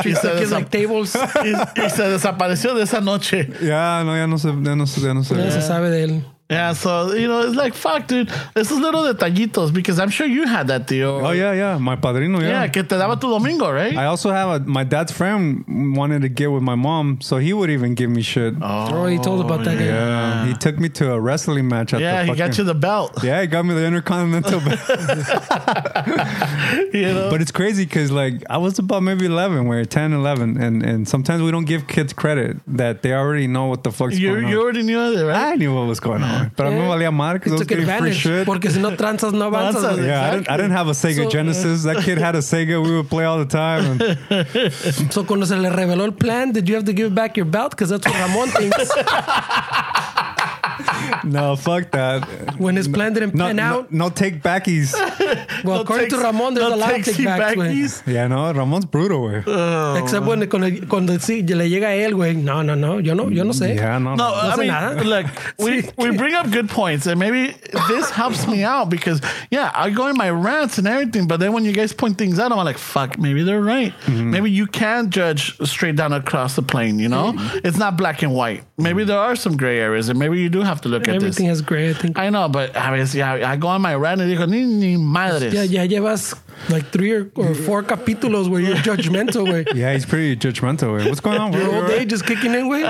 S1: he, said,
S2: Fucking,
S1: "Desa-
S2: like tables. No
S1: (laughs) he, he said desapareció de esa noche.
S3: Yeah, no, ya no se, ya no se, ya no se.
S2: se sabe de él.
S1: Yeah, so you know it's like fuck, dude. This is little detallitos because I'm sure you had that deal.
S3: Oh yeah, yeah, my padrino, yeah.
S1: yeah, que te daba tu domingo, right?
S3: I also have a, my dad's friend wanted to get with my mom, so he would even give me shit.
S1: Oh,
S2: I already Oh, told about that guy.
S3: yeah. he took me to a wrestling match. At
S1: yeah,
S3: the
S1: he
S3: fucking,
S1: got you the belt. (laughs)
S3: Yeah, he got me the Intercontinental. belt.
S1: You know,
S3: But it's crazy because like I was about maybe 11, we're 10, 11, and and sometimes we don't give kids credit that they already know what the fuck's
S1: you
S3: going on.
S1: you already knew it,
S2: Ah,
S1: right?
S3: I knew what was going on, but I
S2: Yeah.
S3: me valía
S2: He
S3: madre because I was
S2: took
S3: getting free
S2: advantage.
S3: shit.
S2: Porque si no tranzas, no avanzas.
S1: Avanzas,
S2: güey.
S3: Yeah, I didn't, I didn't have a Sega
S2: So-
S3: Genesis. That kid had a Sega. We would play all the time.
S2: (laughs)
S3: And
S2: So cuando se le reveló el plan, did you have to give back your belt? Because that's what Ramon
S1: (laughs)
S2: thinks.
S3: no, fuck that.
S2: When his plan didn't
S3: No,
S2: pan
S3: no,
S2: out,
S3: no take backies.
S2: well,
S1: No
S2: according to
S1: takes-
S2: Ramon, there's
S1: no
S2: a lot of
S1: takes
S2: take backs,
S1: you
S2: güey.
S1: back,
S3: yeah, no, Ramon's brutal, eh? güey.
S2: Except when, cuando, cuando sí, le llega a él, güey. No, no, no, yo no, yo no sé.
S3: (laughs) Yeah, no.
S1: No, uh, I
S2: Doesn't
S1: mean,
S2: Oh, matter. (laughs)
S1: look, we, we bring up good points, and maybe this helps me out because, yeah, I go in my rants and everything, but then when you guys point things out, I'm like, fuck, maybe they're right.
S2: Mm-hmm.
S1: Maybe you can judge straight down across the plane, you know?
S2: Mm-hmm.
S1: It's not black and white. Maybe there are some gray areas, and maybe you do have to look at
S2: Everything
S1: this.
S2: is great, I think.
S1: I know, but I mean, yeah, I go on my rant and digo, ni, ni madres.
S2: Ya, ya llevas like three or, or four capítulos where you're judgmental, güey.
S1: (laughs)
S3: yeah, he's pretty judgmental. Way. What's going on? bro?
S2: Your
S3: You
S2: old
S3: alright?
S2: age is kicking in,
S1: Uh,
S2: güey.
S3: You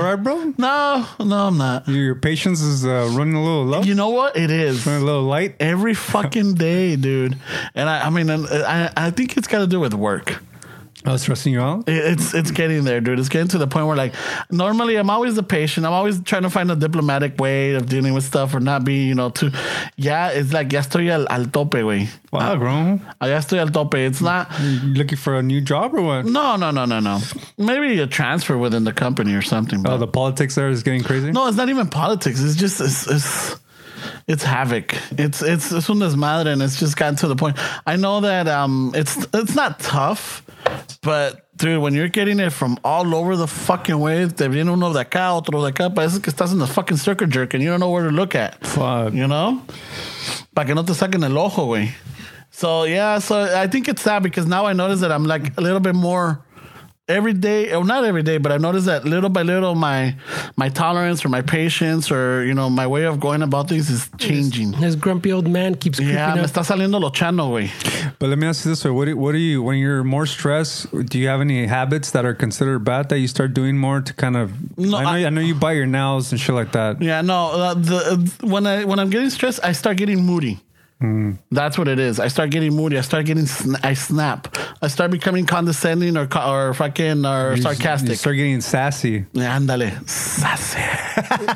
S3: alright, bro?
S1: No, no, I'm not.
S3: Your, your patience is uh, running a little low,
S1: You know what? It is.
S3: running a little light.
S1: every fucking day, dude. And I, I mean, and I, I think it's got to do with work.
S3: I was stressing you out.
S1: It- It's it's getting there, dude. It's getting to the point where like normally I'm always the patient. I'm always trying to find a diplomatic way of dealing with stuff or not being, you know, too. Yeah, it's like ya estoy al, al tope, güey.
S3: Wow, bro.
S1: Ah, Ya estoy al tope. It's not.
S3: You looking for a new job or what?
S1: No, no, no, no, no. Maybe a transfer within the company or something.
S3: Oh,
S1: but-
S3: the politics there is getting crazy.
S1: No, it's not even politics. It's just it's it's, it's havoc. It's it's it's un desmadre, and it's just gotten to the point. I know that um, it's it's not tough, but dude, when you're getting it from all over the fucking way, te viene uno de acá, otro de acá, parece que estás in the fucking circuit jerk, and you don't know where to look at.
S3: Fuck.
S1: You know? Para que no te saquen el ojo, güey. So, yeah, so I think it's sad because now I notice that I'm like a little bit more every day, or not every day, but I notice that little by little my my tolerance or my patience or, you know, my way of going about things is changing.
S2: His grumpy old man keeps creeping
S1: Yeah, me
S2: up.
S1: está saliendo lo chano, güey.
S3: But let me ask you this way: What do, what do you when you're more stressed? Do you have any habits that are considered bad that you start doing more to kind of?
S1: No,
S3: I know,
S1: I-
S3: I, know you bite your nails and shit like that.
S1: Yeah, no, uh, the, uh, when I when I'm getting stressed, I start getting moody.
S3: Mm.
S1: That's what it is. I start getting moody. I start getting. Sn- I snap. I start becoming condescending or co- or fucking or sarcastic.
S3: You start getting sassy.
S1: Yeah, Andale, sassy.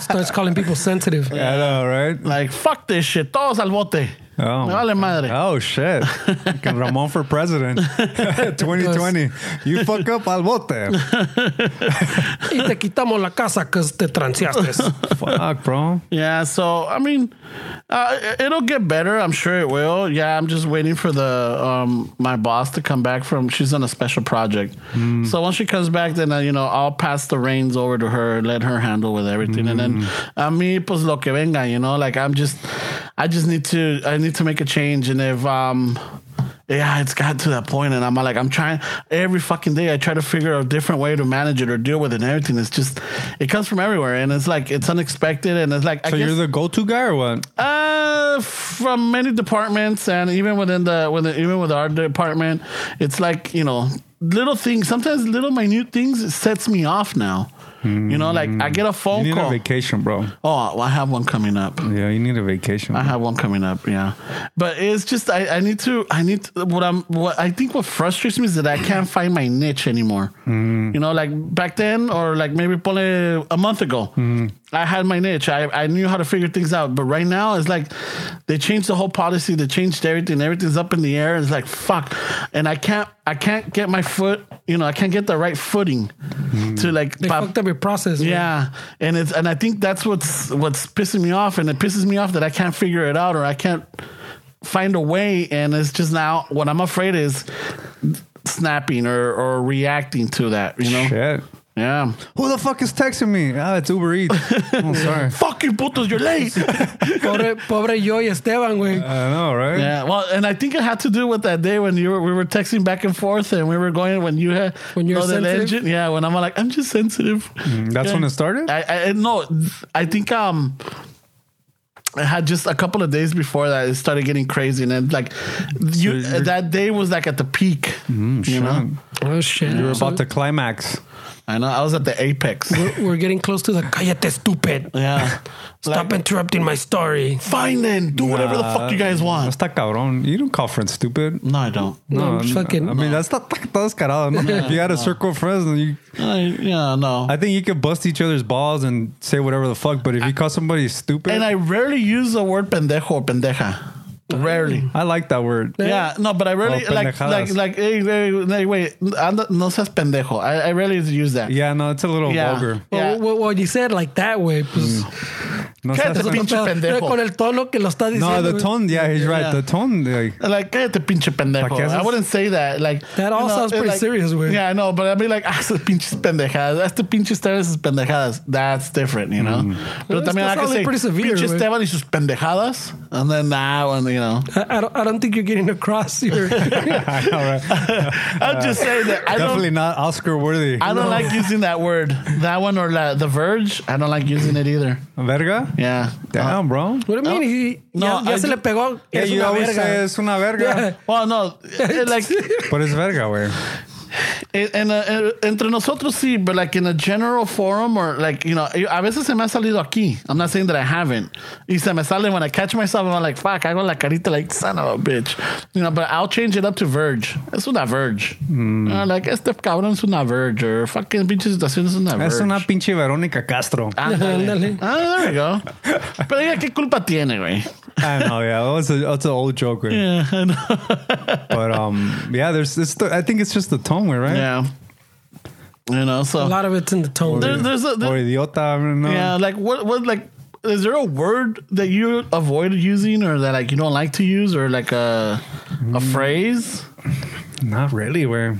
S2: Starts calling
S1: (laughs)
S2: people sensitive.
S3: I know, right?
S1: Like fuck this shit. Todos al bote.
S3: Oh.
S1: Me vale madre. (laughs)
S3: Oh shit! Fucking Ramon for president, (laughs) 2020. You fuck up al bote.
S2: Y te quitamos la casa que te transeaste.
S3: Fuck, bro.
S1: Yeah, so I mean, uh, it- it'll get better. I'm sure it will. Yeah, I'm just waiting for the um, my boss to come back from. She's on a special project,
S3: Hmm.
S1: so once she comes back, then uh, you know I'll pass the reins over to her, let her handle with everything, and
S3: Hmm.
S1: then a mí pues lo que venga, you know. Like I'm just, I just need to, I need to make a change, and if um. Yeah, it's got to that point, and I'm like, I'm trying every fucking day. I try to figure out a different way to manage it or deal with it, and everything. It's just, it comes from everywhere, and it's like it's unexpected, and it's like I
S3: So
S1: guess-
S3: you're the go-to guy or what?
S1: uh, from many departments, and even within the, within, even with our department, it's like you know little things. Sometimes little minute things it sets me off now. You know, like I get a
S3: Mm. You
S1: phone
S3: need a
S1: call.
S3: vacation, bro.
S1: oh, well, I have one coming up.
S3: Yeah, you need a vacation.
S1: I
S3: bro.
S1: have one coming up, yeah. But it's just I, I need to I need to, what I'm what I think what frustrates me is that I can't find my niche anymore. You know, like back then or like maybe probably a month ago, I had my niche. I, I knew how to figure things out. But right now it's like they changed the whole policy. They changed everything. Everything's up in the air. It's like fuck, and I can't I can't get my foot. You know, I can't get the right footing to like
S2: They
S1: pop-
S2: fucked up your process. man.
S1: yeah, and it's and I think that's what's what's pissing me off, and it pisses me off that I can't figure it out or I can't find a way, and it's just now what I'm afraid is snapping or or reacting to that, you know?
S3: Shit.
S1: Yeah.
S3: Who the fuck is texting me? Ah, it's
S1: (laughs)
S3: Uber Eats. I'm sorry.
S1: Fuck you, putos, you're late.
S2: Pobre, pobre yo y Esteban, güey.
S3: I know,
S1: (laughs)
S3: right?
S1: yeah. Well, and I think it had to do with that day when you were we were texting back and forth, and we were going when you had
S2: When you're
S1: know that
S2: sensitive? Mm-hmm.
S1: engine- Yeah. When I'm like, I'm just sensitive.
S3: That's when it started.
S1: I, I no, I think um, I had just a couple of days before that it started getting crazy, and then like you,
S3: you're-
S1: that day was like at the peak. you know,
S2: Oh, shit.
S3: You're
S2: So
S3: about to climax.
S1: I know I was at the apex.
S2: we're, we're getting close to the cállate, stupid.
S1: yeah,
S2: Stop interrupting my story.
S1: fine then, do whatever the fuck you guys
S3: No
S1: want.
S3: Ah, está cabrón. You don't call friends stupid.
S1: No, I don't.
S2: No,
S3: I'm-
S2: fucking.
S3: I mean, that's not (laughs) that's descarado. No, if you had a circle of friends, then you,
S1: I, yeah, no.
S3: I think you could bust each other's balls and say whatever the fuck. But if you call somebody stupid,
S1: and
S3: I,
S1: I rarely use the word pendejo or pendeja. Rarely.
S3: like that word.
S1: Yeah, no, but I really
S3: Oh,
S1: like like
S3: pendejadas.
S1: like hey, hey, hey, wait, anda- no seas pendejo. I, I rarely use that.
S3: Yeah, no, it's a little
S1: Yeah.
S3: vulgar.
S1: Yeah.
S2: Well, well, well, you said like that, way.
S3: Mm.
S2: Pues,
S3: No,
S1: Cállate,
S3: that's-
S1: pinche
S2: no,
S1: pendejo.
S2: Con el tono que lo está
S3: no,
S2: diciendo.
S3: the
S2: güey.
S3: tone. Yeah, he's right.
S1: Yeah.
S3: The tone. Like, (laughs)
S1: Like, cállate, pinche pendejo.
S3: ¿Pa' qué haces?
S1: I wouldn't say that. Like
S2: That all sounds
S1: it's
S2: pretty serious, güey.
S1: Yeah, I know, but I'd be like, (laughs) ah, esas pinches pendejadas, ah, este pinche Esteban y sus pendejadas. That's different, you know.
S2: Mm.
S1: Pero
S2: That's
S1: también I can
S2: probably
S1: say,
S2: pretty severe,
S1: pinche
S2: güey.
S1: Esteban y sus pendejadas, and then that one, you know.
S2: I, I, don't, I don't think you're getting across
S3: (laughs)
S2: your.
S3: I know, right?
S1: I'm just saying that I
S3: definitely
S1: don't.
S3: not Oscar worthy.
S1: I don't like using that word, that one or la, the Verge. I don't like using it either.
S3: Verga.
S1: Yeah.
S3: Damn, bro.
S2: What do you mean? He,
S1: No,
S2: no, ya, ya
S1: I
S2: se le
S1: ju-
S2: pegó.
S3: Yeah,
S2: es
S3: you
S2: una
S3: always
S2: verga. (laughs)
S3: say it's
S1: (laughs)
S3: una verga,
S1: Well, no, it, like
S3: but it's verga, way.
S1: En- en, eh, entre nosotros sí, but like in a general forum or like, you know, a veces se me ha salido aquí. I'm not saying that I haven't. Y se me sale when I catch myself, I'm like, fuck, hago la carita like, son of a bitch. You know, but I'll change it up to verge. Es una verge. Uh, like, este cabrón es una verge or fucking pinche situación es una verge.
S3: Es una pinche Verónica Castro.
S1: Ándale.
S2: (laughs) Ándale.
S1: Ah, there we go. Pero ella, ¿qué culpa tiene, güey?
S3: I know, yeah, it's, a, it's an old joke, right?
S1: Yeah, I know.
S3: but um, yeah, there's. It's the, I think it's just the tone, way, right?
S1: Yeah. You know, so.
S2: A lot of it's in the tone.
S1: There- there's a, there-
S3: or idiota. I don't know.
S1: Yeah, like what? What like? Is there a word that you avoid using, or that like you don't like to use, or like a a
S3: Mm.
S1: phrase?
S3: Not really. Where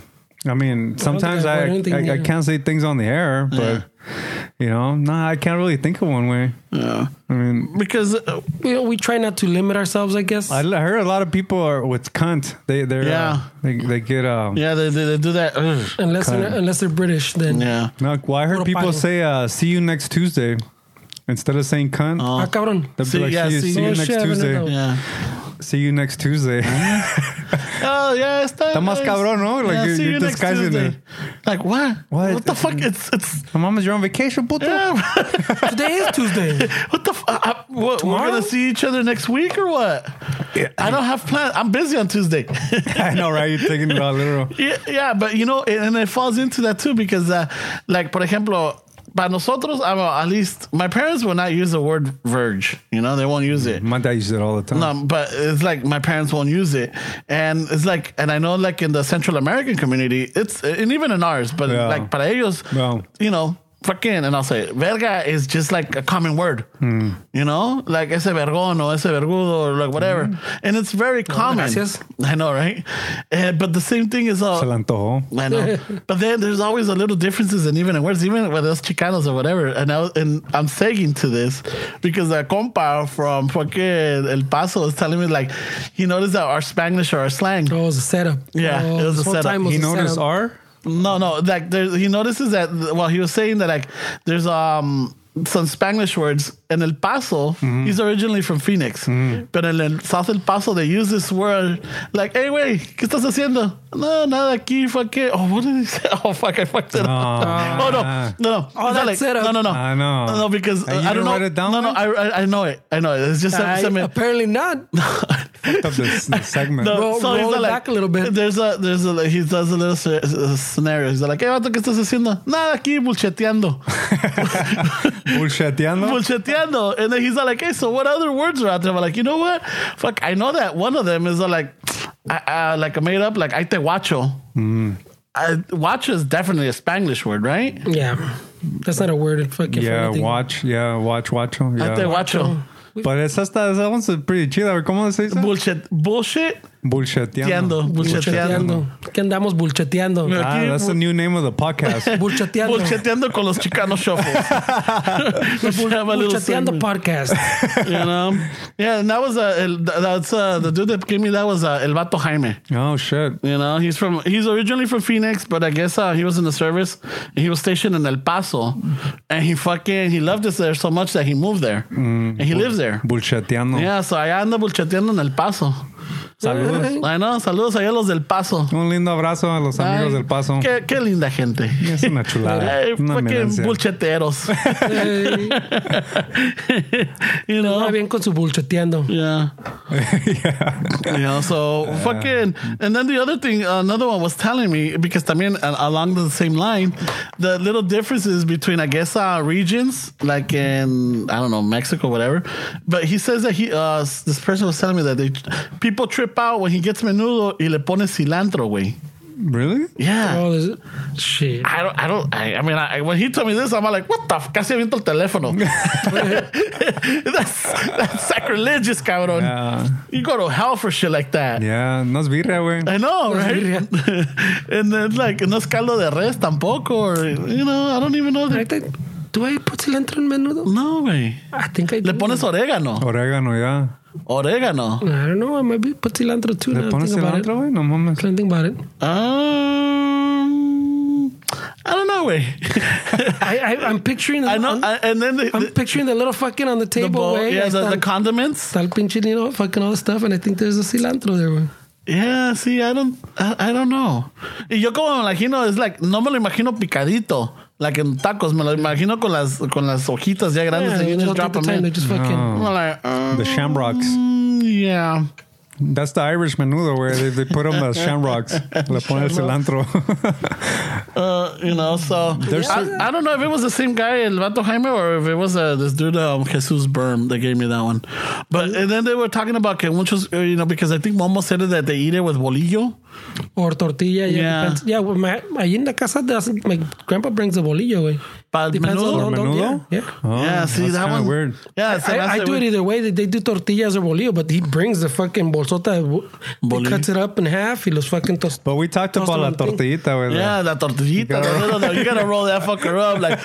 S3: I mean, sometimes
S2: I-
S3: I
S2: I
S3: I,
S2: don't think-
S3: I,
S2: yeah.
S3: can't say things on the air, but you know, nah, I can't really think of one way.
S1: Yeah,
S3: I mean,
S1: because uh,
S2: we, we try not to limit ourselves, I guess.
S3: I l- I heard a lot of people are with cunt. They they're
S1: Yeah.
S3: uh, they they get um.
S1: yeah, they, they, they do that. Ugh.
S2: unless they're,
S3: Kinda.
S2: unless they're British, then.
S1: Yeah,
S3: No, well, I heard
S2: Puro
S3: people
S2: palo.
S3: say uh, "see you next Tuesday" instead of saying "cunt."
S1: Oh.
S2: Ah, cabrón.
S3: They'll be
S1: See-
S3: like,
S1: yeah,
S3: see, you-
S1: see
S3: see
S1: you-
S3: you
S2: Oh,
S3: next
S2: shit, I didn't
S3: Tuesday.
S2: know.
S1: yeah.
S3: See you next Tuesday.
S1: Mm-hmm.
S3: (laughs)
S1: Oh yeah, está,
S3: Está más cabrón, ¿no? Like,
S1: yeah,
S3: you-
S1: see
S3: you're
S1: you next
S3: disguising
S1: Tuesday.
S3: it.
S1: Like what?
S3: What?
S1: What the fuck? It's it's
S3: My mama's you're on vacation, puto.
S1: yeah.
S2: Today is Tuesday.
S1: what the Uh, uh, what, we're
S2: Tomorrow?
S1: gonna see each other next week or what? I don't have plans. I'm busy on Tuesday.
S3: (laughs) (laughs) I
S1: (laughs)
S3: know, right? You're thinking about literal.
S1: Yeah, yeah, but you know, and it falls into that too because, uh, like, por ejemplo, para nosotros, I well, at least my parents will not use the word verge. You know, they won't use it.
S3: My dad used it all the time.
S1: Um, but it's like my parents won't use it, and it's like, and I know, like in the Central American community, it's and even in ours, but
S3: Yeah.
S1: like para ellos,
S3: Yeah.
S1: you know, fucking, and I'll say verga is just like a common word, you know, like ese vergon or ese vergudo or like whatever, and it's very common.
S2: gracias.
S1: I know, right? Uh, but the same thing is uh, all.
S3: Se le antojó.
S1: I know. but then there's always a little differences and even words, even with us Chicanos or whatever. And I was, and I'm saying to this because a compa from fucking El Paso is telling me like he noticed that our Spanish or our slang.
S2: Oh, it was a setup.
S1: Yeah,
S2: oh,
S1: it was
S2: this
S1: a
S2: whole
S1: setup.
S2: Time was
S3: He
S2: a
S3: noticed
S2: setup.
S3: R.
S1: No, no, like there, he notices that. Well, he was saying that like there's um some Spanish words in El Paso.
S3: Mm-hmm.
S1: He's originally from Phoenix, but in El South El Paso they use this word like, "Hey, wey, ¿qué estás haciendo?" No, nada aquí, fuck it. Oh, what did he say? (laughs) Oh, fuck, I fucked it up.
S3: No.
S1: (laughs) Oh no, no, no.
S2: Oh,
S1: It's not
S2: that's it,
S1: No, no, no.
S3: I know.
S1: No, because
S3: And
S1: uh,
S3: you
S1: I
S3: didn't
S1: don't know.
S3: write it down,
S1: no, no,
S3: man?
S1: I, I, I know it. I know it. It's just some-
S2: I-
S1: some-
S2: apparently not. (laughs)
S3: Fucked up this, this segment.
S1: No,
S2: Roll- roll
S1: not
S2: it back a little bit.
S1: There's a there's a he does a little sce- uh, scenario. He's like, "Hey, vato, ¿qué estás haciendo?" Nada aquí
S3: (laughs)
S1: bucheteando,
S3: Bullshitteando.
S1: bucheteando. And then he's all like, "Hey, so what other words are out there?" I'm like, "You know what? Fuck, I know that one of them is uh, like, I, uh, like I made up like I te guacho."
S3: Mm.
S1: I, watch is definitely a Spanglish word, right?
S2: Yeah, that's not a word. in Fucking for
S3: Yeah,
S2: anything.
S3: watch. Yeah, watch, watch. oh,
S1: I te
S3: Yeah.
S1: guacho.
S3: But esa está, esa one's pretty chill. ¿Cómo se dice?
S1: Bullshit, bullshit,
S3: Bullshitteando.
S1: teando, bucheteando.
S2: Bulcheteando. ¿Qué andamos bulcheteando? Ah,
S1: Yeah.
S3: Ah, that's the new name of the podcast.
S2: Bulcheteando.
S1: Bucheteando con los chicanos shuffles. (laughs)
S3: (laughs)
S1: We should have a little
S2: Bulcheteando
S1: segment.
S2: podcast.
S1: you know? Yeah, and that was uh, el, that's uh, the dude that gave me that was uh, El Vato Jaime.
S3: oh shit.
S1: You know, he's from he's originally from Phoenix, but I guess uh, he was in the service. And he was stationed in El Paso, and he fucking he loved it there so much that he moved there,
S3: Mm.
S1: and he lives there.
S3: Bullshitteando.
S1: Yeah, so allá anda bulcheteando en El Paso.
S3: Saludos.
S1: I know, saludos allá los del Paso.
S3: Un lindo abrazo a los
S1: Ay,
S3: amigos del Paso.
S1: Qué, qué linda gente.
S3: Es una chulada.
S1: Hey,
S3: una
S1: fucking
S3: eminencia. (laughs)
S1: bulcheteros. (laughs) you know,
S2: Va bien con su bulcheteando.
S1: Yeah.
S3: (laughs) Yeah.
S1: You know, so fucking. And then the other thing, another one was telling me because I mean, uh, along the same line, the little differences between, I guess, uh, regions, like in I don't know Mexico, whatever. But he says that he, uh, s- this person was telling me that they people trip out when he gets menudo y le pone cilantro, güey.
S3: Really?
S1: Yeah.
S2: Oh, this- shit.
S1: I don't, I don't, I, I mean, I, when he told me this, I'm like, what the f? Casi aviento el teléfono. (laughs) that's, that's sacrilegious, cabrón.
S3: Yeah.
S1: You go to hell for shit like that.
S3: Yeah. No es birria, güey.
S1: I
S2: (laughs)
S1: know,
S2: That's
S1: right? (laughs) and then like no es caldo de res tampoco, or you know, I don't even know.
S2: I
S1: That.
S2: think, do I put cilantro en menudo?
S1: No way.
S2: I think I
S1: Le
S2: do.
S1: pones orégano.
S3: Orégano, ya.
S1: Orégano.
S2: I don't know. I might be put cilantro too.
S3: ¿Le
S2: now
S3: pones
S2: think about it.
S3: cilantro, güey? No mames.
S2: Can't think about it.
S1: Um, I don't know,
S2: (laughs)
S1: way.
S2: I, I, I'm picturing. The,
S1: I know.
S2: I'm,
S1: I, and then the, the,
S2: picturing the little fucking on the
S1: the
S2: table.
S1: bowl,
S2: way.
S1: yeah,
S2: Ahí
S1: the, the
S2: están-
S1: condiments.
S2: Está el pinche you know, fucking all the stuff, and I think there's a cilantro there, güey.
S1: Yeah. See, I don't. I, I don't know. Y yo como me imagino es like no me lo imagino picadito. Like en tacos, me lo imagino con las con las hojitas ya grandes.
S2: Yeah,
S1: and you
S2: they
S1: just
S2: don't
S1: drop
S2: take the
S1: them
S2: time. They
S1: in.
S2: just fucking.
S1: I'm like, um,
S3: The shamrocks.
S1: yeah.
S3: That's the Irish menudo, where they, they put
S1: (laughs)
S3: them as shamrocks. Le pones (laughs) cilantro.
S1: Uh, you know, so I, I don't know if it was the same guy, El Vato Jaime, or if it was uh, this dude, um, Jesus Berm, that gave me that one. But and then they were talking about que muchos, uh, you know, because I think Momo said that they eat it with bolillo.
S2: Or tortilla. Yeah.
S1: Yeah.
S2: Depends. Yeah. Well, my, my in the casa, does, my grandpa brings the bolillo, güey.
S1: Pal menudo?
S3: Or menudo?
S2: Yeah. yeah.
S3: Oh,
S1: yeah, see
S3: that's
S1: that
S3: kinda
S1: one.
S3: weird.
S1: Yeah, so that's
S2: I, I
S1: it.
S2: do it
S1: We-
S2: either way. They, they do tortillas or bolillo, but he brings the fucking bolsota. Bolillo.
S1: Bolillo.
S2: He cuts it up in half. He los fucking tost.
S3: But we talked
S2: Toast
S3: about la
S2: on the thing.
S3: tortillita, güey.
S1: Yeah, la tortillita.
S3: gotta-
S1: the little- you gotta roll that fucker up like.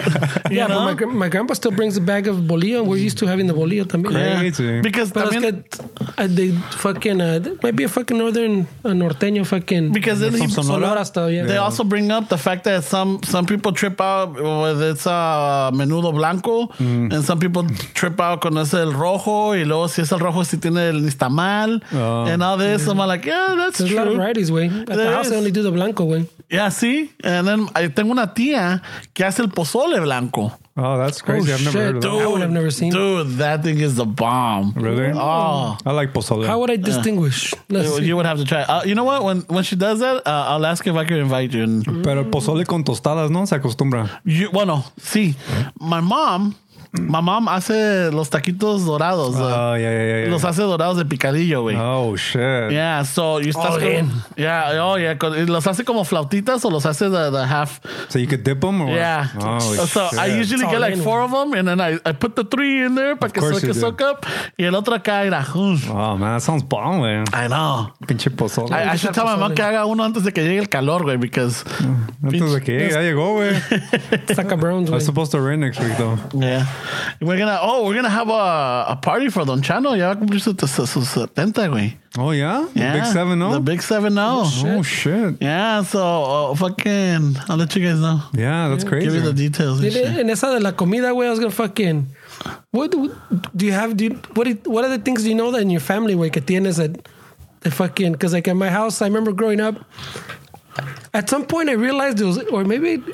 S3: (laughs)
S1: (laughs) you
S2: Yeah, but
S1: know?
S2: my, gran- my grandpa still brings a bag of bolillo, and we're used to having the bolillo también.
S1: Yeah.
S3: Crazy.
S1: Because
S2: But
S1: también-
S2: it's good. Uh, they fucking uh, that might be a fucking northern uh, norteño fucking
S1: because then he,
S3: from Sonora.
S2: Sonora stuff. Yeah.
S1: They also bring up the fact that some some people trip out with it's uh, menudo blanco,
S3: Mm.
S1: and some people trip out con ese el rojo, y luego si es el rojo si tiene el nixtamal,
S3: Oh.
S1: and all this. I'm like, yeah, that's
S2: Mm. There's a lot of
S1: true.
S2: varieties, way. At
S1: There
S2: the house,
S1: is.
S2: they only do the blanco, way.
S1: Yeah, sí. And then I tengo una tía que hace el pozole blanco.
S3: Oh, that's crazy. I've never
S2: shit,
S3: heard of that.
S2: That one I've never seen.
S1: Dude, that thing is the bomb.
S3: Really?
S1: Oh.
S3: I like pozole.
S2: How would I distinguish? Let's
S1: You,
S2: see.
S1: you would have to try. it. Uh, you know what? When when she does that, uh, I'll ask if I can invite you. And
S3: Pero el pozole con tostadas, ¿no? Se acostumbra.
S1: you, bueno, sí. My mom, my mom hace los taquitos dorados. uh,
S3: Oh, yeah, yeah, yeah, yeah.
S1: Los hace dorados de picadillo, güey.
S3: Oh, shit.
S1: Yeah, so you
S3: Oh,
S1: estás
S2: All
S1: como-
S2: in.
S1: Yeah, oh yeah, con- los hace como flautitas o los hace the, the half.
S3: So you could dip them? Or what?
S1: Yeah.
S3: Oh,
S1: so
S3: shit.
S1: I usually
S2: It's
S1: get
S2: all
S1: like
S2: in.
S1: four of them and then I, I put the three in there para que
S3: course
S1: soak
S3: you
S1: it
S3: do.
S1: soak up. Y el otro acá era. mm,
S3: Oh, man, that sounds bomb, man.
S1: I know.
S3: Pinche pozole.
S1: I, I should tell my
S2: pues,
S1: mom que haga uno antes de que llegue el calor, güey, because
S3: Ah. Antes de que llegue, ya
S1: (laughs)
S3: llegó, güey.
S2: Saka Browns.
S3: It's
S2: güey.
S3: supposed to rain next week, though.
S1: yeah, we're gonna oh we're gonna have a, a party for Don Chano. Ya va a cumplir sus su, su 70, güey.
S3: Oh, yeah?
S1: Yeah,
S3: Big 7
S1: The
S3: 0?
S1: big seven zero.
S3: Oh, shit.
S1: Yeah, so uh, fucking, I'll let you guys know.
S3: Yeah, that's
S1: Give you the
S3: crazy.
S1: details. and
S2: Did
S1: shit.
S2: it- En esa de la comida, güey, I was gonna fucking. What do, do you have? Do you, what? it- What other things do you know that in your family, güey, que tienes that, that fucking? Because like at my house, I remember growing up. At some point, I realized it was, or maybe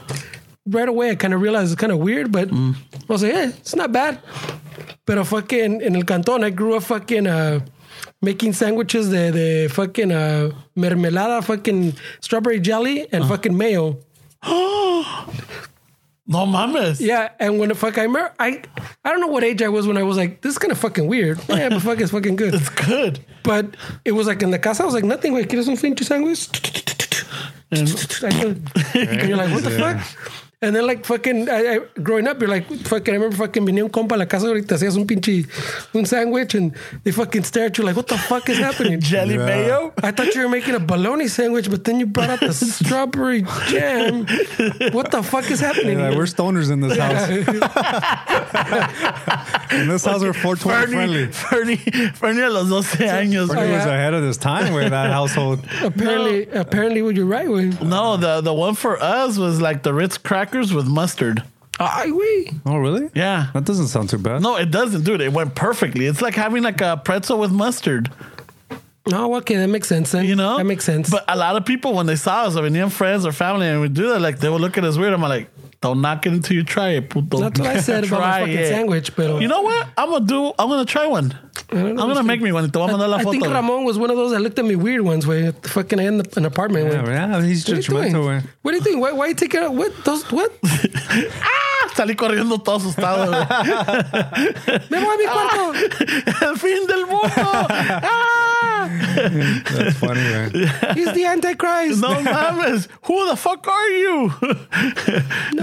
S2: right away, I kind of realized it's kind of weird, but I was like, eh, it's not bad. Pero fucking in el cantón, I grew up fucking uh, making sandwiches de, de fucking uh, mermelada, fucking strawberry jelly, and fucking mayo.
S1: No mames.
S2: Yeah, and when the fuck I remember, I I don't know what age I was when I was like, this is kind of fucking weird. Yeah, but fuck, it's fucking
S3: (laughs)
S2: good.
S1: It's good.
S2: But it was like in the casa, I was like, nothing. Wait, quieres un pinche sandwich? Like, uh, and you're like, what the fuck? And then like fucking, I, I, growing up, you're like, fucking. I remember fucking venía un compa a la casa y te hacías un pinche un sandwich, and they fucking stare at you like, what the fuck is happening?
S1: Jelly
S3: (laughs) Yeah.
S1: mayo.
S2: I thought you were making a bologna sandwich, but then you brought
S3: (laughs)
S2: out the strawberry jam. What the fuck is happening?
S3: Yeah,
S2: here?
S3: we're stoners
S1: (laughs)
S3: in this house. in this house, we're 420
S1: Fernie,
S3: friendly.
S1: Fernie, Fernie a los 12 años.
S3: Bernie was
S2: yeah.
S3: ahead of his time with that household.
S2: (laughs) Apparently, apparently, what you're right with.
S1: No, the, the one for us was like the Ritz crackers with mustard.
S2: I we.
S3: (laughs) Oh, really?
S1: Yeah.
S3: That doesn't sound too bad.
S1: No, it doesn't, dude. It went perfectly. It's like having like a pretzel with mustard,
S2: No, okay, that makes sense. Then.
S1: you know?
S2: that makes sense.
S1: But a lot of people, when they saw us, I mean, even friends or family, and we do that, like they would look at us weird. I'm like, don't knock it until you try it, puto. (laughs)
S2: that's what I said about my
S1: Try
S2: fucking
S1: it.
S2: sandwich. But
S1: You know what? I'm gonna do. I'm gonna try one. I'm gonna make me one. Te voy a mandar la
S2: I
S1: foto.
S2: think Ramon was one of those that looked at me weird ones. Way fucking in the, an apartment.
S3: Yeah,
S2: way.
S3: yeah, he's
S2: What are you doing?
S3: judgmental. Way.
S2: What do you think? Why, why you take it out? What those?
S1: (laughs)
S2: What?
S1: Ah, salí corriendo todo asustado. güey. (laughs)
S2: Me voy a mi cuarto.
S1: El fin del mundo. Ah!
S3: That's funny, man.
S2: He's the Antichrist.
S1: No mames. Who the fuck are you? (laughs)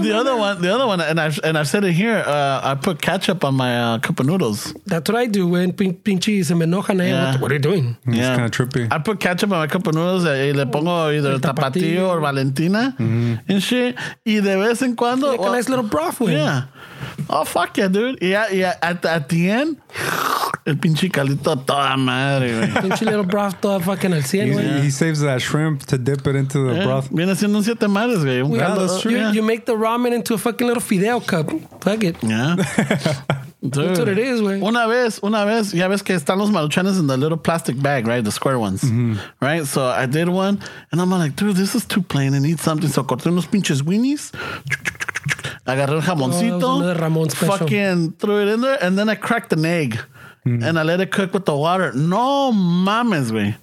S1: the other one, the other one, and I've and I've said it here. Uh, I put ketchup on my uh, cup of noodles.
S2: That's what I do when pin- pinche se me enojan. eh,
S1: Yeah.
S2: What, what are you doing?
S3: It's kind of trippy.
S1: I put ketchup on my cup of noodles eh, y le pongo either
S2: Oh, El
S1: tapatio
S2: tapatío.
S1: or Valentina and shit. Y de vez en cuando, oh,
S2: Like a nice little broth way.
S1: Yeah. Oh, fuck yeah, dude. Yeah, yeah. At, the- at the end, el pinche calito a toda madre, güey.
S2: (laughs) Pinche little broth todo fucking al
S1: (laughs)
S2: cien.
S3: He's-
S2: güey.
S3: He saves that shrimp to dip it into the
S1: Yeah,
S3: broth.
S1: Eh, Viene siendo un siete mares, güey. Un
S2: Yeah,
S1: caldo,
S3: that's true.
S2: You,
S1: yeah.
S2: you make the ramen into a fucking little fideo cup. Fuck it.
S1: Yeah. Dude.
S2: what it is, güey.
S1: Una vez, una vez, ya ves que están los maruchanes in the little plastic bag, right? The square ones. Right? So I did one and I'm like, dude, this is too plain. I need something. So corté unos pinches weenies. Agarré el jamoncito.
S2: another Ramon special.
S1: fucking threw it in there and then I cracked an egg. And I let it cook with the water. No mames, güey.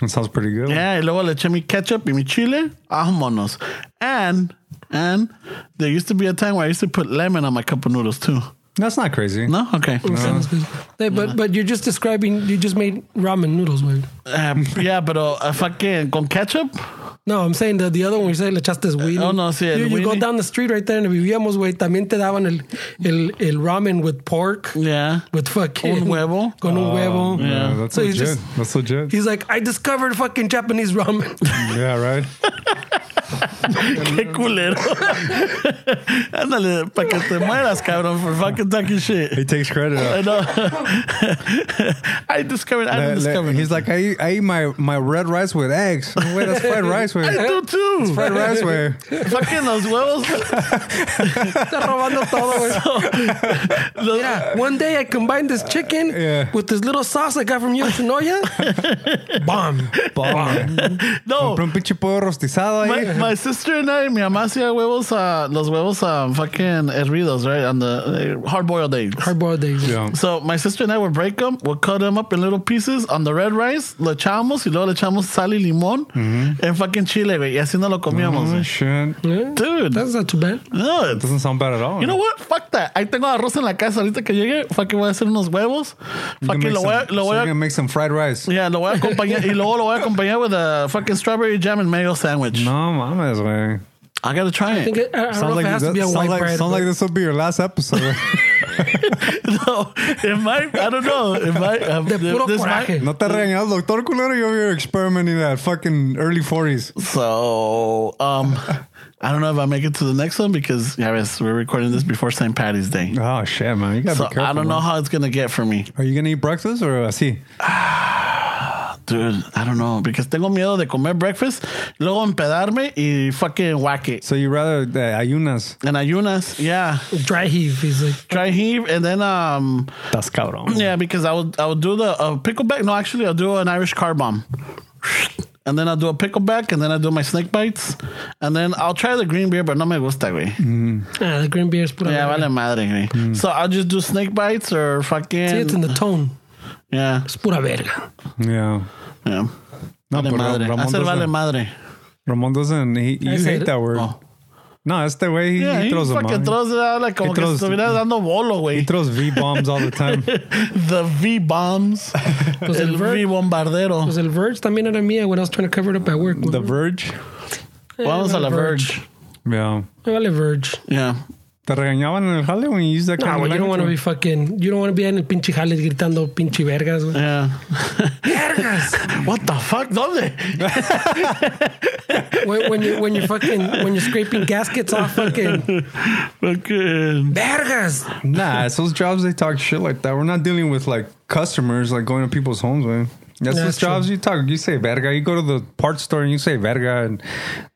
S3: That sounds pretty good.
S1: Yeah, y luego le eché mi ketchup y mi chile. Vámonos. And, and there used to be a time where I used to put lemon on my cup of noodles too.
S3: That's not crazy.
S1: No? Okay.
S2: Sounds good. Hey, but but you're just describing. You just made ramen noodles, man.
S1: Uh, (laughs) yeah, pero uh, fucking con ketchup.
S2: No, I'm saying that the other one you said le echaste weenie.
S1: oh, no, sí, el
S2: You, you go
S1: weenie.
S2: down the street right there and vivíamos, güey. También te daban el el el ramen with pork,
S1: Yeah.
S2: with
S1: Un
S2: fucking
S1: huevo.
S2: con un huevo.
S3: Yeah, that's
S2: So he's
S3: legit.
S2: just-
S3: that's
S2: (laughs)
S3: legit.
S2: He's like, I discovered fucking Japanese ramen. (laughs)
S3: Yeah, right.
S1: (laughs) Qué culero. (laughs) Ándale, para que te mueras, cabrón, for fucking talking shit.
S3: He takes credit.
S1: I
S3: Uh,
S1: know. (laughs) I discovered, I
S3: le-
S1: didn't
S3: le-
S1: discover.
S3: he's like, I eat, I eat my, my red rice with eggs. Oh, Wait, that's fried rice with
S1: I do too.
S3: fried rice with.
S1: (laughs) Fucking los huevos.
S2: Está robando todo, güey.
S1: Los,
S2: Yeah. One day I combined this chicken
S3: Yeah.
S2: with this little sauce I got from Yoshinoya. Bomb.
S3: Bomb.
S1: No.
S3: Compré un pinche pollo rostizado
S1: My,
S3: ahí.
S1: my sister and I, mi mamá hacía huevos, uh, los huevos um, fucking hervidos, right? On the uh, hard boiled eggs.
S2: Hard boiled
S1: (laughs)
S2: eggs.
S3: Yeah.
S1: So my sister and I would break them, we'll cut them up in little pieces on the red rice, le echamos y luego le echamos sal y limón
S3: Mm-hmm.
S1: and fucking chile, güey. Y así no lo comíamos,
S3: Oh,
S1: güey.
S3: shit.
S2: Yeah,
S1: Dude,
S2: That's not too bad.
S1: no, it's-
S3: Doesn't sound bad at all.
S1: You know what? Fuck that. Ahí tengo arroz en la casa. Ahorita que llegue, fucking voy a hacer unos huevos.
S3: You can
S1: Fucking
S3: make
S1: lo voy a,
S3: some-
S1: lo
S3: so
S1: voy
S3: you're
S1: a
S3: gonna make some fried rice.
S1: Yeah, lo voy a acompañar y luego lo voy a acompañar with a fucking strawberry jam and mayo sandwich.
S3: No, mames, güey.
S1: I gotta try
S2: I think
S1: it.
S2: it, I don't know if it has to be a
S3: sounds
S2: white
S3: like-
S2: bread.
S3: sounds like
S2: but-
S3: this will be your
S1: (laughs)
S3: last episode.
S1: (laughs) no, it might. I don't know. It might. Um,
S2: De puro
S1: this
S2: coraje.
S1: might.
S3: no te regañas, doctor culero. You're over here experimenting at fucking early 40s.
S1: So, um, I don't know if I make it to the next one because yeah, ves, we're recording this before St. Patty's Day.
S3: Oh, shit, man. You gotta
S1: So
S3: be careful.
S1: I don't know
S3: man.
S1: how it's gonna get for me,
S3: Are you gonna eat breakfast or así?
S1: dude. I don't know because tengo miedo de comer breakfast, luego empedarme y fucking whack it.
S3: So you rather uh, ayunas?
S1: And ayunas, yeah.
S2: dry heave. He's like,
S1: Try heave and then um
S3: That's cabrón.
S1: Yeah, because I would I would do the uh, pickleback. No, actually, I'll do an Irish car bomb, and then I'll do a pickleback, and then I'll do my snake bites, and then I'll try the green beer, but no me gusta, güey.
S2: ah, the green beer's put
S1: Yeah,
S2: on.
S1: vale madre, güey. So I'll just do snake bites or fucking
S2: See, it's in the tone.
S1: yeah,
S2: Es pura verga.
S3: Yeah.
S1: yeah.
S3: No,
S1: Vale
S3: but
S1: madre.
S3: Ramon
S1: Hacer vale
S3: doesn't-
S1: madre.
S3: Ramon doesn't. He, you
S2: said
S3: hate
S2: it.
S3: that word.
S1: Oh.
S3: No, that's the way he,
S1: Yeah,
S3: he
S1: he
S3: throws them
S1: fucking
S3: out.
S1: throws it out like como que
S3: throws-
S1: estuviera dando bolo,
S3: He
S1: güey.
S3: throws V bombs all
S1: (laughs)
S3: the time.
S1: The V (laughs) bombs,
S2: Was
S1: el V
S2: el, Verge?
S1: bombardero.
S2: Was el Verge también era mía when I was trying to cover it up at work?
S3: the Verge.
S2: Eh,
S1: Vamos a
S2: vale
S1: la verge.
S3: Yeah.
S2: Me Vale Verge.
S1: Yeah.
S3: Te regañaban en el jale when you use that
S2: No,
S3: kind
S2: well,
S3: of
S2: you don't want to be
S3: language.
S2: fucking. You don't want to be in el pinche jale gritando pinche vergas. güey.
S1: Yeah.
S2: Vergas.
S1: What the fuck? (laughs) ¿Dónde?
S2: when, when you when you fucking when you're scraping gaskets off fucking
S1: Fucking.
S2: vergas.
S3: Nah, it's those jobs they talk shit like that. We're not dealing with like customers like going to people's homes, man. That's
S2: Yeah,
S3: those
S2: that's true.
S3: jobs you talk. You say verga. You go to the parts store and you say verga. And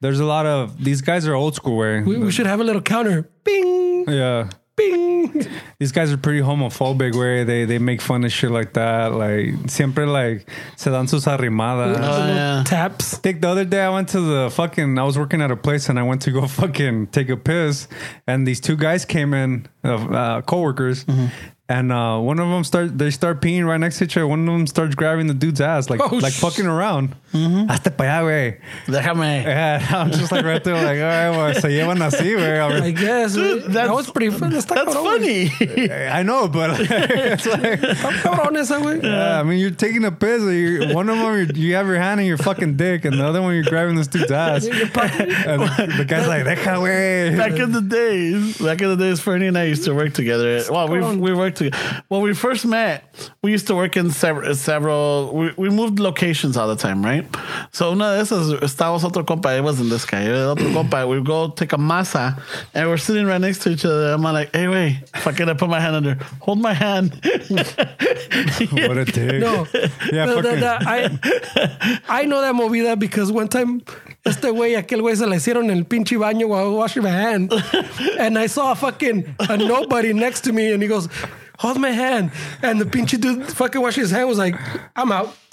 S3: there's a lot of these guys are old school way.
S2: We, we should have a little counter. Bing
S3: yeah.
S2: bing.
S3: These guys are pretty homophobic where they, they make fun of shit like that. Like siempre like se dan sus arrimadas.
S2: Little
S1: Oh, yeah.
S2: Taps.
S3: Dick, the other day I went to the fucking. I was working at a place and I went to go (laughs) fucking take a piss, and these two guys came in, uh, uh, coworkers,
S2: Mm-hmm.
S3: and uh, one of them start. They start peeing right next to each other. One of them starts grabbing the dude's ass, like
S2: Oh,
S3: like
S2: sh- mm-hmm.
S3: fucking around. Hasta pa' allá, güey.
S1: Déjame.
S3: And (laughs) I'm just like right there, like all right, well, se llevan así, güey. I,
S2: I
S3: mean,
S2: guess
S1: Dude,
S2: Dude, that
S1: that's-
S2: was pretty fun. That's
S1: That's funny. (laughs)
S3: (laughs) I know, but (laughs) it's like.
S2: Cabrón esa güey.
S3: Yeah, I mean, you're taking a piss. Or you're, one of them, you're, you have your hand in your fucking dick, and the other one, you're grabbing this dude's
S2: (laughs)
S3: ass.
S2: You're probably-
S3: And the, the guy's like, "Deja,
S2: (laughs)
S3: güey."
S1: Back in the days, back in the days, Fernie and I used to work together. Well, we
S2: on.
S1: we worked together. When we first met, we used to work in several. several we, we moved locations all the time, right? So una de esas estábamos otro compa. It wasn't this guy. It (clears throat) was otro compa. We go take a masa, and we're sitting right next to each other. I'm like, hey, wait, fucking, I put my hand under. Hold my hand.
S3: What a dick.
S2: No.
S3: Yeah,
S2: No, no,
S3: fucking.
S2: no, I,
S1: (laughs)
S2: I know that movida because one time este güey, aquel güey se la hicieron en el pinche baño while I was washing my hand. And I saw a fucking a nobody next to me and he goes, Hold my hand. And the pinche dude fucking washing his hand was like, I'm out. (laughs)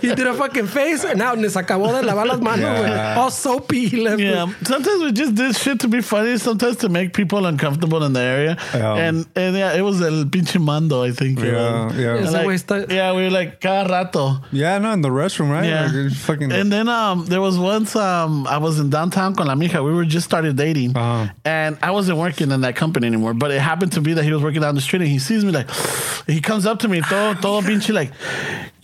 S2: he did a fucking face and now les acabó de lavar las manos, güey.
S3: Yeah.
S2: All soapy. He left.
S1: Yeah, sometimes we just did shit to be funny, sometimes to make people uncomfortable in the area.
S3: Yeah.
S1: And and yeah, it was El Pinche Mando, I think. it
S3: Yeah,
S1: was.
S3: yeah.
S1: And
S2: Ese güey está-
S1: Like, yeah, we were like, cada rato.
S3: yeah, no, in the restroom, right?
S1: Yeah.
S3: Like, you're fucking.
S1: And then um, there was once um, I was in downtown con la mija. We were just started dating,
S3: Uh-huh.
S1: and I wasn't working in that company anymore. But it happened to be that he was working down the street, and he sees me like, he comes up to me, todo
S3: (laughs)
S1: todo pinche like,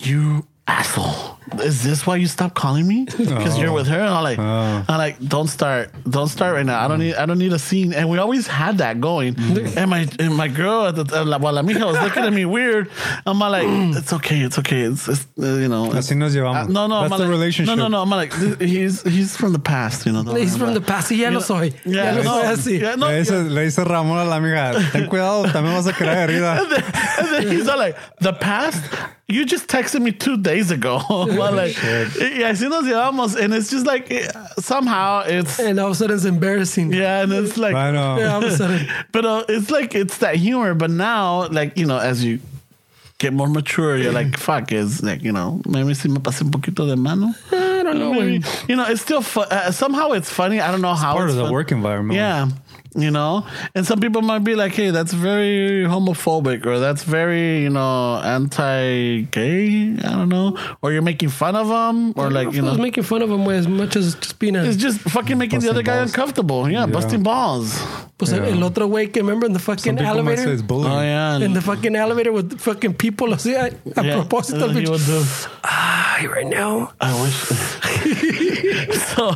S1: you asshole. Is this why you stopped calling me? Because
S3: Oh.
S1: you're with her. And I'm like,
S3: Uh.
S1: I'm like, don't start, don't start right now. I don't need, I don't need a scene. And we always had that going.
S3: Mm-hmm.
S1: And my and my girl at the uh, la, well, la mija was looking at me weird. I'm
S3: (clears throat)
S1: like, it's okay, it's okay, it's, it's uh, you know, it's-
S3: Así nos llevamos.
S1: uh, no, no,
S3: That's
S1: I'm
S3: the
S1: like,
S3: relationship.
S1: No, no, no, I'm like th- he's he's from the past, you know. don't
S2: He's
S1: worry
S2: from the
S1: about it.
S2: past. Ya lo soy.
S1: Yeah,
S2: Ya lo
S1: no,
S2: soy así.
S1: yeah, no,
S3: le, dice,
S1: yeah.
S3: le dice Ramón a la amiga, ten cuidado, también vas a quedar herida.
S1: (laughs) And then he's all like the past. You just texted me two days ago. (laughs) I'm like, yeah, así nos llevamos, and it's just like eh, somehow it's
S2: And all of a sudden it's embarrassing.
S1: yeah, and it's like,
S3: I know.
S2: Yeah, all of a sudden.
S1: but uh, it's like it's that humor. But now, like you know, as you get more mature, you're like, fuck, is like you know, maybe si me pasé un poquito de mano.
S2: I don't don't know.
S1: Maybe,
S2: and-
S1: you know, it's still fu- uh, somehow it's funny. I don't know how
S3: Part
S1: it's
S3: of the
S1: fun-
S3: work environment.
S1: Yeah. You know, and some people might be like, "Hey, that's very homophobic, or that's very, you know, anti-gay." I don't know, or you're making fun of them, or like, you
S2: I was (laughs)
S1: know,
S2: making fun of him as much as just being a.
S1: it's just fucking making the
S3: Busting
S1: other guy
S3: balls.
S1: uncomfortable. Yeah, busting balls.
S2: Pues el otro güey que remember in the fucking
S3: Some people might say
S2: elevator.
S3: it's bullying.
S1: Oh yeah,
S2: In the fucking elevator with fucking people así a, a
S1: Yeah. Uh,
S2: propósito.
S1: He would do-
S2: "Ay, right now.
S1: I wish. (laughs) so,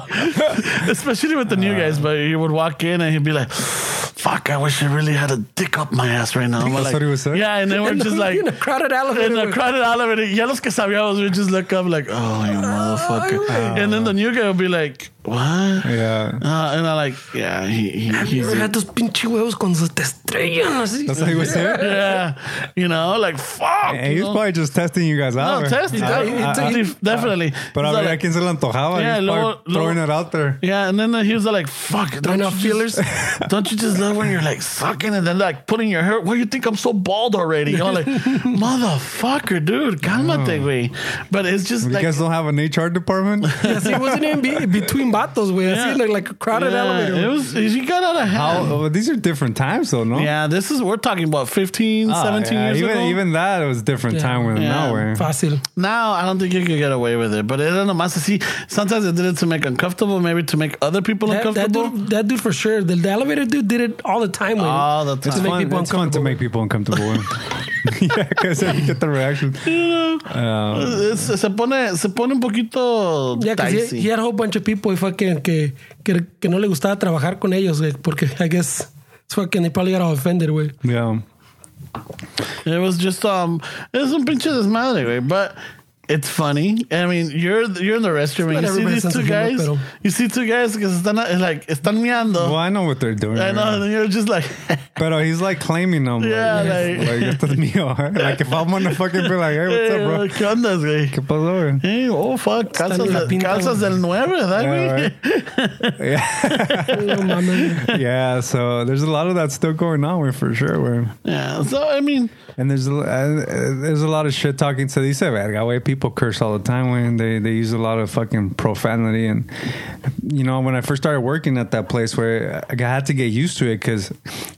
S1: especially with the new guys, but he would walk in and he'd be like, "Fuck, I wish I really had a dick up my ass right now." We're
S3: That's
S1: like-
S3: what he was saying?
S1: Yeah, and then
S3: (laughs)
S1: we're
S2: In
S1: just
S2: (laughs) the-
S1: like
S2: in a crowded elevator.
S1: in a
S2: with- (laughs)
S1: crowded elevator. Ya los que sabíamos would just look up like, "Oh,
S3: (laughs)
S1: you motherfucker," and then the new guy would be like, "What?"
S3: Yeah.
S1: Uh, and I'm like, "Yeah, he, he he's."
S2: Mira tus pinche huevos cuando se te estrellan así.
S3: That's how he was saying.
S1: (laughs) yeah, you know, like fuck.
S3: And he
S1: you
S3: was
S1: know?
S3: probably just testing you guys out.
S1: no,
S3: or-
S1: test it.
S2: Ah,
S1: def-
S2: ah,
S1: def- definitely.
S3: But I
S1: He's
S3: mean, a
S1: like-
S3: quien se le antojaba.
S1: Yeah,
S3: Yeah,
S1: luego-
S3: throwing
S1: luego-
S3: it out there.
S1: Yeah, and then uh, he was like, "Fuck, don't
S2: know,
S1: you just- (laughs) don't you just love when you're like sucking and then like putting your hair? Why do you think I'm so bald already?" You're
S3: (laughs)
S1: like, "Motherfucker, dude, cálmate, güey." But it's just
S3: Oh. You
S1: like,
S3: guys don't have an HR
S1: (laughs)
S3: department?
S2: Así it wasn't even be, between vatos, güey. Así
S1: Yeah.
S2: like, like a crowded
S1: yeah,
S2: elevator.
S1: it was he got out of hand.
S3: How, these are different times, though, no?
S1: Yeah, this is we're talking about 15,
S3: Ah,
S1: 17
S3: yeah,
S1: years
S3: even,
S1: ago.
S3: Even that, it was different
S2: Yeah.
S3: time than
S1: Yeah.
S3: now, where
S2: Fácil.
S1: now, I don't think you could get away with it. But I don't know, see, sometimes they did it to make uncomfortable, maybe to make other people
S2: That, that
S1: uncomfortable.
S2: dude, that dude for sure. The, the elevator dude did it all the time. güey.
S1: All the
S3: It's,
S1: time.
S2: make
S3: fun,
S2: people
S3: it's fun to
S2: uncomfortable.
S3: make people uncomfortable.
S1: (laughs)
S3: (laughs) yeah, because you get the reaction. um,
S1: Se se pone, se pone un poquito
S2: Yeah, because
S1: dicey.
S2: he, he had a whole bunch of people y fucking que, que, que no le gustaba trabajar con ellos, güey, porque I guess it's fucking they probably got all
S1: (laughs)
S2: offended, güey.
S3: Yeah.
S1: It was just um, it was un pinche desmadre, güey. But it's funny. I mean, you're you're in the restroom and
S2: Not
S1: you see
S2: everybody's
S1: these
S2: sense
S1: two
S2: of humor,
S1: guys.
S2: pero-
S1: You see two guys because están uh, like están meando.
S3: Well, I know what they're doing.
S1: I know,
S3: right?
S1: and then you're
S3: (laughs)
S1: just like,
S3: But oh, he's like claiming them.
S1: Yeah,
S3: like,
S1: like-
S3: like, esto es (laughs) mío. like if I'm gonna fucking be like, hey, what's
S1: hey,
S3: up,
S1: (laughs)
S3: bro?
S1: ¿qué onda, güey?
S3: ¿Qué pasó? güey?
S1: Hey, oh, fuck,
S2: Están en la
S1: calzas, de-
S2: pinta,
S1: calzas
S2: güey.
S1: del 9, ¿verdad,
S3: Yeah,
S1: güey? (laughs)
S3: right. Yeah.
S2: No mames, güey.
S3: yeah, so there's a lot of that still going on where for sure. Where
S1: (laughs) Yeah, so, I mean,
S3: and there's a, l- uh, uh, there's a lot of shit talking to these verga way people curse all the time when they they use a lot of fucking profanity and you know when I first started working at that place where I had to get used to it because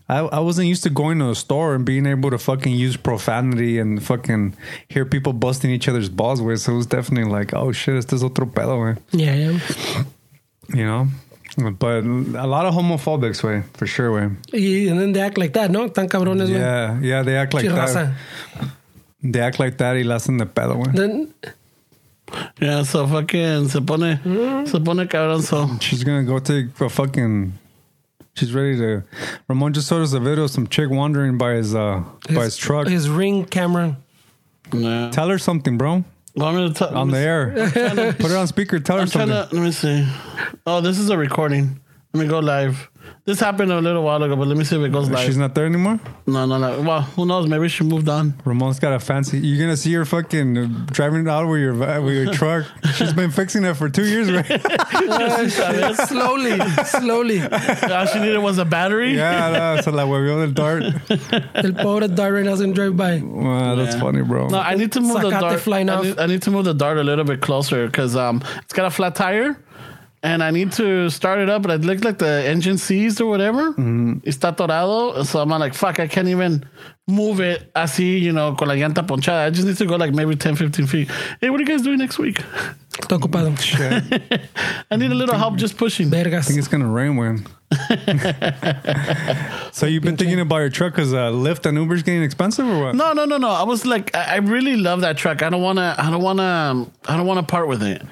S3: I, I wasn't used to going to a store and being able to fucking use profanity and fucking hear people busting each other's balls with so it was definitely like oh shit este es otro pedo man
S2: Yeah, yeah.
S3: you know but a lot of homophobics way for sure way
S2: Y and then they act like that, ¿no? Tan cabrones, güey.
S3: yeah yeah they act like
S2: Pinche
S3: that
S2: raza.
S3: they act like that y la hacen de pedo way.
S2: Then,
S1: yeah, so fucking se pone, se pone cabrón, so.
S3: She's gonna go take a fucking. She's ready to. Ramon just showed us a video of some chick wandering by his uh by his truck.
S2: His ring camera.
S1: Yeah.
S3: tell her something, bro.
S1: Want me to t-
S3: On the air, put her on speaker. Tell her
S1: I'm trying
S3: something.
S1: to. Let me see. Oh, this is a recording. Let me go live. This happened a little while ago, but let me see if it goes live.
S3: She's not there anymore.
S1: no, no, no. Well, who knows? Maybe she moved
S3: (laughs)
S1: on.
S3: Ramon's got a fancy. You're gonna see her fucking driving out with your va- with your truck. She's been fixing it for two years,
S1: (laughs)
S3: right?
S2: slowly, slowly.
S1: All she needed was a battery.
S3: yeah, no, so like we the dart.
S2: El pobre Darren doesn't drive by.
S3: Wow, that's
S1: Yeah.
S3: funny, bro.
S1: No, I need to move the
S2: Sacate
S1: dart. I
S2: flying off.
S1: need, I need to move the dart a little bit closer because um, it's got a flat tire, and I need to start it up. But it looked like the engine seized or whatever.
S3: Mm-hmm.
S1: Está torado, so I'm like, fuck, I can't even move it. Así, you know, con la llanta ponchada. I just need to go like maybe 10, 15 feet. Hey, what are you guys doing next week?
S2: Está ocupado.
S1: I need a little help just pushing.
S2: Vergas.
S3: I think it's gonna
S1: (laughs)
S3: rain when. so you've been thinking about your truck because uh, Lyft and Uber's getting expensive or what?
S1: No, no, no, no. I was like, I, I really love that truck. I don't wanna, I don't wanna, um, I don't wanna part with it.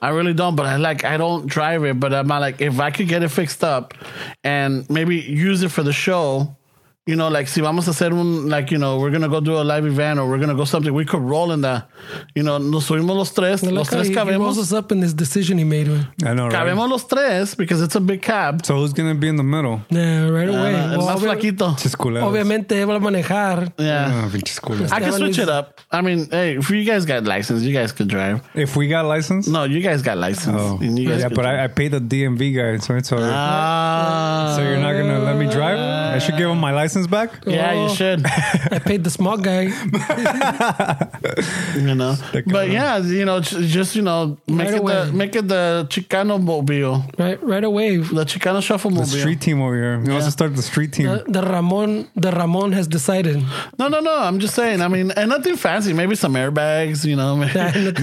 S1: I really don't. But I like, I don't drive it. But I'm not like, if I could get it fixed up, and maybe use it for the show. You know, like, si vamos a hacer un, like, you know, we're gonna go do a live event or we're gonna go something. We could roll in the, you know, nos subimos los tres,
S2: I
S1: los
S2: like how
S1: tres
S2: he, he rolls
S1: cabemos,
S2: us up in this decision he made, güey.
S3: I know, right?
S1: cabemos los tres because it's a big cab.
S3: So who's gonna be in the middle?
S2: Yeah, right away.
S1: Uh, el más
S2: Well, obvia-
S1: flaquito.
S3: Just culeros.
S2: Obviamente, él va a manejar.
S1: Yeah.
S3: Ah, pinches culeros.
S1: I can
S2: Esteban
S1: switch
S2: is-
S1: it up. I mean, hey, if you guys got license, you guys could drive.
S3: If we got license?
S1: No, you guys got license.
S3: Oh.
S1: And you guys
S3: Yeah,
S1: could
S3: but
S1: drive.
S3: I, I paid the DMV guy, so it's all right.
S1: Ah.
S3: so you're not gonna let me drive? I should give him my license back.
S1: Yeah, you
S2: Oh.
S1: should.
S2: I paid the small guy.
S1: You
S3: (laughs)
S1: know, but
S3: around.
S1: yeah, you know, j- just you know, make
S2: Right
S1: it
S2: away.
S1: the make it the Chicano mobile,
S2: Right, right away.
S1: the Chicano shuffle mobile.
S3: The street team over here. He wants to start the street team.
S1: Uh,
S2: The, the Ramon, the Ramon has decided.
S1: No, no, no. I'm just saying. I mean, and nothing fancy. Maybe some airbags. You know,
S3: (laughs) (laughs)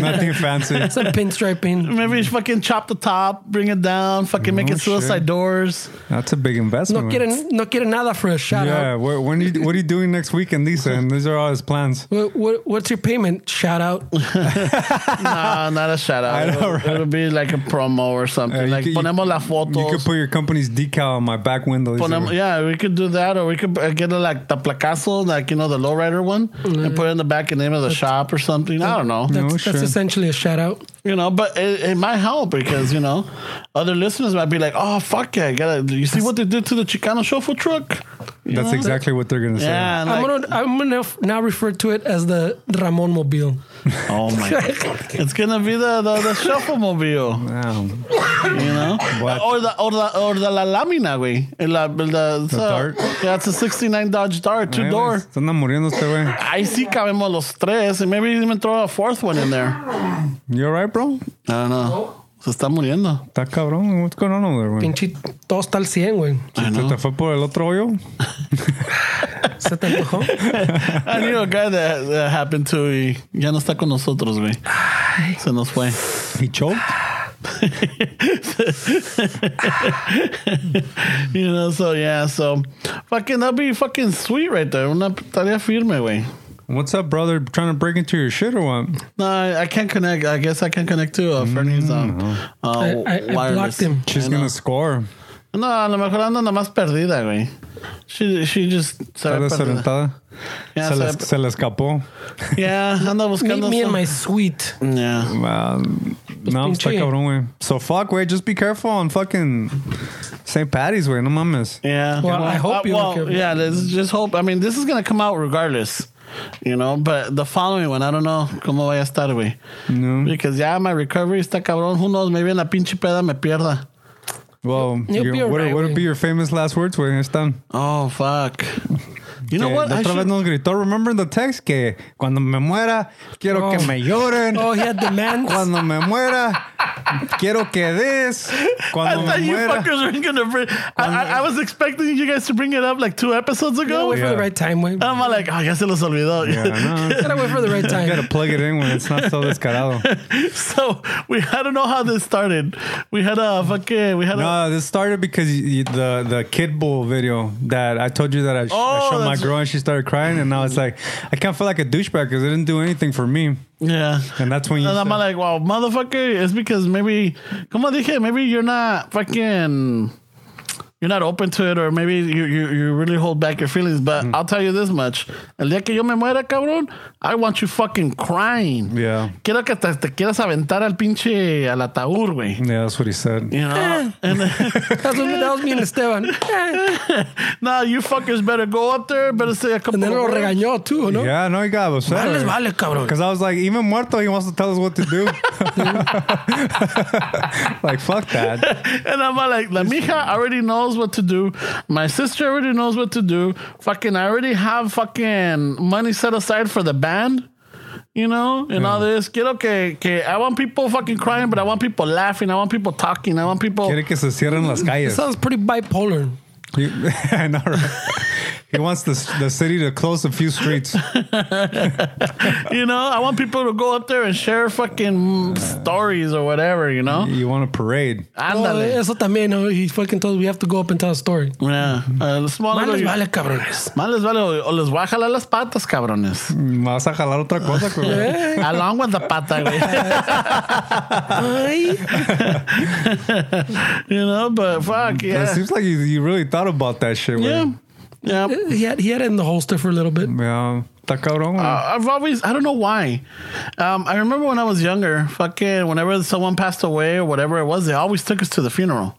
S3: Nothing fancy.
S2: Some pinstriping.
S1: (laughs) maybe fucking chop the top, bring it down, fucking make
S3: Oh,
S1: it suicide
S3: shit. (laughs)
S1: doors.
S3: That's a big investment.
S2: No quieren, no quieren nada for a shout
S3: yeah.
S2: out.
S3: Where, when you, what are you doing next weekend, Lisa? And these are all his plans.
S2: What, what, what's your payment? Shout out.
S1: Nah, Ah, not a shout out.
S3: I know,
S1: it'll,
S3: right?
S1: it'll be like a promo or something.
S3: Uh, you
S1: like
S3: could- you-
S1: ponemos la
S3: You could
S1: fotos.
S3: put your company's decal on my back window. Lisa.
S1: Ponem, yeah, we could do that, or we could uh, get a, like the placazo, like you know the lowrider one, and put it in the back and name of the shop or something. I don't know.
S2: That's,
S3: sure.
S2: that's essentially a shout out.
S1: you know, but it, it might help because you know, other listeners might be like, "Oh fuck yeah, I gotta!" You see what they did to the Chicano shuffle truck? You
S3: That's
S1: know?
S3: exactly what they're gonna say.
S1: Yeah, and
S2: I'm
S1: like,
S2: gonna I'm gonna f- now refer to it as the Ramon Mobile.
S1: (laughs) oh
S2: (laughs)
S1: my, it's gonna be the the, the shuffle mobile,
S3: Wow.
S1: you know,
S3: What?
S1: or the or the or the la lamina, güey, El- la, the, the,
S3: Dart?
S1: Yeah, it's a '69 Dodge Dart, two door.
S3: Se andan muriendo este güey.
S1: I see cabemos los tres, and maybe even throw a fourth one in there. I
S3: You alright, bro?
S1: don't know. Se está muriendo.
S3: Está cabrón. What's going on over there, güey?
S2: Pinche todo está al 100, güey.
S1: I
S3: ¿Se
S1: know.
S3: te fue por el otro hoyo?
S2: Se
S1: (laughs)
S2: te antojó.
S1: I knew a guy that, that happened to y ya no está con nosotros, güey. Se nos fue.
S3: He choked?
S1: You know, so yeah, so fucking that'd be fucking sweet right there. Una tarea firme, güey.
S3: What's up, brother? Trying to break into your shit or what?
S1: No, I, I can't connect. I guess I can't connect to uh, Fernie's um, uh,
S2: I- I- I
S1: wireless.
S2: blocked him.
S3: She's
S1: I know.
S3: gonna score.
S1: No, a lo mejor anda nada más perdida, güey. She, she just se
S3: Está
S1: ve perdida.
S3: desorientada.
S1: Yeah,
S3: Se
S1: se
S3: le,
S1: ve-
S3: se le escapó.
S1: yeah, anda
S2: Meet
S1: buscando.
S2: me in
S1: some-
S2: my suite.
S1: yeah.
S3: Ah, no, está
S2: pinche.
S3: cabrón, güey. So fuck, güey. Just be careful on fucking St. Patty's, güey. No mames.
S1: Yeah.
S2: Well, I hope you
S1: well,
S2: look at-
S1: Yeah, let's just hope. I mean, this is gonna come out regardless, you know. But the following one, I don't know cómo vaya a estar, güey.
S3: No.
S1: Because yeah, my recovery está cabrón. Who knows? Maybe en la pinche peda me pierda.
S3: Well,
S2: You'll
S3: your-
S2: be all
S3: what,
S2: right,
S3: what
S2: güey.
S3: would be your famous last words, güey? Están.
S1: Oh fuck. You know
S3: Que
S1: what?
S3: la
S1: I
S3: otra vez
S1: should-
S3: nos gritó, remember the text, que cuando me muera, quiero que
S2: Oh.
S3: me lloren.
S2: Oh, he had demands.
S3: Cuando me muera, quiero que des.
S1: I
S3: Cuando
S1: thought
S3: me
S1: you
S3: muera.
S1: fuckers were gonna bring. I, I, I was expecting you guys to bring it up like two episodes
S2: Gotta
S1: ago.
S2: wait for the
S3: Yeah.
S2: right time, güey.
S1: I'm like, oh, ya se los olvidó.
S3: Yeah, no,
S2: Gotta wait for the right
S3: (laughs) you
S2: time.
S3: gotta plug it in when it's not so descarado.
S1: (laughs) So we, I don't know how this started. We had a fucking, we had a.
S3: No, this started because you, you- the the Kid Bull video that I told you that I, sh-
S1: Oh,
S3: I showed my
S1: that's-
S3: girl and she started crying and I was like, I can't feel like a douchebag because it didn't do anything for me.
S1: Yeah.
S3: And that's when you.
S1: And I'm
S3: said-
S1: like, wow, motherfucker, it's because maybe, come on, dije, maybe you're not fucking, you're not open to it, or maybe you, you, you really hold back your feelings. But I'll tell you this much: el día que yo me muera, cabrón, I want you fucking crying.
S3: Yeah.
S1: Quiero que te, te quieras aventar al pinche al ataúd, güey.
S3: yeah, that's what he said.
S1: You
S2: (laughs)
S1: know, and then, (laughs)
S2: That was, that was me and Esteban. Eh.
S1: now you fuckers better go up there, better say a couple
S2: And then lo
S1: of words.
S2: regañó too, ¿no?
S3: Yeah, no, he got upset.
S2: Vales, vale, cabrón.
S3: Because I was like, even Muerto, he wants to tell us what to do. (laughs) like, fuck
S1: (laughs)
S3: that.
S1: And I'm like, La Mija already knows what to do. My sister already knows what to do. Fucking, I already have fucking money set aside for the band, you know, and all this. Quiero que, que, I want people fucking crying, but I want people laughing. I want people talking. I want people.
S3: Quiere que se cierren las
S2: It
S3: calles.
S2: sounds pretty bipolar.
S3: You- (laughs) I know, right? He wants the, the city to close a
S1: (laughs)
S3: few streets.
S1: You know, I want people to go up there and share fucking stories or whatever, you know?
S3: You want a parade.
S2: Oh,
S1: Ándale.
S2: eso también, ¿no? He fucking told us we have to go up and tell a story.
S1: Yeah. Uh, small
S2: Más les
S1: little-
S2: vale, cabrones.
S1: Más les vale o o les voy a jalar las patas, cabrones.
S2: (laughs)
S3: Me vas a jalar otra cosa, güey.
S1: Along with the pata,
S2: (laughs)
S1: güey.
S2: Ay.
S1: You know, but fuck, yeah.
S3: It seems like you, you really thought about that shit, güey.
S1: Yeah. Yeah.
S2: He had, he had it in the holster for a little bit.
S3: Yeah. Está cabrón, güey.
S1: I- I've always, I don't know why. Um, I remember when I was younger, fucking, whenever someone passed away or whatever it was, they always took us to the funeral,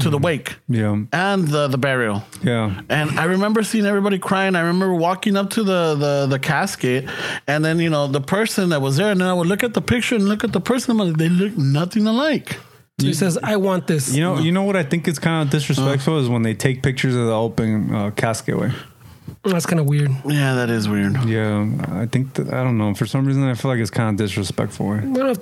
S1: to the wake,
S3: Yeah.
S1: and the, the burial.
S3: Yeah.
S1: And I remember seeing everybody crying. I remember walking up to the, the, the casket, and then, you know, the person that was there, and then I would look at the picture and look at the person, and I'm like, they look nothing alike.
S2: he says, "I want this."
S3: You know, you know what I think is kind of disrespectful is when they take pictures of the open uh, casket way.
S2: That's kind of weird.
S1: Yeah, that is weird.
S3: Yeah, I think that, I don't know. For some reason, I feel like it's kind of disrespectful. eh?
S2: Well,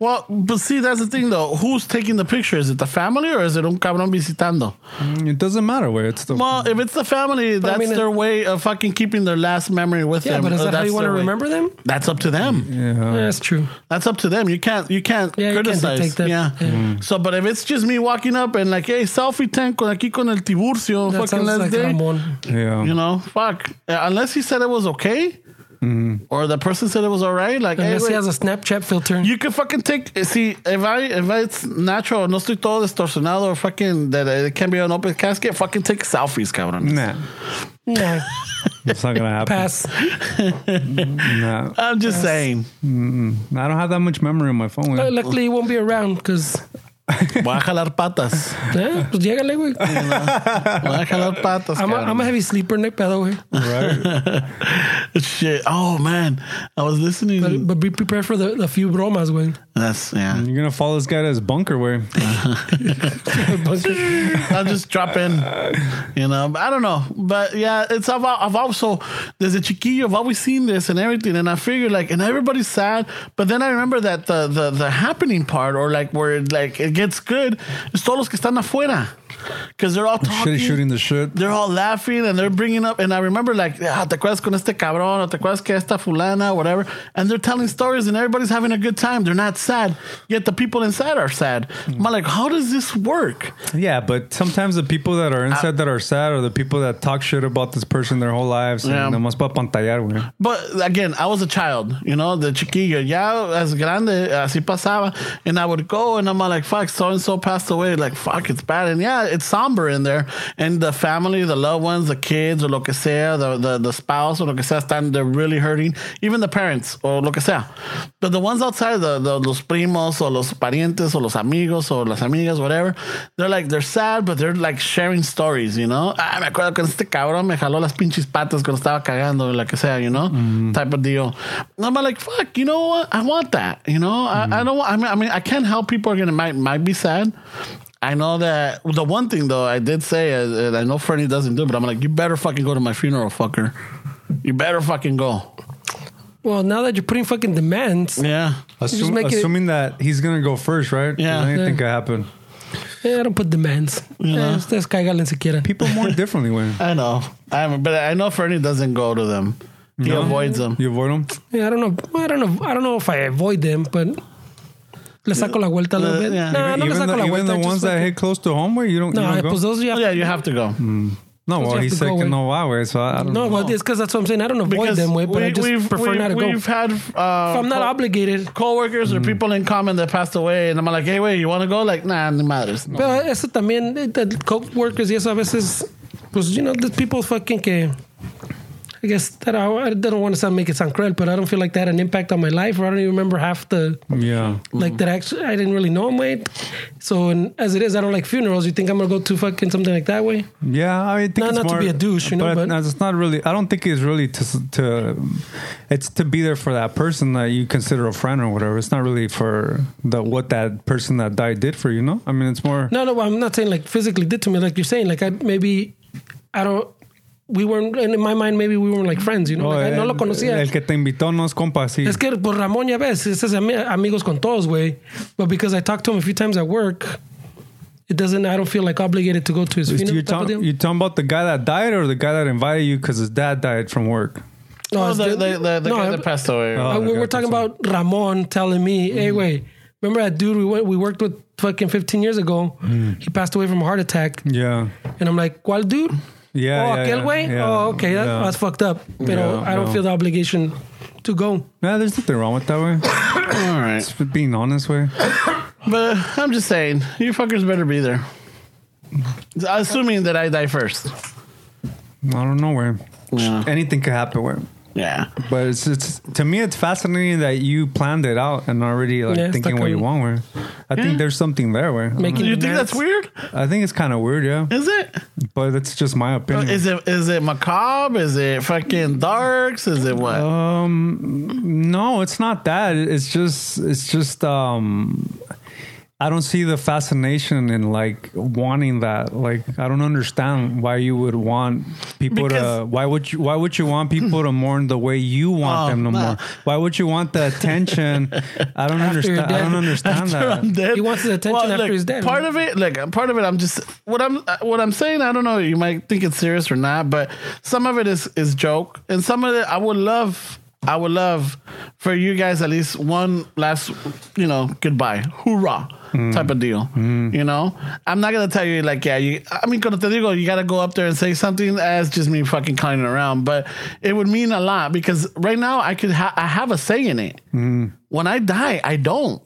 S1: Well, but see, that's the thing though. Who's taking the picture? Is it the family or is it un cabrón visitando?
S3: Mm, It doesn't matter where it's the.
S1: Well, if it's the family, that's
S2: I mean,
S1: their way of fucking keeping their last memory with
S2: Yeah,
S1: them.
S2: but is
S1: Uh,
S2: that how
S1: that's
S2: you want to
S1: their way. Oh.
S2: remember them?
S1: That's up to them.
S3: yeah.
S2: Yeah, that's true.
S1: That's up to them. You can't you can't
S2: Yeah, you can't
S1: criticize.
S2: dictate that.
S1: Yeah.
S2: Yeah.
S1: So, but if it's just me walking up and like, hey, selfie tank con aquí con el Tiburcio,
S2: That
S1: fucking
S2: sounds
S1: let's
S2: like
S1: day.
S2: Ramon.
S3: yeah.
S1: You know, fuck. Uh, Unless he said it was okay, or the person said it was all right. Like, hey,
S2: Mm-hmm. Unless he
S1: wait.
S2: has a Snapchat filter.
S1: You can fucking take. eh, See, if I if it's natural, no estoy todo distorsionado or fucking that eh, it can be an open casket. Fucking take selfies,
S2: Mm.
S1: cabrón.
S3: Nah,
S2: nah,
S3: it's not
S1: (laughs)
S3: gonna happen.
S2: pass.
S3: Nah,
S1: I'm just saying.
S3: I don't have that much memory on my phone. eh?
S2: Luckily, he won't be around because.
S1: Voy a jalar patas.
S2: Yeah, pues
S1: (laughs)
S2: llégale, güey.
S1: Voy a jalar patas.
S2: I'm a,
S1: cabrón.
S2: I'm a heavy sleeper, no hay pedo, güey.
S3: Right?
S1: Shit. Oh man, I was listening.
S2: But, but be prepared for the, the few bromas, güey.
S1: That's yeah.
S3: You're gonna follow this guy to his bunker way.
S1: I'll just drop in. You know, I don't know. But yeah, it's I've, I've also, there's a chiquillo, I've always seen this and everything. And I figure like, and everybody's sad. But then I remember that the, the, the happening part or like where it, like it gets good is todos los que están afuera. Because they're all talking.
S3: Shitty shooting the shit.
S1: They're all laughing and they're bringing up, and I remember like, ah, te acuerdas con este cabrón, o te acuerdas que esta fulana, whatever. And they're telling stories, and everybody's having a good time. They're not sad, yet the people inside are sad. I'm like, how does this work?
S3: Yeah, but sometimes the people that are inside
S2: Ah.
S3: that are sad are the people that talk shit about this person their whole lives.
S1: Yeah.
S3: And nomás pa pantallar, güey.
S1: But again, I was a child, you know, the chiquillo. Ya as grande, así pasaba. And I would go and I'm like, fuck, so and so passed away. Like, fuck, it's bad. And yeah, it's somber in there. And the family, the loved ones, the kids, or lo que sea, the, the, the spouse, or lo que sea, están, they're really hurting. Even the parents, or lo que sea. But the ones outside, the, the los primos, or los parientes, or los amigos, or las amigas, whatever, they're like, they're sad, but they're like sharing stories, you know? Ah, me acuerdo con este cabrón me jaló las pinches patas cuando estaba cagando, la que sea, you know? Type of deal. And I'm like, fuck, you know what? I want that, you know? I, I don't want, I mean, I mean, I can't help people are going to, might, might be sad. I know that the one thing though I did say, uh, and I know Fernie doesn't do, it, but I'm like, you better fucking go to my funeral, fucker. You better fucking go.
S2: Well, now that you're putting fucking demands,
S1: Yeah.
S3: Assume,
S2: make it-
S3: assuming that he's gonna go first, right?
S1: Yeah.
S3: Anything could happen.
S2: eh, I don't put demands. Eh, ustedes cáigale si quieren.
S3: People
S2: (laughs)
S3: mourn differently when
S1: I know. I but I know Fernie doesn't go to them. He avoids them.
S3: you avoid them.
S2: Yeah, Eh, I don't know. I don't know. I don't know if I avoid them, but le saco la vuelta a little
S1: Uh,
S2: bit.
S1: yeah.
S2: Nah, Ah, no le
S3: even
S2: saco
S3: the,
S2: la
S3: even
S2: vuelta.
S3: the
S2: I just
S3: ones that
S2: fucking-
S3: hit close to home, where you don't.
S2: No,
S3: you
S2: eh,
S3: don't
S2: pues
S3: go?
S2: those you have
S1: Oh, Yeah, you have to go.
S2: those
S3: no, well,
S2: you
S3: he's
S2: have to go,
S3: second
S2: güey.
S3: no why, güey, so I, I
S2: No,
S3: don't know.
S2: well, it's because that's what I'm saying. I don't avoid them, way, but I just prefer
S1: we've,
S2: not to go.
S1: We've
S2: If
S1: had. Uh, Mm. if
S2: I'm not obligated,
S1: Coworkers or people in common that passed away, and I'm like, hey, wait, you want to go? Like, nah, ni madres.
S2: pero eso también, eh, the co-workers y eso a veces, pues, you know, the people fucking que, I guess that I, I don't want to sound make it sound cruel, but I don't feel like that had an impact on my life, or I don't even remember half the
S3: Yeah.
S2: like that. Actually, I didn't really know him, way. So, and as it is, I don't like funerals. You think I'm gonna go to fucking something like that way?
S3: Yeah, I mean, I think
S2: Not-
S3: it's
S2: not to
S3: more-
S2: be a douche, you know, but-
S3: it's not really. I don't think it's really to s- to. It's to be there for that person that you consider a friend or whatever. It's not really for the what that person that died did for you. No, I mean, it's more.
S2: No, no, I'm not saying like physically did to me. Like you're saying, like I maybe I don't. We weren't and in my mind. Maybe we weren't like friends. You know, like, I no lo conocía.
S3: Oh, eh, El que te invitó no es compa, sí.
S2: es que por Ramón ya ves, es ami- amigos con todos, güey. But because I talked to him a few times at work, it doesn't. I don't feel like obligated to go to his funeral.
S3: you're,
S2: type of
S3: talking,
S2: deal.
S3: you're talking about the guy that died or the guy that invited you because his dad died from work?
S1: Oh,
S2: it's
S1: the,
S2: good.
S1: the, the, the
S2: No,
S1: guy
S2: I-
S1: that passed away. (clears throat)
S3: Oh.
S2: Uh, we
S3: okay,
S2: we're
S3: okay,
S2: talking
S3: sorry. Mm.
S2: about Ramon telling me, "Hey, wait, remember that dude we went, we worked with fucking 15 years ago?
S3: Mm.
S2: He passed away from a heart attack."
S3: Yeah.
S2: And I'm like, "What dude?
S3: Yeah,
S2: Oh,
S3: yeah,
S2: aquel
S3: yeah,
S2: way?
S3: yeah,
S2: oh, okay, that,
S3: yeah.
S2: that's fucked up. You know,
S3: Yeah,
S2: I don't
S3: no.
S2: feel the obligation to go.
S3: Nah, there's nothing wrong with that way.
S1: All right.
S3: It's being honest way.
S1: But I'm just saying, you fuckers better be there. Assuming that I die first.
S3: I don't know where.
S1: Yeah.
S3: Anything could happen where.
S1: Yeah.
S3: But it's, it's to me, it's fascinating that you planned it out and already like
S2: Yeah, it's
S3: thinking
S2: like
S3: what
S2: a-
S3: you want. Where I
S1: Yeah.
S3: think there's something there. Where um,
S2: Making
S1: You think
S2: demands.
S1: that's weird?
S3: I think it's kind of weird, yeah.
S1: Is it?
S3: But that's just my opinion.
S1: Is it is it macabre? Is it fucking darks? Is it what?
S3: um, no, it's not that. It's just, it's just, um, I don't see the fascination in like wanting that. Like I don't understand why you would want people to.
S1: Because-
S3: Why would you? Why would you want people to mourn the way you want
S1: Oh,
S3: them to
S1: nah.
S3: mourn? Why would you want the attention? I don't
S2: After
S3: understand.
S2: you're
S3: I don't
S2: dead.
S3: understand
S1: after I'm
S3: that.
S1: dead.
S2: He wants his attention after
S1: look,
S2: he's dead,
S1: Part
S2: right?
S1: of it, like part of it, I'm just what I'm uh, what I'm saying. I don't know. You might think it's serious or not, but some of it is is joke, and some of it I would love. I would love for you guys at least one last, you know, goodbye, hoorah type of deal. You know, I'm not gonna tell you like, yeah, you. I mean, cuando te digo, you gotta go up there and say something. That's just me fucking clowning around, but it would mean a lot because right now I could ha- I have a say in it. When I die, I don't.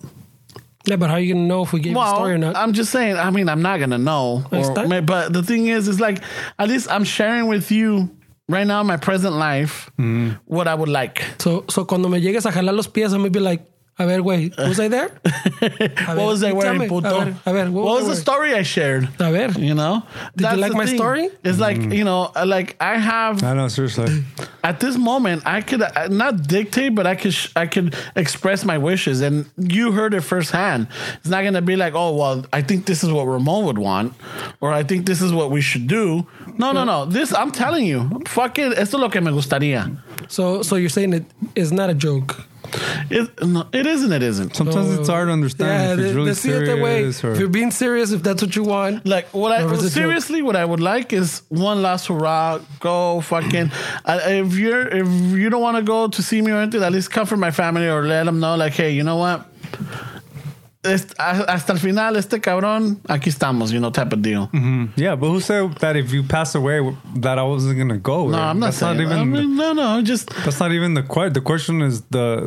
S2: Yeah, but how are you gonna know if we gave a story or not?
S1: I'm just saying. I mean, I'm not gonna know.
S2: Next
S1: or-
S2: time?
S1: may- but the thing is, is like at least I'm sharing with you right now in my present life
S2: Mm.
S1: what I would
S2: (laughs)
S1: like.
S2: so, so cuando me llegues a jalar los pies, I'm gonna be like, a ver, güey, was I there?
S1: what
S2: ver,
S1: was I
S2: tell
S1: wearing,
S2: me.
S1: puto?
S2: A ver, a ver,
S1: what,
S2: what
S1: was
S2: was I
S1: the story
S2: wearing?
S1: I shared?
S2: A
S3: (laughs)
S2: ver.
S1: You know, did
S2: like my story?
S1: It's like you know, uh, like I have
S3: I know seriously.
S1: at this moment, I could uh, not dictate, but I could sh- I could express my wishes, and you heard it firsthand. It's not gonna be like, oh well, I think this is what Ramon would want, or I think this is what we should do. No, no, no. This I'm telling you, fucking esto es lo que me gustaría.
S2: So, so you're saying it is not a joke?
S1: It, no, it isn't. It isn't.
S3: Sometimes it's hard to understand if
S2: they-
S3: it's really
S2: they see it that way.
S3: serious
S2: If you're
S3: or.
S2: being serious, if that's what you want,
S1: Like what I
S2: Or is it joke?
S1: seriously, what I would like is one last hurrah. Go fucking. uh, if you're if you don't want to go to see me or anything, at least comfort my family or let them know like, hey, you know what? Est- a- hasta el final, este cabrón, aquí estamos, you know, type of deal.
S2: Mm-hmm.
S3: Mm. Yeah, but who said that if you pass away that I wasn't gonna go?
S1: No, I'm not saying. I mean, no, no, just
S3: That's not even the question. The question is
S1: (laughs)
S3: the,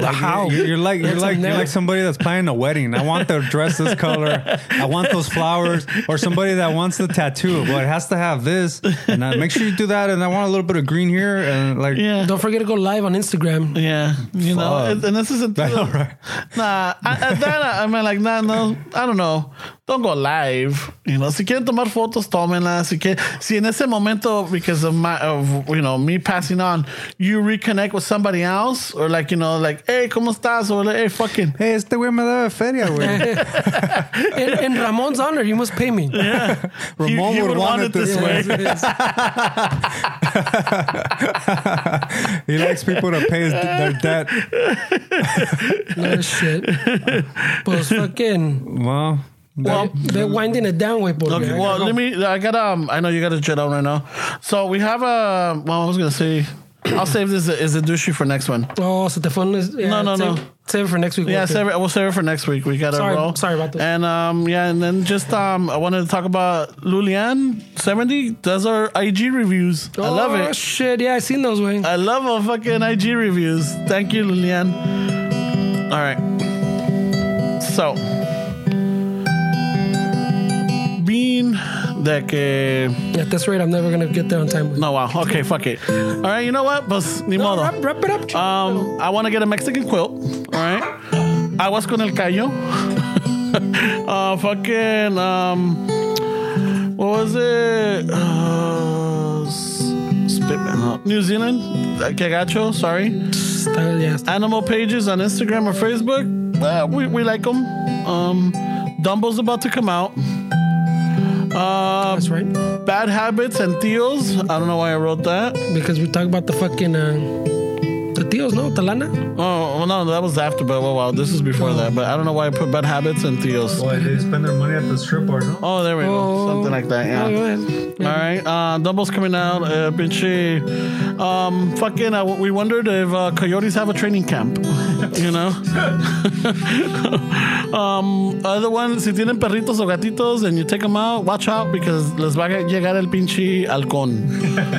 S3: like,
S2: how.
S3: You're, you're like you're
S2: That's
S3: like
S2: a
S3: you're
S2: no.
S3: like somebody that's planning a wedding. I want the
S1: (laughs)
S3: dress this color. I want those flowers, or somebody that wants the tattoo. Well, it has to have this, and I, make sure you do that. And I want a little bit of green here, and like
S1: yeah.
S2: don't forget to go live on Instagram.
S1: Yeah, you know,
S3: Fuck.
S1: and and
S3: (laughs)
S1: this isn't.
S3: I know, right?
S1: Nah, I, I, that, I mean, like, nah, no, I don't know. Don't go live. You know, si quieren tomar fotos, tómenlas. Si, quieren, si en ese momento, because of my, of, you know, me passing on, you reconnect with somebody else, or like, you know, like, hey, ¿cómo estás? Or like, hey, fucking.
S3: Hey, este güey me da feria, güey.
S2: In, in Ramon's honor, you
S1: (laughs)
S2: must pay me.
S3: (laughs) Ramon
S1: you
S3: would want it this
S2: Yeah,
S3: way.
S2: that's what it is.
S3: He likes people to pay his, their debt.
S2: No shit. Pues fucking.
S3: Well,
S1: Well,
S2: They're winding it down, way, boy.
S1: okay, well, let me, I got, um, I know you got a jet on right now. So we have a, well, I was going to say, I'll save this as a douchey for next one.
S2: Oh, so the phone is. Yeah,
S1: No, no,
S2: save,
S1: no.
S2: Save it for next week.
S1: Yeah,
S2: Walter.
S1: save it. We'll save it for next week. We got a
S2: Sorry-
S1: roll.
S2: sorry about that.
S1: And um, yeah, and then just um, I wanted to talk about Lulian seventy. Does our IG reviews? I love
S2: Oh,
S1: it. Uh,
S2: shit. Yeah, I seen those, way.
S1: I love our fucking IG reviews. Thank you, Lulian. All right. So, being that que
S2: At this rate, I'm never going to get there on time.
S1: no wow okay fuck it. All right, you know what? Pues ni
S2: No,
S1: modo.
S2: wrap, wrap it up.
S1: Um, I want to get a Mexican quilt. All right. Aguas con el callo. (laughs) uh, fucking. Um, what was it? Uh, s- spit man up. New Zealand. Uh, Que gacho. Sorry.
S2: Style, yeah, style.
S1: Animal pages on Instagram or Facebook. Uh, we, we like them. Um, Dumbo's about to come out. Uh,
S2: that's right.
S1: bad habits and Theos. I don't know why I wrote that.
S2: Because we talk about the fucking. Uh, the tios, no? Talana?
S1: Oh well, no, that was after. But well, wow, this is before that. But I don't know why I put bad habits and Theos.
S3: Why they spend their money at the strip bar? No?
S1: Oh, there we go, something like that. Yeah.
S2: Oh, go ahead.
S1: All right, uh, doubles coming out. Uh, bitchy. Um, fucking, uh, we wondered if uh, coyotes have a training camp. (laughs) you know. um, other one, si tienen perritos o gatitos and you take them out, watch out because les va a llegar el pinche halcón.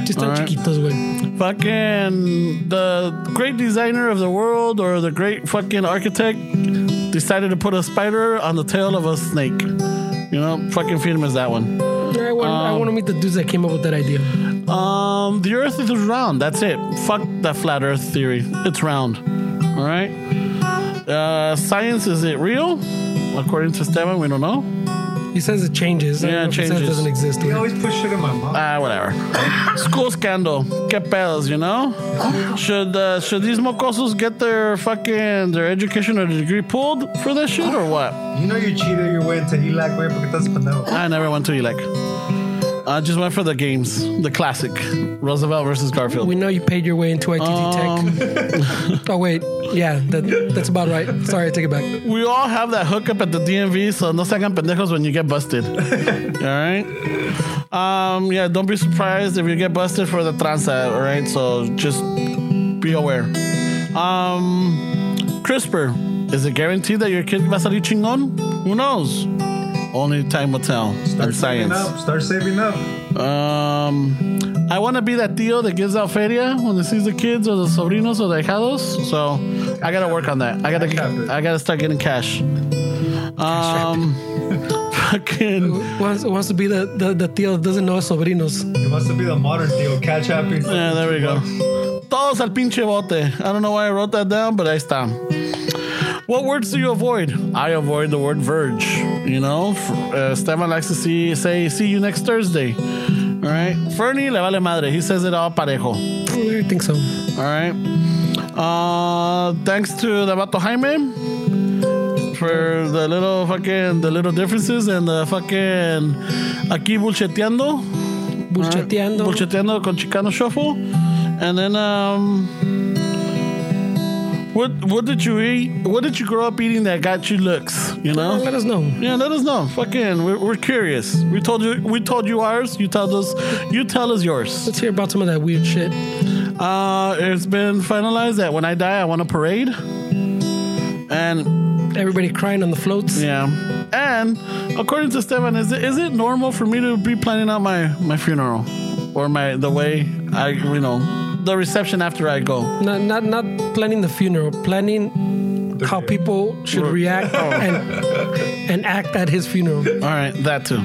S2: Just están
S1: right.
S2: chiquitos, güey.
S1: fucking the great designer of the world or the great fucking architect decided to put a spider on the tail of a snake. You know, fucking freedom is that one.
S2: I want, I want to meet the dudes that came up with that idea.
S1: Um, the Earth is round. That's it. Fuck the flat Earth theory. It's round. All right. Uh, science is it real? According to Steven, we don't know.
S2: He says it changes. I don't
S1: Yeah, it
S2: know if He says
S1: changes.
S2: it doesn't exist.
S4: He always puts shit in my mouth.
S1: Ah, whatever. School scandal. Que pedos, you know? Should uh, should these mocosos get their fucking their education or degree pulled for this shit or what?
S4: You know you cheated your way into ELAC way porque estás pendejo.
S1: I never went to E ELEC. I just went for the games, the classic Roosevelt versus Garfield.
S2: We know you paid your way into ITT
S1: Um, (laughs)
S2: Tech. oh wait, yeah, that, that's about right. Sorry, I take it back.
S1: We all have that hookup at the DMV, so no se hagan pendejos when you get (laughs) busted. all right? Um, yeah, don't be surprised if you get busted for the transa, all right? So just be aware. Um, CRISPR, is it guaranteed that your kid va a salir chingón? Who knows? Only time will tell. Start
S4: Saving
S1: science.
S4: up. Start saving up.
S1: Um, I want to be that tío that gives out feria when he sees the kids or the sobrinos or the hijados. So I gotta work on that. I
S4: Cash app
S1: gotta
S4: it.
S1: I gotta start getting cash. Um, fucking
S2: Wants, wants to be the the, the tío that doesn't know his sobrinos.
S4: It must be the modern deal. Catch up.
S1: yeah, there we go. Todos al pinche bote. I don't know why I wrote that down, but I está. What words do you avoid? I avoid the word verge. You know, F- uh, Stefan likes to see say see you next Thursday. All right, Fernie le vale madre. He says it all parejo.
S2: Oh, I think so.
S1: All right. Uh, thanks to the Vato Jaime for the little fucking the little differences and the fucking aquí bulcheteando,
S2: Bulcheteando.
S1: bulcheteando con Chicano Shuffle, and then um. What what did you eat? What did you grow up eating that got you looks? You know.
S2: Let us know.
S1: Yeah, let us know. Fucking, we're, we're curious. We told you, we told you ours. You told us, you tell us yours.
S2: Let's hear about some of that weird shit.
S1: Uh, it's been finalized that when I die, I want a parade. And
S2: Everybody crying on the floats.
S1: yeah, and according to Stefan, is it is it normal for me to be planning out my my funeral or my the way I you know the reception after I go?
S2: Not, not not planning the funeral, planning how people should react and and act at his funeral.
S1: All right, that too.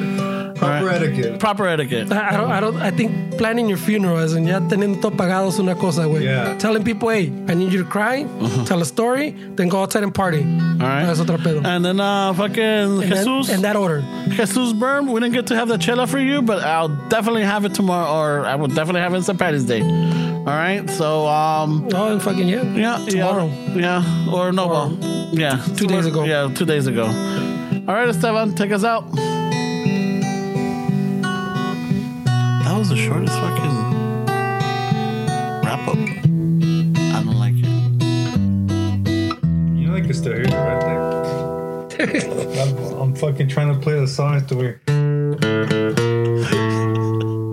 S4: Proper etiquette.
S1: Proper etiquette.
S2: I, I don't I don't I think planning your funeral as in ya teniendo todo pagado es una cosa, güey.
S4: Yeah.
S2: Telling people, hey, I need you to cry,
S1: Uh-huh.
S2: tell a story, then go outside and party.
S1: All
S2: All
S1: right.
S2: That's otro pedo.
S1: And then uh, fucking
S2: And that-
S1: Jesus,
S2: in that order.
S1: Jesus Berm, we didn't get to have the chela for you, but I'll definitely have it tomorrow, or I will definitely have it St. Patty's Day. All right, so um,
S2: Oh, and fucking yeah.
S1: Yeah,
S2: Tomorrow.
S1: Yeah, yeah. or no, well, yeah,
S2: Two days ago.
S1: Yeah, two days ago. All right, Esteban, take us out. That was the shortest fucking wrap up. I don't like it.
S4: You know, like it's the ear, right? Like, I'm, I'm fucking trying to play the song at the (laughs) way.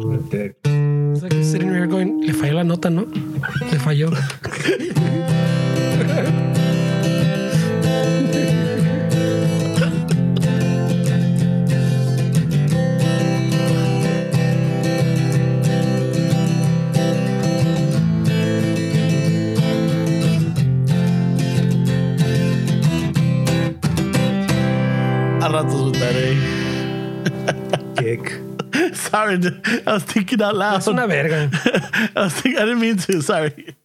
S4: What a dick.
S2: It's like sitting here going, le falló la nota, ¿no? Le falló.
S1: (laughs) Al ratos with that, eh?
S4: Dick.
S1: Sorry, dude. I was thinking out loud. (laughs)
S2: Es una verga.
S1: I was thinking, I didn't mean to. Sorry.